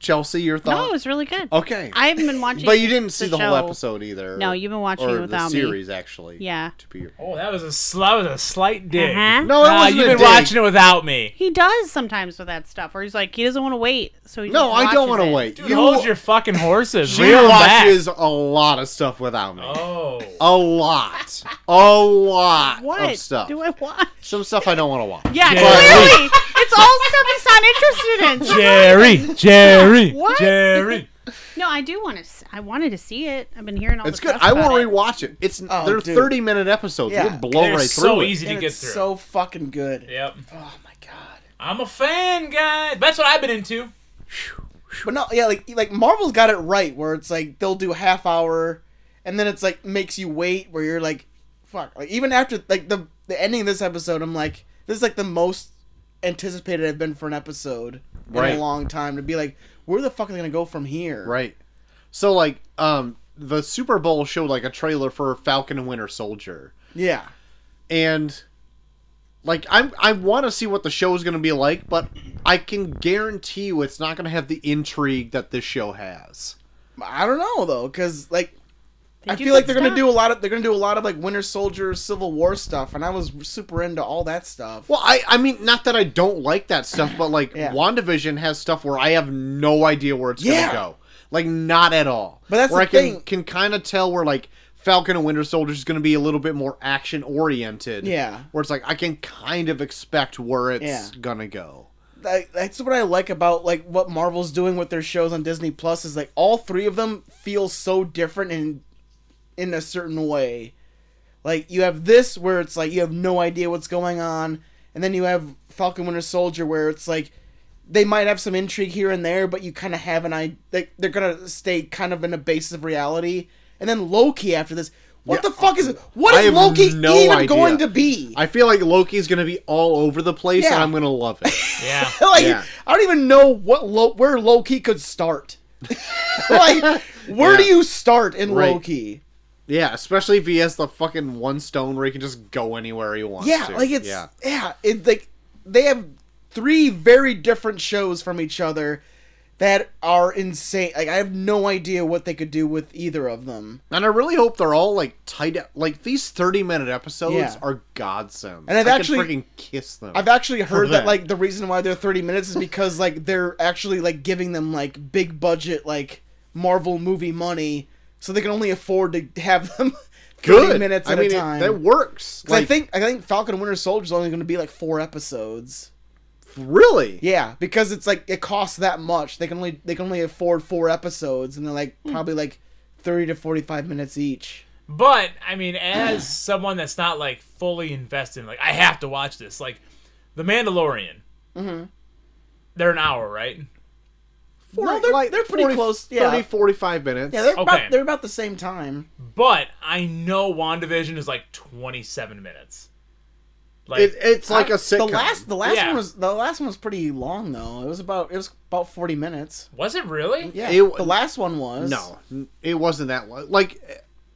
Speaker 2: Chelsea, your
Speaker 7: No, Oh, it
Speaker 2: thought?
Speaker 7: was really good.
Speaker 2: okay.
Speaker 7: I've been watching.
Speaker 2: but you didn't see the, whole
Speaker 7: show.
Speaker 2: episode either.
Speaker 7: No, you've been watching
Speaker 2: or
Speaker 7: it without
Speaker 2: the
Speaker 7: me.
Speaker 2: series, actually.
Speaker 7: Yeah.
Speaker 2: To be
Speaker 3: Oh, that was a sl- that was a slight dig.
Speaker 7: Uh-huh.
Speaker 2: No, it
Speaker 3: Nah,
Speaker 2: wasn't
Speaker 3: you've
Speaker 2: a
Speaker 3: been
Speaker 2: dig.
Speaker 3: watching it without me.
Speaker 7: He does sometimes with that stuff, where he's like, he doesn't want to wait, so he
Speaker 2: No,
Speaker 7: just
Speaker 2: I don't want to
Speaker 7: watches it.
Speaker 2: wait.
Speaker 3: Dude, hold your fucking horses.
Speaker 2: she
Speaker 3: Reel 'em back.
Speaker 2: watches a lot of stuff without me.
Speaker 3: Oh.
Speaker 2: A lot. A lot
Speaker 7: What
Speaker 2: of stuff.
Speaker 7: do I watch?
Speaker 2: Some stuff I don't want to watch.
Speaker 7: Yeah,
Speaker 3: Jerry.
Speaker 7: clearly, it's all stuff he's not interested in.
Speaker 3: Jerry, Jerry,
Speaker 7: What?
Speaker 3: Jerry.
Speaker 7: No, I do want to. I wanted to see it. I've been hearing all
Speaker 2: It's
Speaker 7: the
Speaker 2: good.
Speaker 7: press
Speaker 2: I
Speaker 7: about
Speaker 2: won't
Speaker 7: it.
Speaker 2: rewatch it. It's
Speaker 1: Oh,
Speaker 2: they're
Speaker 1: dude.
Speaker 2: thirty minute episodes.
Speaker 1: Yeah.
Speaker 2: We'll blow
Speaker 3: They're
Speaker 2: right
Speaker 3: so
Speaker 2: through
Speaker 3: easy to
Speaker 1: And
Speaker 3: get
Speaker 1: it's
Speaker 3: through.
Speaker 1: so fucking good.
Speaker 3: yep.
Speaker 1: Oh my god.
Speaker 3: I'm a fan, guys. That's what I've been into.
Speaker 1: But no, yeah, like like Marvel's got it right where it's like they'll do half hour, and then it's like makes you wait where you're like, fuck. Like even after like the the ending of this episode, I'm like, this is like the most anticipated I've been for an episode in
Speaker 2: Right.
Speaker 1: a long time to be like, where the fuck are they gonna go from here?
Speaker 2: it. Right. So like, um, the Super Bowl showed like a trailer for Falcon and Winter Soldier,
Speaker 1: Yeah.
Speaker 2: and like I'm I want to see what the show is going to be like, but I can guarantee you it's not going to have the intrigue that this show has.
Speaker 1: I don't know though, because like
Speaker 7: They
Speaker 1: I
Speaker 7: do
Speaker 1: feel like
Speaker 7: good
Speaker 1: they're gonna
Speaker 7: stuff.
Speaker 1: do a lot of they're gonna do a lot of like Winter Soldier, Civil War stuff, and I was super into all that stuff.
Speaker 2: Well, I I mean not that I don't like that stuff, but like
Speaker 1: Yeah.
Speaker 2: WandaVision has stuff where I have no idea where it's
Speaker 1: Yeah.
Speaker 2: going to go. Like not at all.
Speaker 1: But that's
Speaker 2: where
Speaker 1: the
Speaker 2: I can
Speaker 1: thing.
Speaker 2: can kind of tell where like Falcon and Winter Soldier is going to be a little bit more action oriented.
Speaker 1: Yeah.
Speaker 2: Where it's like I can kind of expect where it's
Speaker 1: Yeah.
Speaker 2: going to go.
Speaker 1: I, that's what I like about like what Marvel's doing with their shows on Disney Plus is like all three of them feel so different in in a certain way. Like you have this where it's like you have no idea what's going on, and then you have Falcon Winter Soldier where it's like they might have some intrigue here and there, but you kind of have an idea. They, they're gonna stay kind of in a base of reality, and then Loki after this. What
Speaker 2: Yeah,
Speaker 1: the fuck is what
Speaker 2: I
Speaker 1: is
Speaker 2: have
Speaker 1: Loki
Speaker 2: no
Speaker 1: even
Speaker 2: idea.
Speaker 1: going to be?
Speaker 2: I feel like Loki's going to be all over the place and
Speaker 1: Yeah.
Speaker 2: I'm going to love it.
Speaker 3: Yeah.
Speaker 1: like
Speaker 2: Yeah.
Speaker 1: I don't even know what low, where low key could start. like where do
Speaker 2: Yeah.
Speaker 1: you start in
Speaker 2: Right.
Speaker 1: low key?
Speaker 2: yeah, especially if he has the fucking one stone where he can just go anywhere he wants
Speaker 1: Yeah,
Speaker 2: to.
Speaker 1: like it's
Speaker 2: Yeah.
Speaker 1: yeah. it's like they have three very different shows from each other that are insane. Like I have no idea what they could do with either of them.
Speaker 2: And I really hope they're all like tight. Like these thirty-minute episodes
Speaker 1: Yeah.
Speaker 2: are godsends.
Speaker 1: And I've
Speaker 2: I
Speaker 1: actually-
Speaker 2: can freaking kiss them.
Speaker 1: I've actually heard that
Speaker 2: that.
Speaker 1: like the reason why they're 30 minutes is because like they're actually like giving them like big budget like Marvel movie money so they can only afford to have them 30 minutes at
Speaker 2: I mean,
Speaker 1: a
Speaker 2: it-
Speaker 1: time.
Speaker 2: that works.
Speaker 1: 'Cause I think I think Falcon and Winter Soldier is only going to be like four episodes.
Speaker 2: really.
Speaker 1: Yeah, because it's like it costs that much. They can only they can only afford four episodes, and they're like probably like thirty to forty five minutes each.
Speaker 3: But I mean, as someone that's not like fully invested, in, like I have to watch this. Like, The Mandalorian. Mm-hmm. They're an hour, right?
Speaker 1: no, they're, they're pretty
Speaker 2: 40
Speaker 1: close. Yeah,
Speaker 2: 30, 45 minutes.
Speaker 1: yeah, they're
Speaker 3: Okay.
Speaker 1: about they're about the same time.
Speaker 3: But I know WandaVision is like 27 minutes. Like,
Speaker 2: it, it's like a sitcom.
Speaker 1: The last the last
Speaker 3: Yeah.
Speaker 1: one was the last one was pretty long though. It was about it was about forty minutes.
Speaker 3: was it really?
Speaker 1: Yeah,
Speaker 2: It-
Speaker 1: the last one was
Speaker 2: no, n- it wasn't that long. Like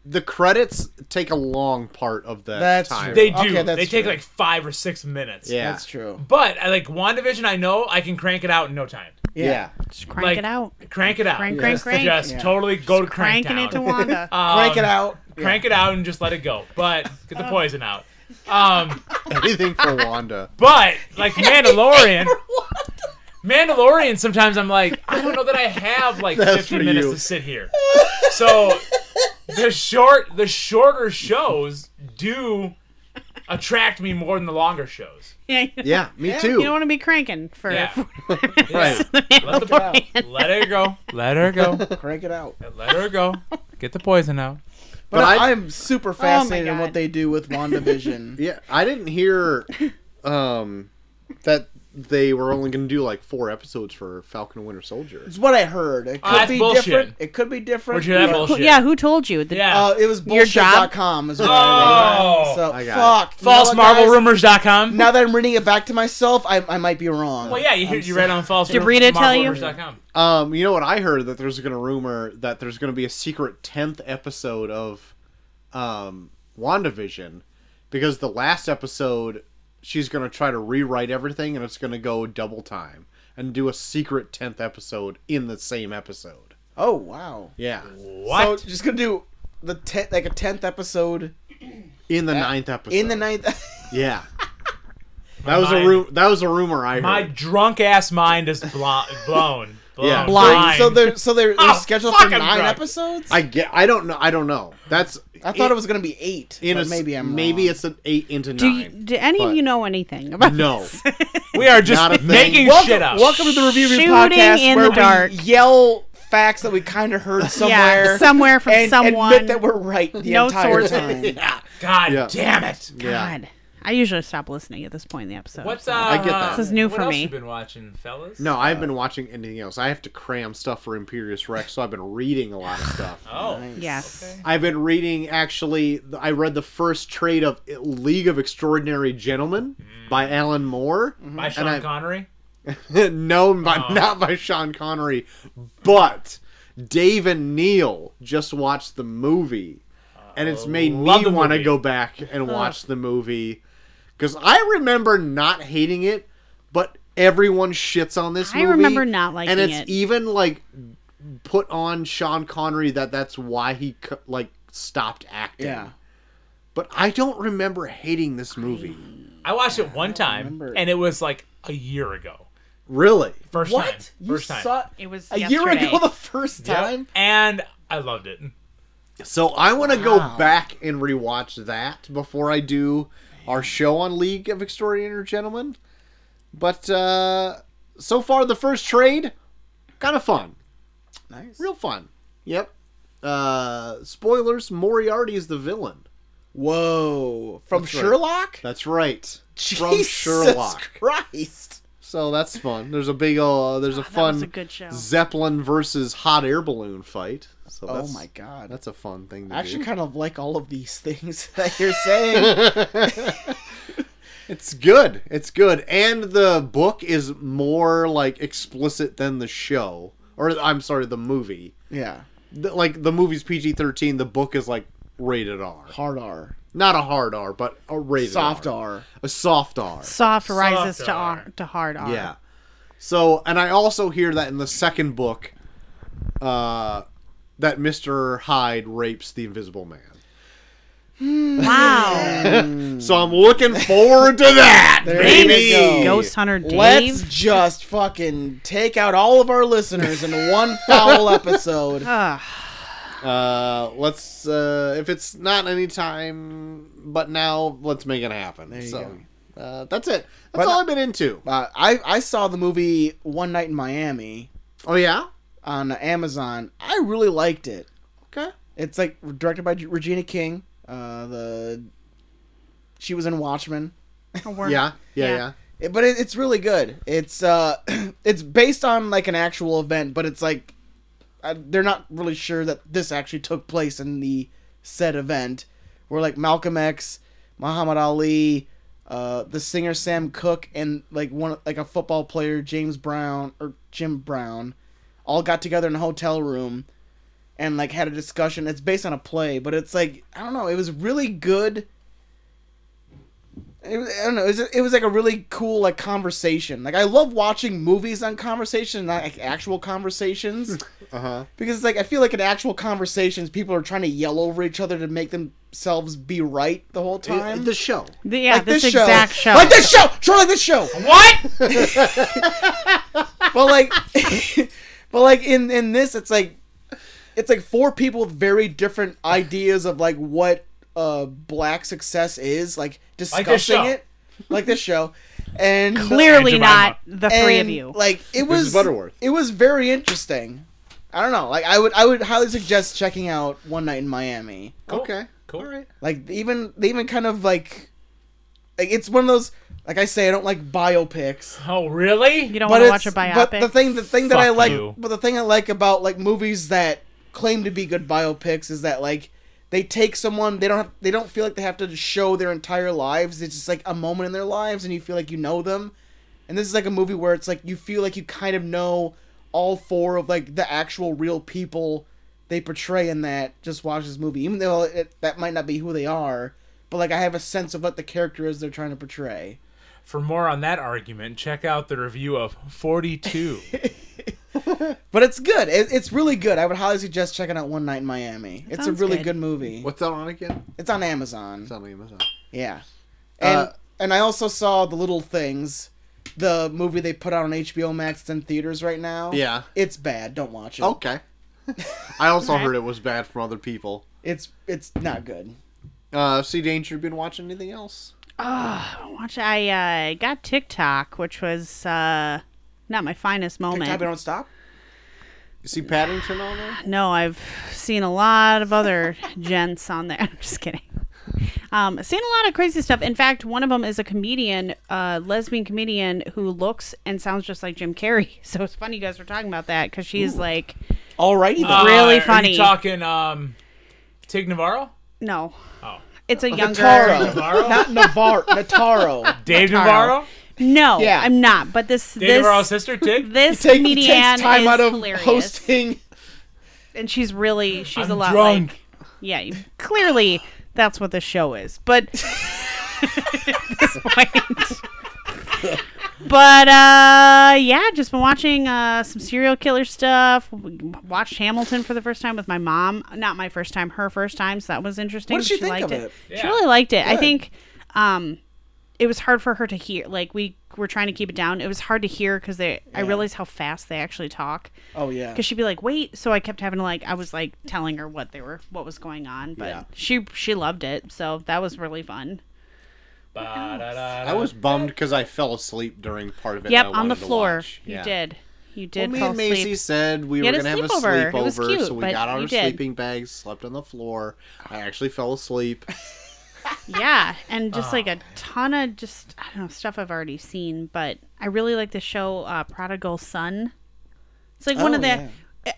Speaker 2: the credits take a long part of that.
Speaker 1: That's
Speaker 2: time.
Speaker 1: true.
Speaker 3: They do.
Speaker 1: Okay, that's
Speaker 3: they take
Speaker 1: true.
Speaker 3: like five or six minutes.
Speaker 2: Yeah.
Speaker 1: That's true.
Speaker 3: But I like WandaVision. I know I can crank it out in no time.
Speaker 1: Yeah.
Speaker 7: Just crank
Speaker 3: like-
Speaker 7: it out.
Speaker 3: Crank it out.
Speaker 7: Crank, crank,
Speaker 3: Just-
Speaker 7: crank.
Speaker 3: Just
Speaker 1: Yeah.
Speaker 3: totally go to crank
Speaker 7: Cranking it to
Speaker 3: town.
Speaker 7: Wanda.
Speaker 3: Um,
Speaker 1: Crank it out.
Speaker 3: Crank it out and just let it go. But get
Speaker 7: Oh.
Speaker 3: the poison out. Um,
Speaker 2: Anything for Wanda.
Speaker 3: but like Mandalorian. Mandalorian, sometimes I'm like, I don't know that I have like
Speaker 2: That's
Speaker 3: 15
Speaker 2: for
Speaker 3: minutes
Speaker 2: you.
Speaker 3: to sit here. So the short, the shorter shows do attract me more than the longer shows.
Speaker 7: yeah, you don't-
Speaker 2: Yeah, me too.
Speaker 7: You don't want to be cranking for.
Speaker 3: Yeah.
Speaker 2: right.
Speaker 3: Let, the, let her go. Let her go.
Speaker 1: Crank it out. But,
Speaker 3: Let her go. Get the poison out.
Speaker 2: I-
Speaker 1: I, am super
Speaker 3: Oh
Speaker 1: fascinated in
Speaker 7: God.
Speaker 1: what they do with WandaVision.
Speaker 2: Yeah, I didn't hear um that they were only going to do like four episodes for Falcon and Winter Soldier.
Speaker 1: It's what I heard. It could
Speaker 3: Ah, that's
Speaker 1: be
Speaker 3: bullshit.
Speaker 1: different. It could be different.
Speaker 3: Where'd you hear that
Speaker 1: Yeah.
Speaker 3: bullshit?
Speaker 7: yeah, who told you? The-
Speaker 3: Yeah.
Speaker 1: Uh, it was
Speaker 7: Your job?
Speaker 1: bullshit.com is what
Speaker 3: Oh.
Speaker 1: I read. So
Speaker 2: I got
Speaker 1: fuck. You know what, guys?
Speaker 3: FalseMarvelRumors.com.
Speaker 1: Now that I'm reading it back to myself, I, I might be wrong.
Speaker 3: well, yeah, you,
Speaker 1: I'm
Speaker 3: you
Speaker 1: sorry.
Speaker 3: read on false.
Speaker 7: Did Rita tell you?
Speaker 3: marvelrumors.com.
Speaker 2: Um, you know what I heard that there's going to rumor that there's going to be a secret tenth episode of um WandaVision because the last episode she's going to try to rewrite everything and it's going to go double time and do a secret tenth episode in the same episode.
Speaker 1: Oh wow.
Speaker 2: Yeah,
Speaker 3: What?
Speaker 1: So just gonna do the ten, like a tenth episode
Speaker 2: in the ninth episode.
Speaker 1: in the ninth.
Speaker 2: Yeah. That was a
Speaker 3: mind-
Speaker 2: ru- that was a rumor I heard.
Speaker 3: My drunk ass mind is blo- blown. blown.
Speaker 2: Yeah.
Speaker 7: Blind.
Speaker 1: so they're so they're, they're
Speaker 3: Oh,
Speaker 1: scheduled
Speaker 3: fuck,
Speaker 1: for
Speaker 3: I'm
Speaker 1: nine
Speaker 3: drunk.
Speaker 1: episodes.
Speaker 2: I get. I don't know. I don't know. That's.
Speaker 1: I thought it, was gonna be eight.
Speaker 2: In
Speaker 1: but
Speaker 2: a,
Speaker 1: maybe I'm
Speaker 2: Maybe
Speaker 1: wrong.
Speaker 2: it's an eight into
Speaker 7: Do, you,
Speaker 2: nine.
Speaker 7: do any
Speaker 2: but-
Speaker 7: of you know anything about
Speaker 2: No.
Speaker 3: We are
Speaker 2: Not a
Speaker 3: just
Speaker 2: thing.
Speaker 3: making
Speaker 1: welcome,
Speaker 3: shit up.
Speaker 1: Welcome to the review Review
Speaker 7: Shooting
Speaker 1: podcast
Speaker 7: in
Speaker 1: where
Speaker 7: the dark.
Speaker 1: we yell facts that we kind of heard somewhere.
Speaker 7: Yeah, somewhere from
Speaker 1: and
Speaker 7: someone.
Speaker 1: admit that we're right the
Speaker 7: No
Speaker 1: entire
Speaker 7: source.
Speaker 1: time.
Speaker 3: God
Speaker 2: Yeah.
Speaker 3: damn it.
Speaker 2: yeah.
Speaker 7: God, I usually stop listening at this point in the episode.
Speaker 3: What's uh,
Speaker 7: so-
Speaker 2: get that.
Speaker 7: This is new
Speaker 3: what
Speaker 7: for
Speaker 3: else
Speaker 7: me.
Speaker 3: you been watching, fellas?
Speaker 2: No, I've been watching anything else. I have to cram stuff for Imperious Rex, so I've been reading a lot of stuff.
Speaker 3: Oh.
Speaker 7: Yes.
Speaker 2: I've been reading actually. I read the first trade of League of Extraordinary Gentlemen
Speaker 3: Mm.
Speaker 2: by Alan Moore.
Speaker 1: Mm-hmm.
Speaker 3: By Sean
Speaker 2: I-
Speaker 3: Connery. Oh.
Speaker 2: no, by, not by Sean Connery, but Dave and Neil just watched the movie, and it's made
Speaker 3: Uh, Love
Speaker 2: me
Speaker 3: the
Speaker 2: want to
Speaker 3: movie.
Speaker 2: go back and watch the movie because I remember not hating it, but everyone shits on this
Speaker 7: I
Speaker 2: movie.
Speaker 7: remember not liking
Speaker 2: and it's
Speaker 7: it.
Speaker 2: even like put on Sean Connery that that's why he co- like stopped acting.
Speaker 1: Yeah.
Speaker 2: But I don't remember hating this movie.
Speaker 3: I watched it one time,
Speaker 1: remember.
Speaker 3: and it was like a year ago.
Speaker 2: Really?
Speaker 3: First time.
Speaker 1: You
Speaker 3: First time.
Speaker 1: saw
Speaker 7: It was
Speaker 1: a year
Speaker 7: yesterday.
Speaker 1: ago the first
Speaker 3: Yep.
Speaker 1: time.
Speaker 3: And I loved it.
Speaker 2: So I want to go back and rewatch that before I do our show on League of Extraordinary Gentlemen. But uh, so far, the first trade, kind of fun,
Speaker 1: Nice.
Speaker 2: real fun. Yep. Uh, spoilers: Moriarty is the villain.
Speaker 1: Whoa. From
Speaker 2: That's right.
Speaker 1: Sherlock?
Speaker 2: That's right. From
Speaker 1: Jesus
Speaker 2: Sherlock.
Speaker 1: Christ.
Speaker 2: So that's fun. There's a big, uh, there's a
Speaker 7: That was
Speaker 2: fun
Speaker 7: a good show.
Speaker 2: Zeppelin versus hot air balloon fight. So
Speaker 1: Oh
Speaker 2: that's,
Speaker 1: my god.
Speaker 2: that's a fun thing. To
Speaker 1: I actually
Speaker 2: do.
Speaker 1: kind of like all of these things that you're saying.
Speaker 2: It's good. It's good. And the book is more like explicit than the show. Or I'm sorry, the movie.
Speaker 1: yeah.
Speaker 2: The- like the movie's PG-13, the book is like rated R.
Speaker 1: Hard R.
Speaker 2: Not a hard R, but a rated
Speaker 1: Soft
Speaker 2: R.
Speaker 1: R.
Speaker 2: A soft R.
Speaker 7: Soft rises
Speaker 3: Soft
Speaker 7: to
Speaker 3: R.
Speaker 7: R, to hard R.
Speaker 2: Yeah. So, and I also hear that in the second book uh that Mr. Hyde rapes the Invisible Man.
Speaker 7: Wow.
Speaker 2: So I'm looking forward to that.
Speaker 1: Hmm. you
Speaker 2: baby.
Speaker 1: go.
Speaker 7: Ghost Hunter Dave.
Speaker 1: Let's just fucking take out all of our listeners in one foul episode.
Speaker 7: Ugh.
Speaker 2: Uh, let's uh, if it's not any time but now, let's make it happen.
Speaker 1: you
Speaker 2: so Uh, that's it. That's all I've been into.
Speaker 1: Uh, I I saw the movie One Night in Miami
Speaker 2: Oh yeah.
Speaker 1: on Amazon. I really liked it.
Speaker 2: Okay.
Speaker 1: It's like directed by Regina King. Uh, the she was in Watchmen.
Speaker 7: A word.
Speaker 2: Yeah. Yeah. Yeah.
Speaker 7: Yeah.
Speaker 1: It- but it, it's really good. It's uh, it's based on like an actual event, but it's like uh, they're not really sure that this actually took place in the said event, where like Malcolm X, Muhammad Ali, uh, the singer Sam Cooke, and like one like a football player James Brown or Jim Brown, all got together in a hotel room, and like had a discussion. It's based on a play, but it's like I don't know. It was really good. It was, I don't know. It was, it was like a really cool like conversation. Like I love watching movies on conversation, not like actual conversations,
Speaker 2: Uh huh.
Speaker 1: because like I feel like in actual conversations, people are trying to yell over each other to make themselves be right the whole time.
Speaker 2: Uh, The show.
Speaker 7: The- yeah,
Speaker 1: like
Speaker 7: this, exact show.
Speaker 1: like this show, sure like this show.
Speaker 3: What?
Speaker 1: but like but like in in this it's like it's like four people with very different ideas of like what uh black success is like
Speaker 3: Like this
Speaker 1: discussing
Speaker 3: show.
Speaker 1: it like this show and
Speaker 3: Aunt
Speaker 7: Clearly not
Speaker 3: Jemima.
Speaker 7: the three of
Speaker 1: and,
Speaker 7: you.
Speaker 1: like it was
Speaker 2: Butterworth.
Speaker 1: it was very interesting i don't know like i would i would highly suggest checking out one night in miami
Speaker 2: Okay.
Speaker 3: Cool.
Speaker 1: like they even they even kind of like like it's one of those like i say i don't like biopics
Speaker 3: Oh, really?
Speaker 7: you don't want to watch a
Speaker 1: it's- But
Speaker 7: biopic.
Speaker 1: the thing, the thing that I
Speaker 3: Fuck
Speaker 1: like,
Speaker 3: you.
Speaker 1: but the thing I like about like movies that claim to be good biopics is that like they take someone they don't have, they don't feel like they have to show their entire lives. It's just like a moment in their lives, and you feel like you know them. And this is like a movie where it's like you feel like you kind of know all four of like the actual real people they portray in that just watch this movie, even though it, that might not be who they are. But like I have a sense of what the character is they're trying to portray.
Speaker 3: For more on that argument, check out the review of 42.
Speaker 1: But it's good. It, it's really good. I would highly suggest checking out One Night in Miami. it's a
Speaker 7: sounds
Speaker 1: really good,
Speaker 7: good.
Speaker 1: movie.
Speaker 2: What's that on again?
Speaker 1: It's on Amazon.
Speaker 2: It's on Amazon.
Speaker 1: Yeah. And
Speaker 2: Uh,
Speaker 1: and I also saw The Little Things, the movie they put out on HBO Max it's in theaters right now.
Speaker 2: Yeah. Oh.
Speaker 1: It's bad. Don't watch it.
Speaker 2: Okay. I also heard it was bad from other people.
Speaker 1: It's it's not good.
Speaker 2: Uh, see, Danger, you been watching anything else?
Speaker 7: Watch, I uh, got TikTok, which was uh, not my finest moment.
Speaker 1: TikTok, I don't stop.
Speaker 2: You see Paddington on there?
Speaker 7: No, I've seen a lot of other gents on there. I'm just kidding. Um, seen a lot of crazy stuff. In fact, one of them is a comedian, uh, lesbian comedian who looks and sounds just like Jim Carrey. So it's funny you guys were talking about that because she's like,
Speaker 1: Alrighty then.
Speaker 3: Uh,
Speaker 7: Really
Speaker 3: are
Speaker 7: funny.
Speaker 3: You talking um, Tig Navarro?
Speaker 7: no,
Speaker 3: Oh.
Speaker 7: it's a younger.
Speaker 1: Nataro.
Speaker 3: Navarro?
Speaker 1: Not Navar Nataro.
Speaker 3: Dave
Speaker 7: Carl.
Speaker 3: Navarro?
Speaker 7: No,
Speaker 1: Yeah.
Speaker 7: I'm not. But this
Speaker 3: Dave
Speaker 7: this
Speaker 3: Navarro's sister, Tig?
Speaker 7: this
Speaker 1: Take,
Speaker 7: comedian
Speaker 1: takes time
Speaker 7: is
Speaker 1: out of
Speaker 7: hilarious.
Speaker 1: hosting
Speaker 7: and she's really she's a
Speaker 4: I'm
Speaker 7: lot
Speaker 4: drunk.
Speaker 7: like yeah you- clearly that's what the show is but at this point but uh yeah just been watching uh some serial killer stuff W- watched hamilton for the first time with my mom not my first time her first time so that was interesting
Speaker 1: What did she think
Speaker 7: liked
Speaker 1: of it?
Speaker 7: she really liked it i think um it was hard for her to hear like we were trying to keep it down it was hard to hear because they i realized how fast they actually talk
Speaker 1: Oh yeah.
Speaker 7: because she'd be like, "Wait!" So I kept having to like, I was like telling her what they were, what was going on, but
Speaker 1: Yeah.
Speaker 7: she she loved it, so that was really fun.
Speaker 2: I was bummed because I fell asleep during part of it.
Speaker 7: yep,
Speaker 2: and I
Speaker 7: on the
Speaker 2: wanted to
Speaker 7: floor,
Speaker 2: watch.
Speaker 7: you
Speaker 2: Yeah.
Speaker 7: did, you
Speaker 2: Well,
Speaker 7: did
Speaker 2: me
Speaker 7: fall
Speaker 2: and Macy
Speaker 7: asleep.
Speaker 2: said we
Speaker 7: You
Speaker 2: were
Speaker 7: had a
Speaker 2: gonna have a
Speaker 7: sleepover. It
Speaker 2: sleepover,
Speaker 7: was cute,
Speaker 2: so we
Speaker 7: but
Speaker 2: got out
Speaker 7: you
Speaker 2: our
Speaker 7: did.
Speaker 2: sleeping bags, slept on the floor. I actually fell asleep.
Speaker 7: yeah, and just like a ton of just I don't know stuff I've already seen, but I really like the show uh, Prodigal Son. It's like one
Speaker 1: Oh,
Speaker 7: of the.
Speaker 1: yeah.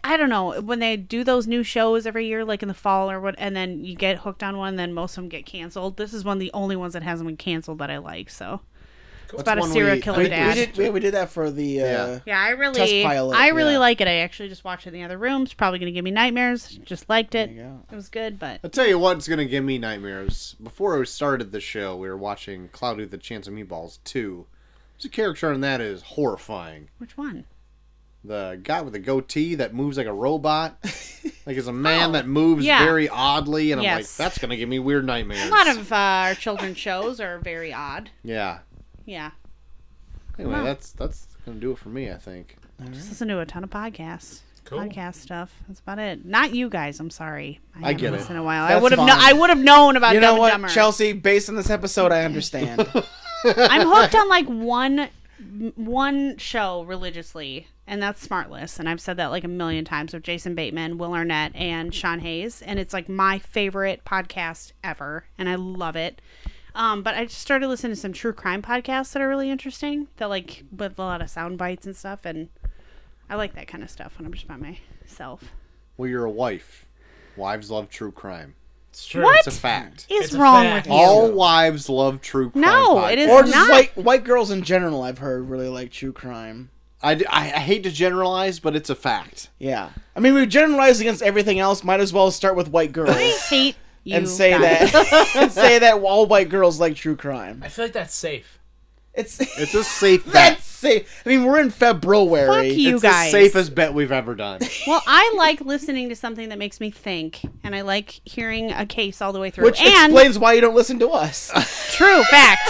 Speaker 7: I don't know when they do those new shows every year, like in the fall or what, and then you get hooked on one, then most of them get canceled. This is one of the only ones that hasn't been canceled that I like. So
Speaker 2: It's
Speaker 7: about a serial killer
Speaker 1: we, we
Speaker 7: dad.
Speaker 1: did we, we did that for the uh,
Speaker 2: Yeah.
Speaker 7: Yeah, I really,
Speaker 1: Test pilot,
Speaker 7: I really
Speaker 1: yeah.
Speaker 7: like it. I actually just watched it in the other room. It's probably gonna give me nightmares. Just liked it.
Speaker 1: you go.
Speaker 7: It was good, but
Speaker 2: I'll tell you what's gonna give me nightmares. Before we started the show, we were watching Cloudy with the Chance of Meatballs two. There's a character in that is horrifying.
Speaker 7: which one?
Speaker 2: The guy with the goatee that moves like a robot, like it's a man that moves
Speaker 7: Oh, yeah.
Speaker 2: very oddly, and I'm like,
Speaker 7: Yes.
Speaker 2: that's gonna give me weird nightmares.
Speaker 7: A lot of uh, our children's shows are very odd.
Speaker 2: yeah.
Speaker 7: Yeah,
Speaker 2: Anyway, that's that's gonna do it for me. I think.
Speaker 7: just listen to a ton of podcasts. Podcast stuff. That's about it. Not you guys. I'm sorry.
Speaker 2: I
Speaker 7: haven't
Speaker 2: get it.
Speaker 7: listened In a while, I
Speaker 1: That's
Speaker 7: would have.
Speaker 1: fine.
Speaker 7: I would have known about.
Speaker 1: You know
Speaker 7: Dumb and
Speaker 1: what,
Speaker 7: Dumber.
Speaker 1: Chelsea? Based on this episode, I understand.
Speaker 7: I'm hooked on like one m- one show religiously, and that's Smartless, and I've said that like a million times with Jason Bateman, Will Arnett, and Sean Hayes, and it's like my favorite podcast ever, and I love it. Um, but I just started listening to some true crime podcasts that are really interesting, that like with a lot of sound bites and stuff, and I like that kind of stuff when I'm just by myself.
Speaker 2: Well, you're a wife. Wives love true crime.
Speaker 3: It's true.
Speaker 7: What?
Speaker 2: It's a fact.
Speaker 7: Is
Speaker 3: It's a
Speaker 7: wrong
Speaker 3: fact.
Speaker 7: with you?
Speaker 2: All wives love true crime.
Speaker 7: No, it is
Speaker 2: podcasts.
Speaker 1: or just
Speaker 7: not.
Speaker 1: white white girls in general. I've heard really like true crime.
Speaker 2: I, d- I- I hate to generalize, but it's a fact.
Speaker 1: Yeah, I mean we generalize against everything else. Might as well start with white
Speaker 7: I
Speaker 1: girls
Speaker 7: hate you
Speaker 1: and say
Speaker 7: guys.
Speaker 1: that and say that all white girls like true crime.
Speaker 3: I feel like that's safe.
Speaker 1: It's
Speaker 2: It's a safe bet.
Speaker 1: that's safe. I mean we're in February.
Speaker 7: Fuck you
Speaker 2: it's
Speaker 7: guys.
Speaker 2: the safest bet we've ever done.
Speaker 7: Well, I like listening to something that makes me think, and I like hearing a case all the way through.
Speaker 1: Which
Speaker 7: and
Speaker 1: explains why you don't listen to us.
Speaker 7: true fact,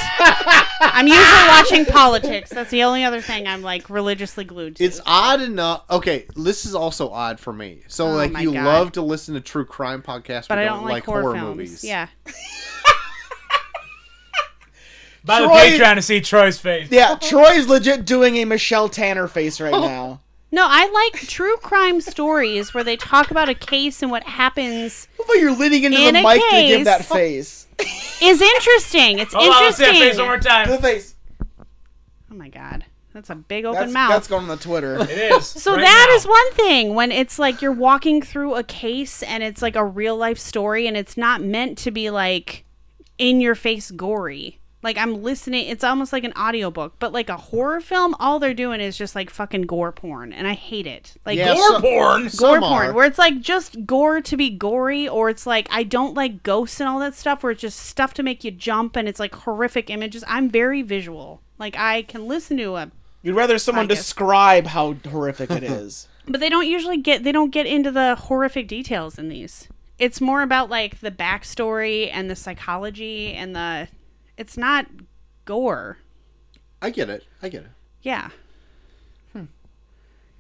Speaker 7: I'm usually watching politics. That's the only other thing I'm like religiously glued to.
Speaker 2: It's odd enough. Okay, this is also odd for me. So,
Speaker 7: Oh
Speaker 2: like,
Speaker 7: my
Speaker 2: you
Speaker 7: God.
Speaker 2: love to listen to true crime podcasts,
Speaker 7: but I don't like, horror, films.
Speaker 2: movies.
Speaker 7: Yeah,
Speaker 3: By the
Speaker 1: Troy-
Speaker 3: way, trying to see Troy's face.
Speaker 1: yeah, Troy's legit doing a Michelle Tanner face right
Speaker 7: Oh.
Speaker 1: now.
Speaker 7: no, I like true crime stories where they talk about a case and what happens.
Speaker 1: Look like you're leaning into
Speaker 7: In
Speaker 1: the
Speaker 7: a
Speaker 1: mic to give
Speaker 7: case.
Speaker 1: that face.
Speaker 7: Is interesting. It's
Speaker 3: Hold on, let's see
Speaker 7: interesting.
Speaker 3: that face one more time.
Speaker 1: The face.
Speaker 7: oh my god, that's a big open
Speaker 1: That's,
Speaker 7: mouth.
Speaker 1: that's going on the Twitter.
Speaker 3: It is.
Speaker 7: So that is one thing when it's like you're walking through a case and it's like a real life story and it's not meant to be like in your face gory. Like I'm listening, it's almost like an audiobook, but like a horror film, all they're doing is just like fucking gore porn and I hate it. Like
Speaker 2: Yeah,
Speaker 7: gore,
Speaker 2: so-
Speaker 3: porn.
Speaker 7: gore
Speaker 2: some
Speaker 7: porn
Speaker 2: are.
Speaker 7: where it's like just gore to be gory or it's like I don't like ghosts and all that stuff where it's just stuff to make you jump and it's like horrific images. I'm very visual. Like I can listen to a
Speaker 1: You'd rather someone
Speaker 7: I guess.
Speaker 1: describe how horrific it is.
Speaker 7: but they don't usually get they don't get into the horrific details in these it's more about like the backstory and the psychology and the it's not gore
Speaker 2: I get it. I get it.
Speaker 7: yeah
Speaker 2: Hmm.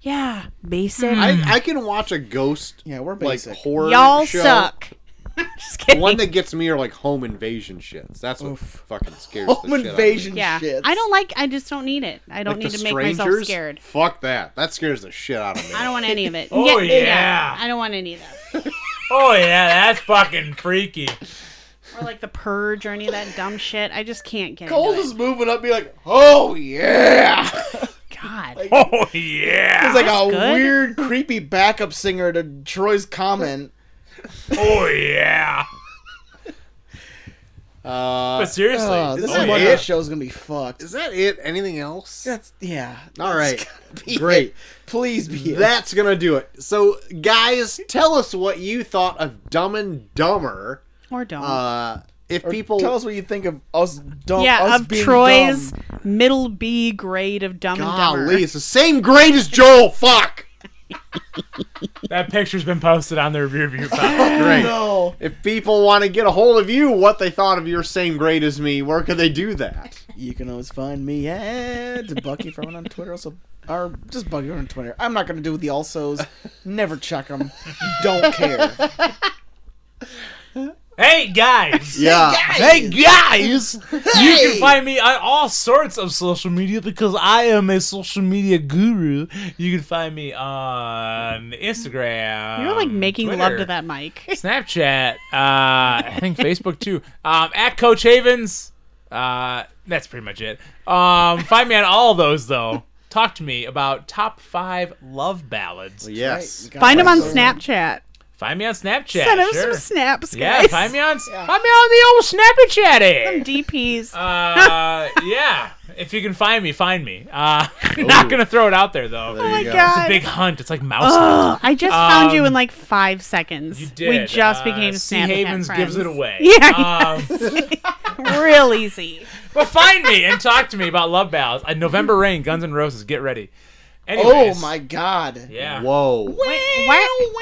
Speaker 7: yeah basic
Speaker 3: Hmm.
Speaker 2: I, I can watch a ghost
Speaker 1: Yeah, we're
Speaker 2: like
Speaker 1: basic.
Speaker 2: horror
Speaker 7: Hmm. y'all
Speaker 2: show.
Speaker 7: suck just
Speaker 2: The
Speaker 7: kidding
Speaker 2: one that gets me are like home invasion shits. That's what fucking scares
Speaker 1: Home
Speaker 2: the shit out of me.
Speaker 1: invasion
Speaker 7: yeah
Speaker 1: shits.
Speaker 7: i don't like i just don't need it i don't
Speaker 2: Like
Speaker 7: need
Speaker 2: the
Speaker 7: to make myself
Speaker 2: strangers?
Speaker 7: scared
Speaker 2: Fuck that. That scares the shit out of me.
Speaker 7: i don't want any of it
Speaker 3: Oh, yeah.
Speaker 7: i don't want any of that
Speaker 3: Oh yeah, that's fucking freaky.
Speaker 7: or like the purge or any of that dumb shit i just can't get
Speaker 2: Cole
Speaker 7: into
Speaker 2: is moving up, be like, "Oh yeah!"
Speaker 7: it. god
Speaker 3: Oh yeah.
Speaker 1: It's like a
Speaker 7: good.
Speaker 1: weird, creepy backup singer to Troy's comment.
Speaker 3: Oh yeah.
Speaker 2: Uh,
Speaker 3: But seriously,
Speaker 1: Oh, this
Speaker 3: this
Speaker 1: is
Speaker 3: is
Speaker 1: why
Speaker 2: yeah.
Speaker 1: this show's gonna be fucked.
Speaker 2: is that it? Anything else?
Speaker 1: That's yeah.
Speaker 2: All
Speaker 1: That's
Speaker 2: right.
Speaker 1: gotta be
Speaker 2: Great.
Speaker 1: it. Please be it.
Speaker 2: That's gonna do it. So, guys, tell us what you thought of Dumb and Dumber.
Speaker 7: Or don't.
Speaker 2: Uh, if
Speaker 1: Or
Speaker 2: people
Speaker 1: tell us what you think of us. Dumb,
Speaker 7: yeah,
Speaker 1: us
Speaker 7: of
Speaker 1: being
Speaker 7: Troy's
Speaker 1: dumb.
Speaker 7: middle B grade of Dumb and
Speaker 2: golly,
Speaker 7: Dumber.
Speaker 2: it's the same grade as Joel. Fuck.
Speaker 3: that picture's been posted on their review page.
Speaker 2: Great.
Speaker 1: No.
Speaker 2: If people want to get a hold of you, what they thought of your same grade as me, where could they do that?
Speaker 1: You can always find me at Bucky Furman on Twitter. Also, or just Bucky Furman on Twitter. I'm not gonna do the alsos. Never check them. Don't care.
Speaker 3: hey guys,
Speaker 2: Yeah.
Speaker 3: hey guys, you
Speaker 1: Hey!
Speaker 3: can find me on all sorts of social media because I am a social media guru. You can find me on Instagram.
Speaker 7: You're like making love
Speaker 3: Um, Twitter,
Speaker 7: to that mic.
Speaker 3: Snapchat. Uh, I think Facebook too. Um, at Coach Havens. Uh, that's pretty much it. Um, find me on all those though. Talk to me about top five love ballads.
Speaker 2: Yes.
Speaker 7: Find him on
Speaker 1: So-
Speaker 7: Snapchat.
Speaker 3: Find me on Snapchat.
Speaker 7: Send him
Speaker 3: sure.
Speaker 7: some snaps,
Speaker 3: yeah,
Speaker 7: guys.
Speaker 3: find me on
Speaker 1: Yeah.
Speaker 3: find me on the old Snappy Chatty.
Speaker 7: DPs.
Speaker 3: Uh, yeah. If you can find me, find me. Uh, I'm not gonna throw it out there though.
Speaker 7: oh my
Speaker 2: you go.
Speaker 3: It's a
Speaker 7: god.
Speaker 3: big hunt. It's like mouse.
Speaker 7: Ugh,
Speaker 3: hunt.
Speaker 7: I just found you
Speaker 3: Um,
Speaker 7: in like five seconds.
Speaker 3: You did.
Speaker 7: We just
Speaker 3: Uh,
Speaker 7: became
Speaker 3: Sea
Speaker 7: Snapchat
Speaker 3: Havens
Speaker 7: friends.
Speaker 3: gives it away.
Speaker 7: Yeah,
Speaker 3: Um,
Speaker 7: real easy.
Speaker 3: but find me and talk to me about love ballads. Uh, November Rain, Guns N' Roses. Get ready.
Speaker 1: Oh
Speaker 3: Anyways,
Speaker 1: my God.
Speaker 3: Yeah.
Speaker 2: Whoa.
Speaker 7: Wait, what?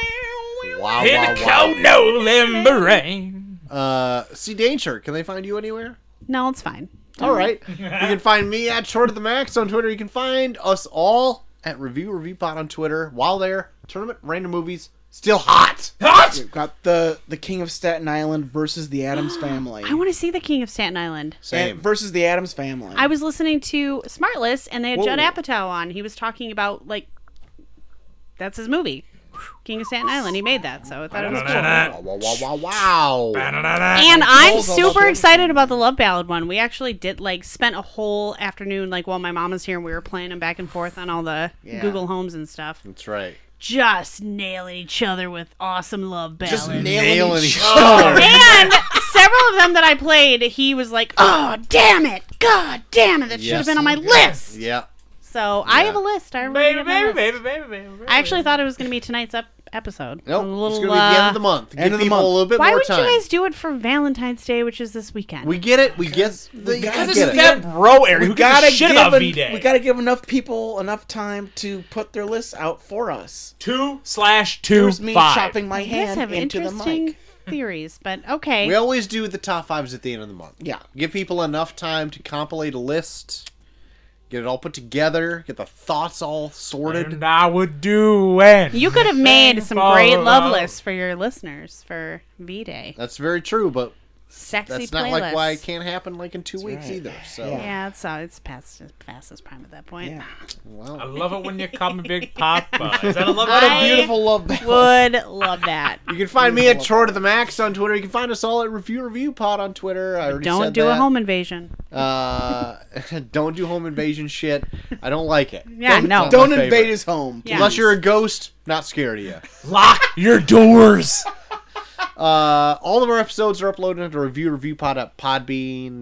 Speaker 2: Wow,
Speaker 3: In
Speaker 2: wow,
Speaker 3: the
Speaker 2: wow.
Speaker 3: cold November rain.
Speaker 2: Uh, see Danger. Can they find you anywhere?
Speaker 7: No, it's fine.
Speaker 2: All right. You can find me at Short of the Max on Twitter. You can find us all at Review Review Pod on Twitter. While there, tournament random movies still hot.
Speaker 3: Hot.
Speaker 1: We've got the the King of Staten Island versus the Adams Family.
Speaker 7: I want to see the King of Staten Island.
Speaker 1: And-
Speaker 2: Same.
Speaker 1: versus the Adams Family.
Speaker 7: I was listening to Smartless, and they had Judd
Speaker 1: Whoa.
Speaker 7: Apatow on. He was talking about like that's his movie, King of Staten Island. He made that, so I thought it was cool.
Speaker 2: Wow, wow, wow, wow, wow.
Speaker 7: And I'm
Speaker 1: Balls all
Speaker 7: super
Speaker 1: over.
Speaker 7: excited about the love ballad one. We actually did like spent a whole afternoon like while my mom was here, and we were playing them back and forth on all the
Speaker 1: Yeah.
Speaker 7: Google Homes and stuff.
Speaker 2: That's right.
Speaker 7: just nailing each other with awesome love ballads.
Speaker 2: Nailing each other.
Speaker 7: and several of them that I played, he was like, "Oh, damn it! God damn it! That should
Speaker 2: Yes.
Speaker 7: have been on my list."
Speaker 2: Yeah.
Speaker 7: So I have a list. I
Speaker 3: Baby,
Speaker 7: remember.
Speaker 3: baby, baby, baby, baby.
Speaker 7: I actually thought it was going to be tonight's up episode.
Speaker 2: Nope.
Speaker 7: A little,
Speaker 2: it's gonna be the end of the
Speaker 7: uh,
Speaker 2: month. Give
Speaker 1: end of the
Speaker 2: people
Speaker 1: month.
Speaker 2: a little bit
Speaker 7: Why
Speaker 2: more
Speaker 7: would
Speaker 2: time.
Speaker 7: you guys do it for Valentine's Day, which is this weekend?
Speaker 2: we get it. We get. The, you
Speaker 1: gotta
Speaker 2: guys
Speaker 1: get
Speaker 2: get
Speaker 1: it.
Speaker 2: it.
Speaker 3: that bro area. Who gives a shit
Speaker 1: give
Speaker 3: about
Speaker 1: en-
Speaker 3: V Day?
Speaker 1: we gotta give enough people enough time to put their lists out for us.
Speaker 3: two slash two
Speaker 1: Here's me
Speaker 3: five.
Speaker 1: chopping my
Speaker 7: you guys
Speaker 1: hand
Speaker 7: have
Speaker 1: into the
Speaker 7: interesting
Speaker 1: mic.
Speaker 7: theories, but okay.
Speaker 2: We always do the top fives at the end of the month.
Speaker 1: Yeah.
Speaker 2: Give people enough time to compilate a list, get it all put together, get the thoughts all sorted.
Speaker 3: And I would do it.
Speaker 7: you could have made some great
Speaker 3: Follow
Speaker 7: love
Speaker 3: up.
Speaker 7: lists for your listeners for V Day.
Speaker 2: That's very true, but
Speaker 7: Sexy
Speaker 2: that's not
Speaker 7: playlist.
Speaker 2: like why it can't happen like in two weeks either. So,
Speaker 1: Yeah.
Speaker 7: Yeah, it's uh, it's past it's past its prime at that point.
Speaker 1: Yeah.
Speaker 3: I
Speaker 2: well,
Speaker 3: love it when you call me Big Papa. Is that a love
Speaker 1: What
Speaker 3: letter?
Speaker 1: a beautiful love ballad.
Speaker 7: Would love that.
Speaker 2: you can find me at Short of the Max on Twitter. You can find us all at Review Review Pod on Twitter. I already
Speaker 7: Don't
Speaker 2: said
Speaker 7: do
Speaker 2: that.
Speaker 7: a home invasion.
Speaker 2: Uh, don't do home invasion shit. I don't like it.
Speaker 7: Yeah, no.
Speaker 1: Don't
Speaker 2: My
Speaker 1: invade
Speaker 2: favorite.
Speaker 1: his home.
Speaker 7: Yeah.
Speaker 2: Unless you're a ghost, not scared of you.
Speaker 3: Lock your doors.
Speaker 2: Uh, all of our episodes are uploaded onto review review pod at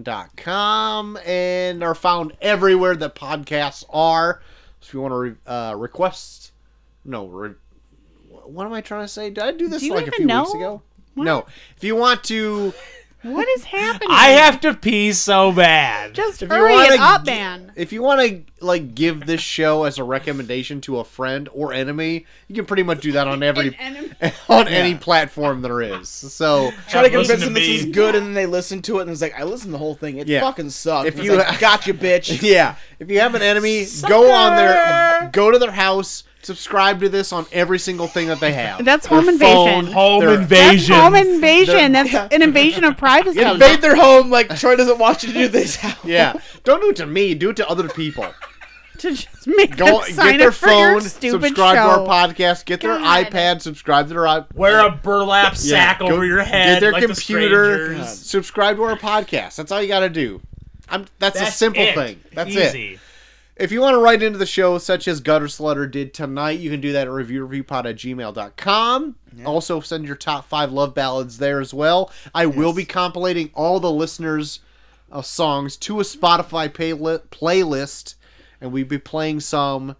Speaker 2: podbean.com and are found everywhere that podcasts are. So if you want to re- uh, request, no, re- what am I trying to say? Did I do this
Speaker 7: Do you
Speaker 2: like a
Speaker 7: even
Speaker 2: few weeks
Speaker 7: know?
Speaker 2: ago? No. If you want to,
Speaker 7: What is happening?
Speaker 3: I have to pee so bad.
Speaker 7: just
Speaker 2: if you
Speaker 7: hurry
Speaker 2: wanna
Speaker 7: it up,
Speaker 2: gi-
Speaker 7: man.
Speaker 2: if you want to like give this show as a recommendation to a friend or enemy, you can pretty much do that on every on any platform there is. So
Speaker 1: Try to
Speaker 3: Listen
Speaker 1: convince
Speaker 3: to
Speaker 1: them this
Speaker 3: me.
Speaker 1: is good, and then they listen to it, and it's like, I listened to the whole thing. It
Speaker 2: Yeah.
Speaker 1: fucking sucked.
Speaker 2: If
Speaker 1: If you
Speaker 2: you-
Speaker 1: like, got you, bitch.
Speaker 2: Yeah. If you have an enemy, go on their go to their house, subscribe to this on every single thing that they have.
Speaker 7: That's home
Speaker 3: Phone
Speaker 7: invasion.
Speaker 3: home
Speaker 2: They're-
Speaker 7: That's
Speaker 3: invasion.
Speaker 7: home invasion. That's an invasion of privacy.
Speaker 1: Invade their home like Troy doesn't want you to do this.
Speaker 2: yeah. Don't do it to me, do it to other people.
Speaker 7: To just make
Speaker 2: Go
Speaker 7: them sign
Speaker 2: get their
Speaker 7: up for your
Speaker 2: phone,
Speaker 7: stupid
Speaker 2: subscribe
Speaker 7: show.
Speaker 2: to our podcast, get their
Speaker 7: God.
Speaker 2: iPad, subscribe to their iPad.
Speaker 3: Wear a burlap sack over your head.
Speaker 2: Get their
Speaker 3: like the
Speaker 2: computer,
Speaker 3: strangers.
Speaker 2: subscribe to our podcast. That's all you got to do. I'm, that's, a
Speaker 3: That's
Speaker 2: simple
Speaker 3: it.
Speaker 2: thing. That's
Speaker 3: Easy.
Speaker 2: it. If you want to write into the show, such as Gutter Slutter did tonight, you can do that at reviewreviewpod at gmail.com. Also, send your top five love ballads there as well. I will be compilating all the listeners' uh, songs to a Spotify payli- playlist, and we'll be playing some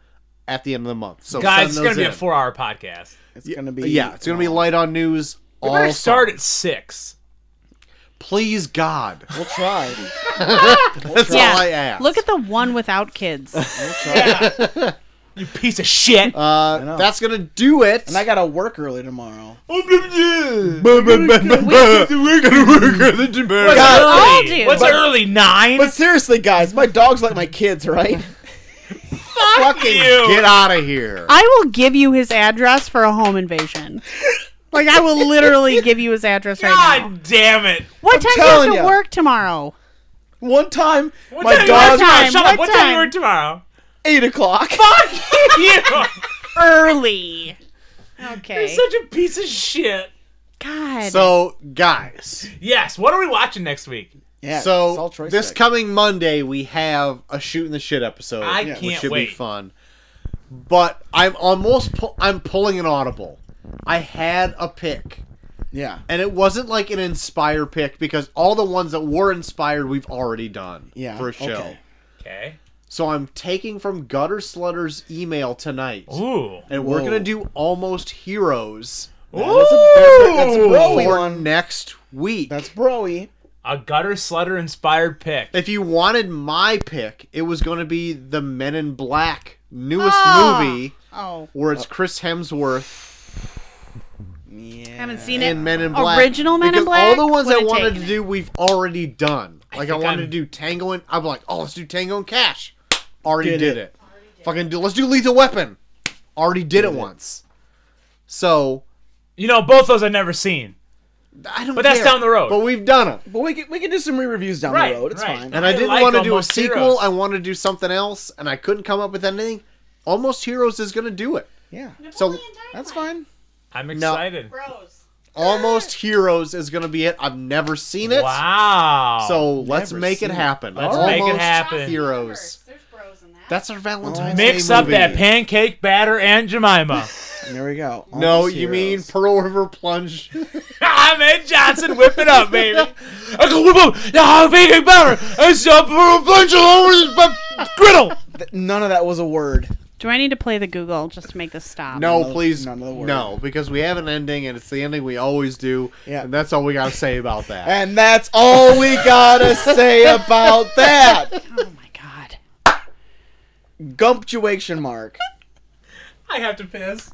Speaker 2: at the end of the month. So,
Speaker 3: Guys, it's
Speaker 2: send
Speaker 3: gonna
Speaker 2: those
Speaker 3: be a
Speaker 2: in.
Speaker 3: four-hour podcast.
Speaker 1: It's gonna be
Speaker 2: Yeah, it's going to be light on news.
Speaker 3: We
Speaker 2: all
Speaker 3: better start
Speaker 2: songs.
Speaker 3: at six.
Speaker 2: Please, God.
Speaker 1: We'll try.
Speaker 2: That's all I ask.
Speaker 7: Look at the one without kids.
Speaker 1: We'll try.
Speaker 3: You piece of shit.
Speaker 2: uh,
Speaker 1: know.
Speaker 2: that's going to do it.
Speaker 1: and I gotta work early tomorrow.
Speaker 3: What's
Speaker 2: God.
Speaker 7: I'll
Speaker 3: early?
Speaker 7: do.
Speaker 3: What's
Speaker 7: But-
Speaker 3: early? Nine.
Speaker 1: But seriously, guys, my dog's like my kids, right?
Speaker 2: fucking get out of here.
Speaker 7: I will give you his address for a home invasion. Like I will literally give you his address right now.
Speaker 3: God damn it!
Speaker 7: What time do you have
Speaker 1: telling
Speaker 7: to
Speaker 1: ya.
Speaker 7: work tomorrow?
Speaker 1: One time,
Speaker 3: What
Speaker 1: my
Speaker 3: time you
Speaker 1: dog
Speaker 3: work tomorrow?
Speaker 7: time?
Speaker 3: Shut
Speaker 7: What
Speaker 3: up. What time
Speaker 7: time?
Speaker 3: you work tomorrow?
Speaker 1: eight o'clock.
Speaker 3: you.
Speaker 7: Early. Okay.
Speaker 3: Such a piece of shit.
Speaker 7: God.
Speaker 2: So, guys,
Speaker 3: Yes. What are we watching next week?
Speaker 1: Yeah. it's all
Speaker 2: so
Speaker 1: choice
Speaker 2: this
Speaker 1: sex.
Speaker 2: coming Monday we have a shooting the shit episode.
Speaker 3: I
Speaker 2: which
Speaker 3: can't
Speaker 2: should
Speaker 3: wait.
Speaker 2: be fun. But I'm almost pu- I'm pulling an audible. I had a pick,
Speaker 1: yeah,
Speaker 2: and it wasn't like an inspire pick because all the ones that were inspired we've already done
Speaker 1: Yeah,
Speaker 2: for a show.
Speaker 1: okay.
Speaker 3: Okay.
Speaker 2: So I'm taking from Gutter Slutter's email tonight,
Speaker 3: Ooh.
Speaker 2: and we're
Speaker 1: Whoa.
Speaker 2: gonna do almost heroes
Speaker 1: that's a better- that's
Speaker 3: Ooh.
Speaker 1: broy
Speaker 2: for
Speaker 1: one.
Speaker 2: next week.
Speaker 1: That's broy.
Speaker 3: A gutter slutter inspired pick.
Speaker 2: if you wanted my pick, it was going to be the Men in Black newest
Speaker 7: Ah.
Speaker 2: movie
Speaker 7: oh,
Speaker 2: where it's Chris Hemsworth
Speaker 7: I haven't seen it.
Speaker 2: in Men in Black.
Speaker 7: Original Men in
Speaker 2: Because
Speaker 7: Black
Speaker 2: All the ones I
Speaker 7: would've
Speaker 2: wanted
Speaker 7: taken
Speaker 2: to
Speaker 7: it.
Speaker 2: do, we've already done. Like I,
Speaker 3: think
Speaker 2: wanted
Speaker 3: I'm-
Speaker 2: to do Tango and I'm like, oh, let's do Tango and Cash. Already
Speaker 1: Did
Speaker 2: did,
Speaker 1: it.
Speaker 2: it. Fucking do. Let's do Lethal Weapon. Already did, it, once. So
Speaker 3: You know, both those I've never seen.
Speaker 2: I don't.
Speaker 3: But that's
Speaker 2: care.
Speaker 3: down the road.
Speaker 2: But we've done them.
Speaker 1: But we can we can do some re-reviews down
Speaker 3: Right,
Speaker 1: the road. It's
Speaker 3: right.
Speaker 1: fine.
Speaker 2: And I,
Speaker 3: I
Speaker 2: didn't
Speaker 3: like
Speaker 2: want to do a
Speaker 3: Almost
Speaker 2: sequel.
Speaker 3: Heroes.
Speaker 2: I wanted to do something else, and I couldn't come up with anything. Almost Heroes is going to do it.
Speaker 1: yeah,
Speaker 2: So
Speaker 1: that's fine.
Speaker 3: I'm excited.
Speaker 2: Almost Heroes is going to be it. I've never seen it.
Speaker 3: Wow.
Speaker 2: So let's
Speaker 1: Never
Speaker 2: make it
Speaker 1: seen it.
Speaker 2: happen.
Speaker 3: Let's
Speaker 2: Almost
Speaker 3: make it happen.
Speaker 2: Heroes.
Speaker 8: There's bros in that.
Speaker 2: That's our
Speaker 1: Oh,
Speaker 2: Valentine's Day
Speaker 3: mix up
Speaker 2: movie.
Speaker 3: that pancake batter and Jemima.
Speaker 1: There we go. Almost
Speaker 2: No, you mean
Speaker 1: heroes.
Speaker 2: Pearl River Plunge?
Speaker 3: I'm Ed Johnson. Whip it up, baby. I can whip up the pancake batter. It's a bunch of over the griddle.
Speaker 1: Th- none of that was a word.
Speaker 7: Do I need to play the Google just to make this stop?
Speaker 2: No,
Speaker 1: None of-
Speaker 2: please,
Speaker 1: none of the word.
Speaker 2: no, because we have an ending, and it's the ending we always do,
Speaker 1: Yeah.
Speaker 2: and that's all we gotta say about that.
Speaker 1: And that's all we gotta say about that.
Speaker 7: Oh my God.
Speaker 1: Gumptuation mark.
Speaker 3: I have to piss.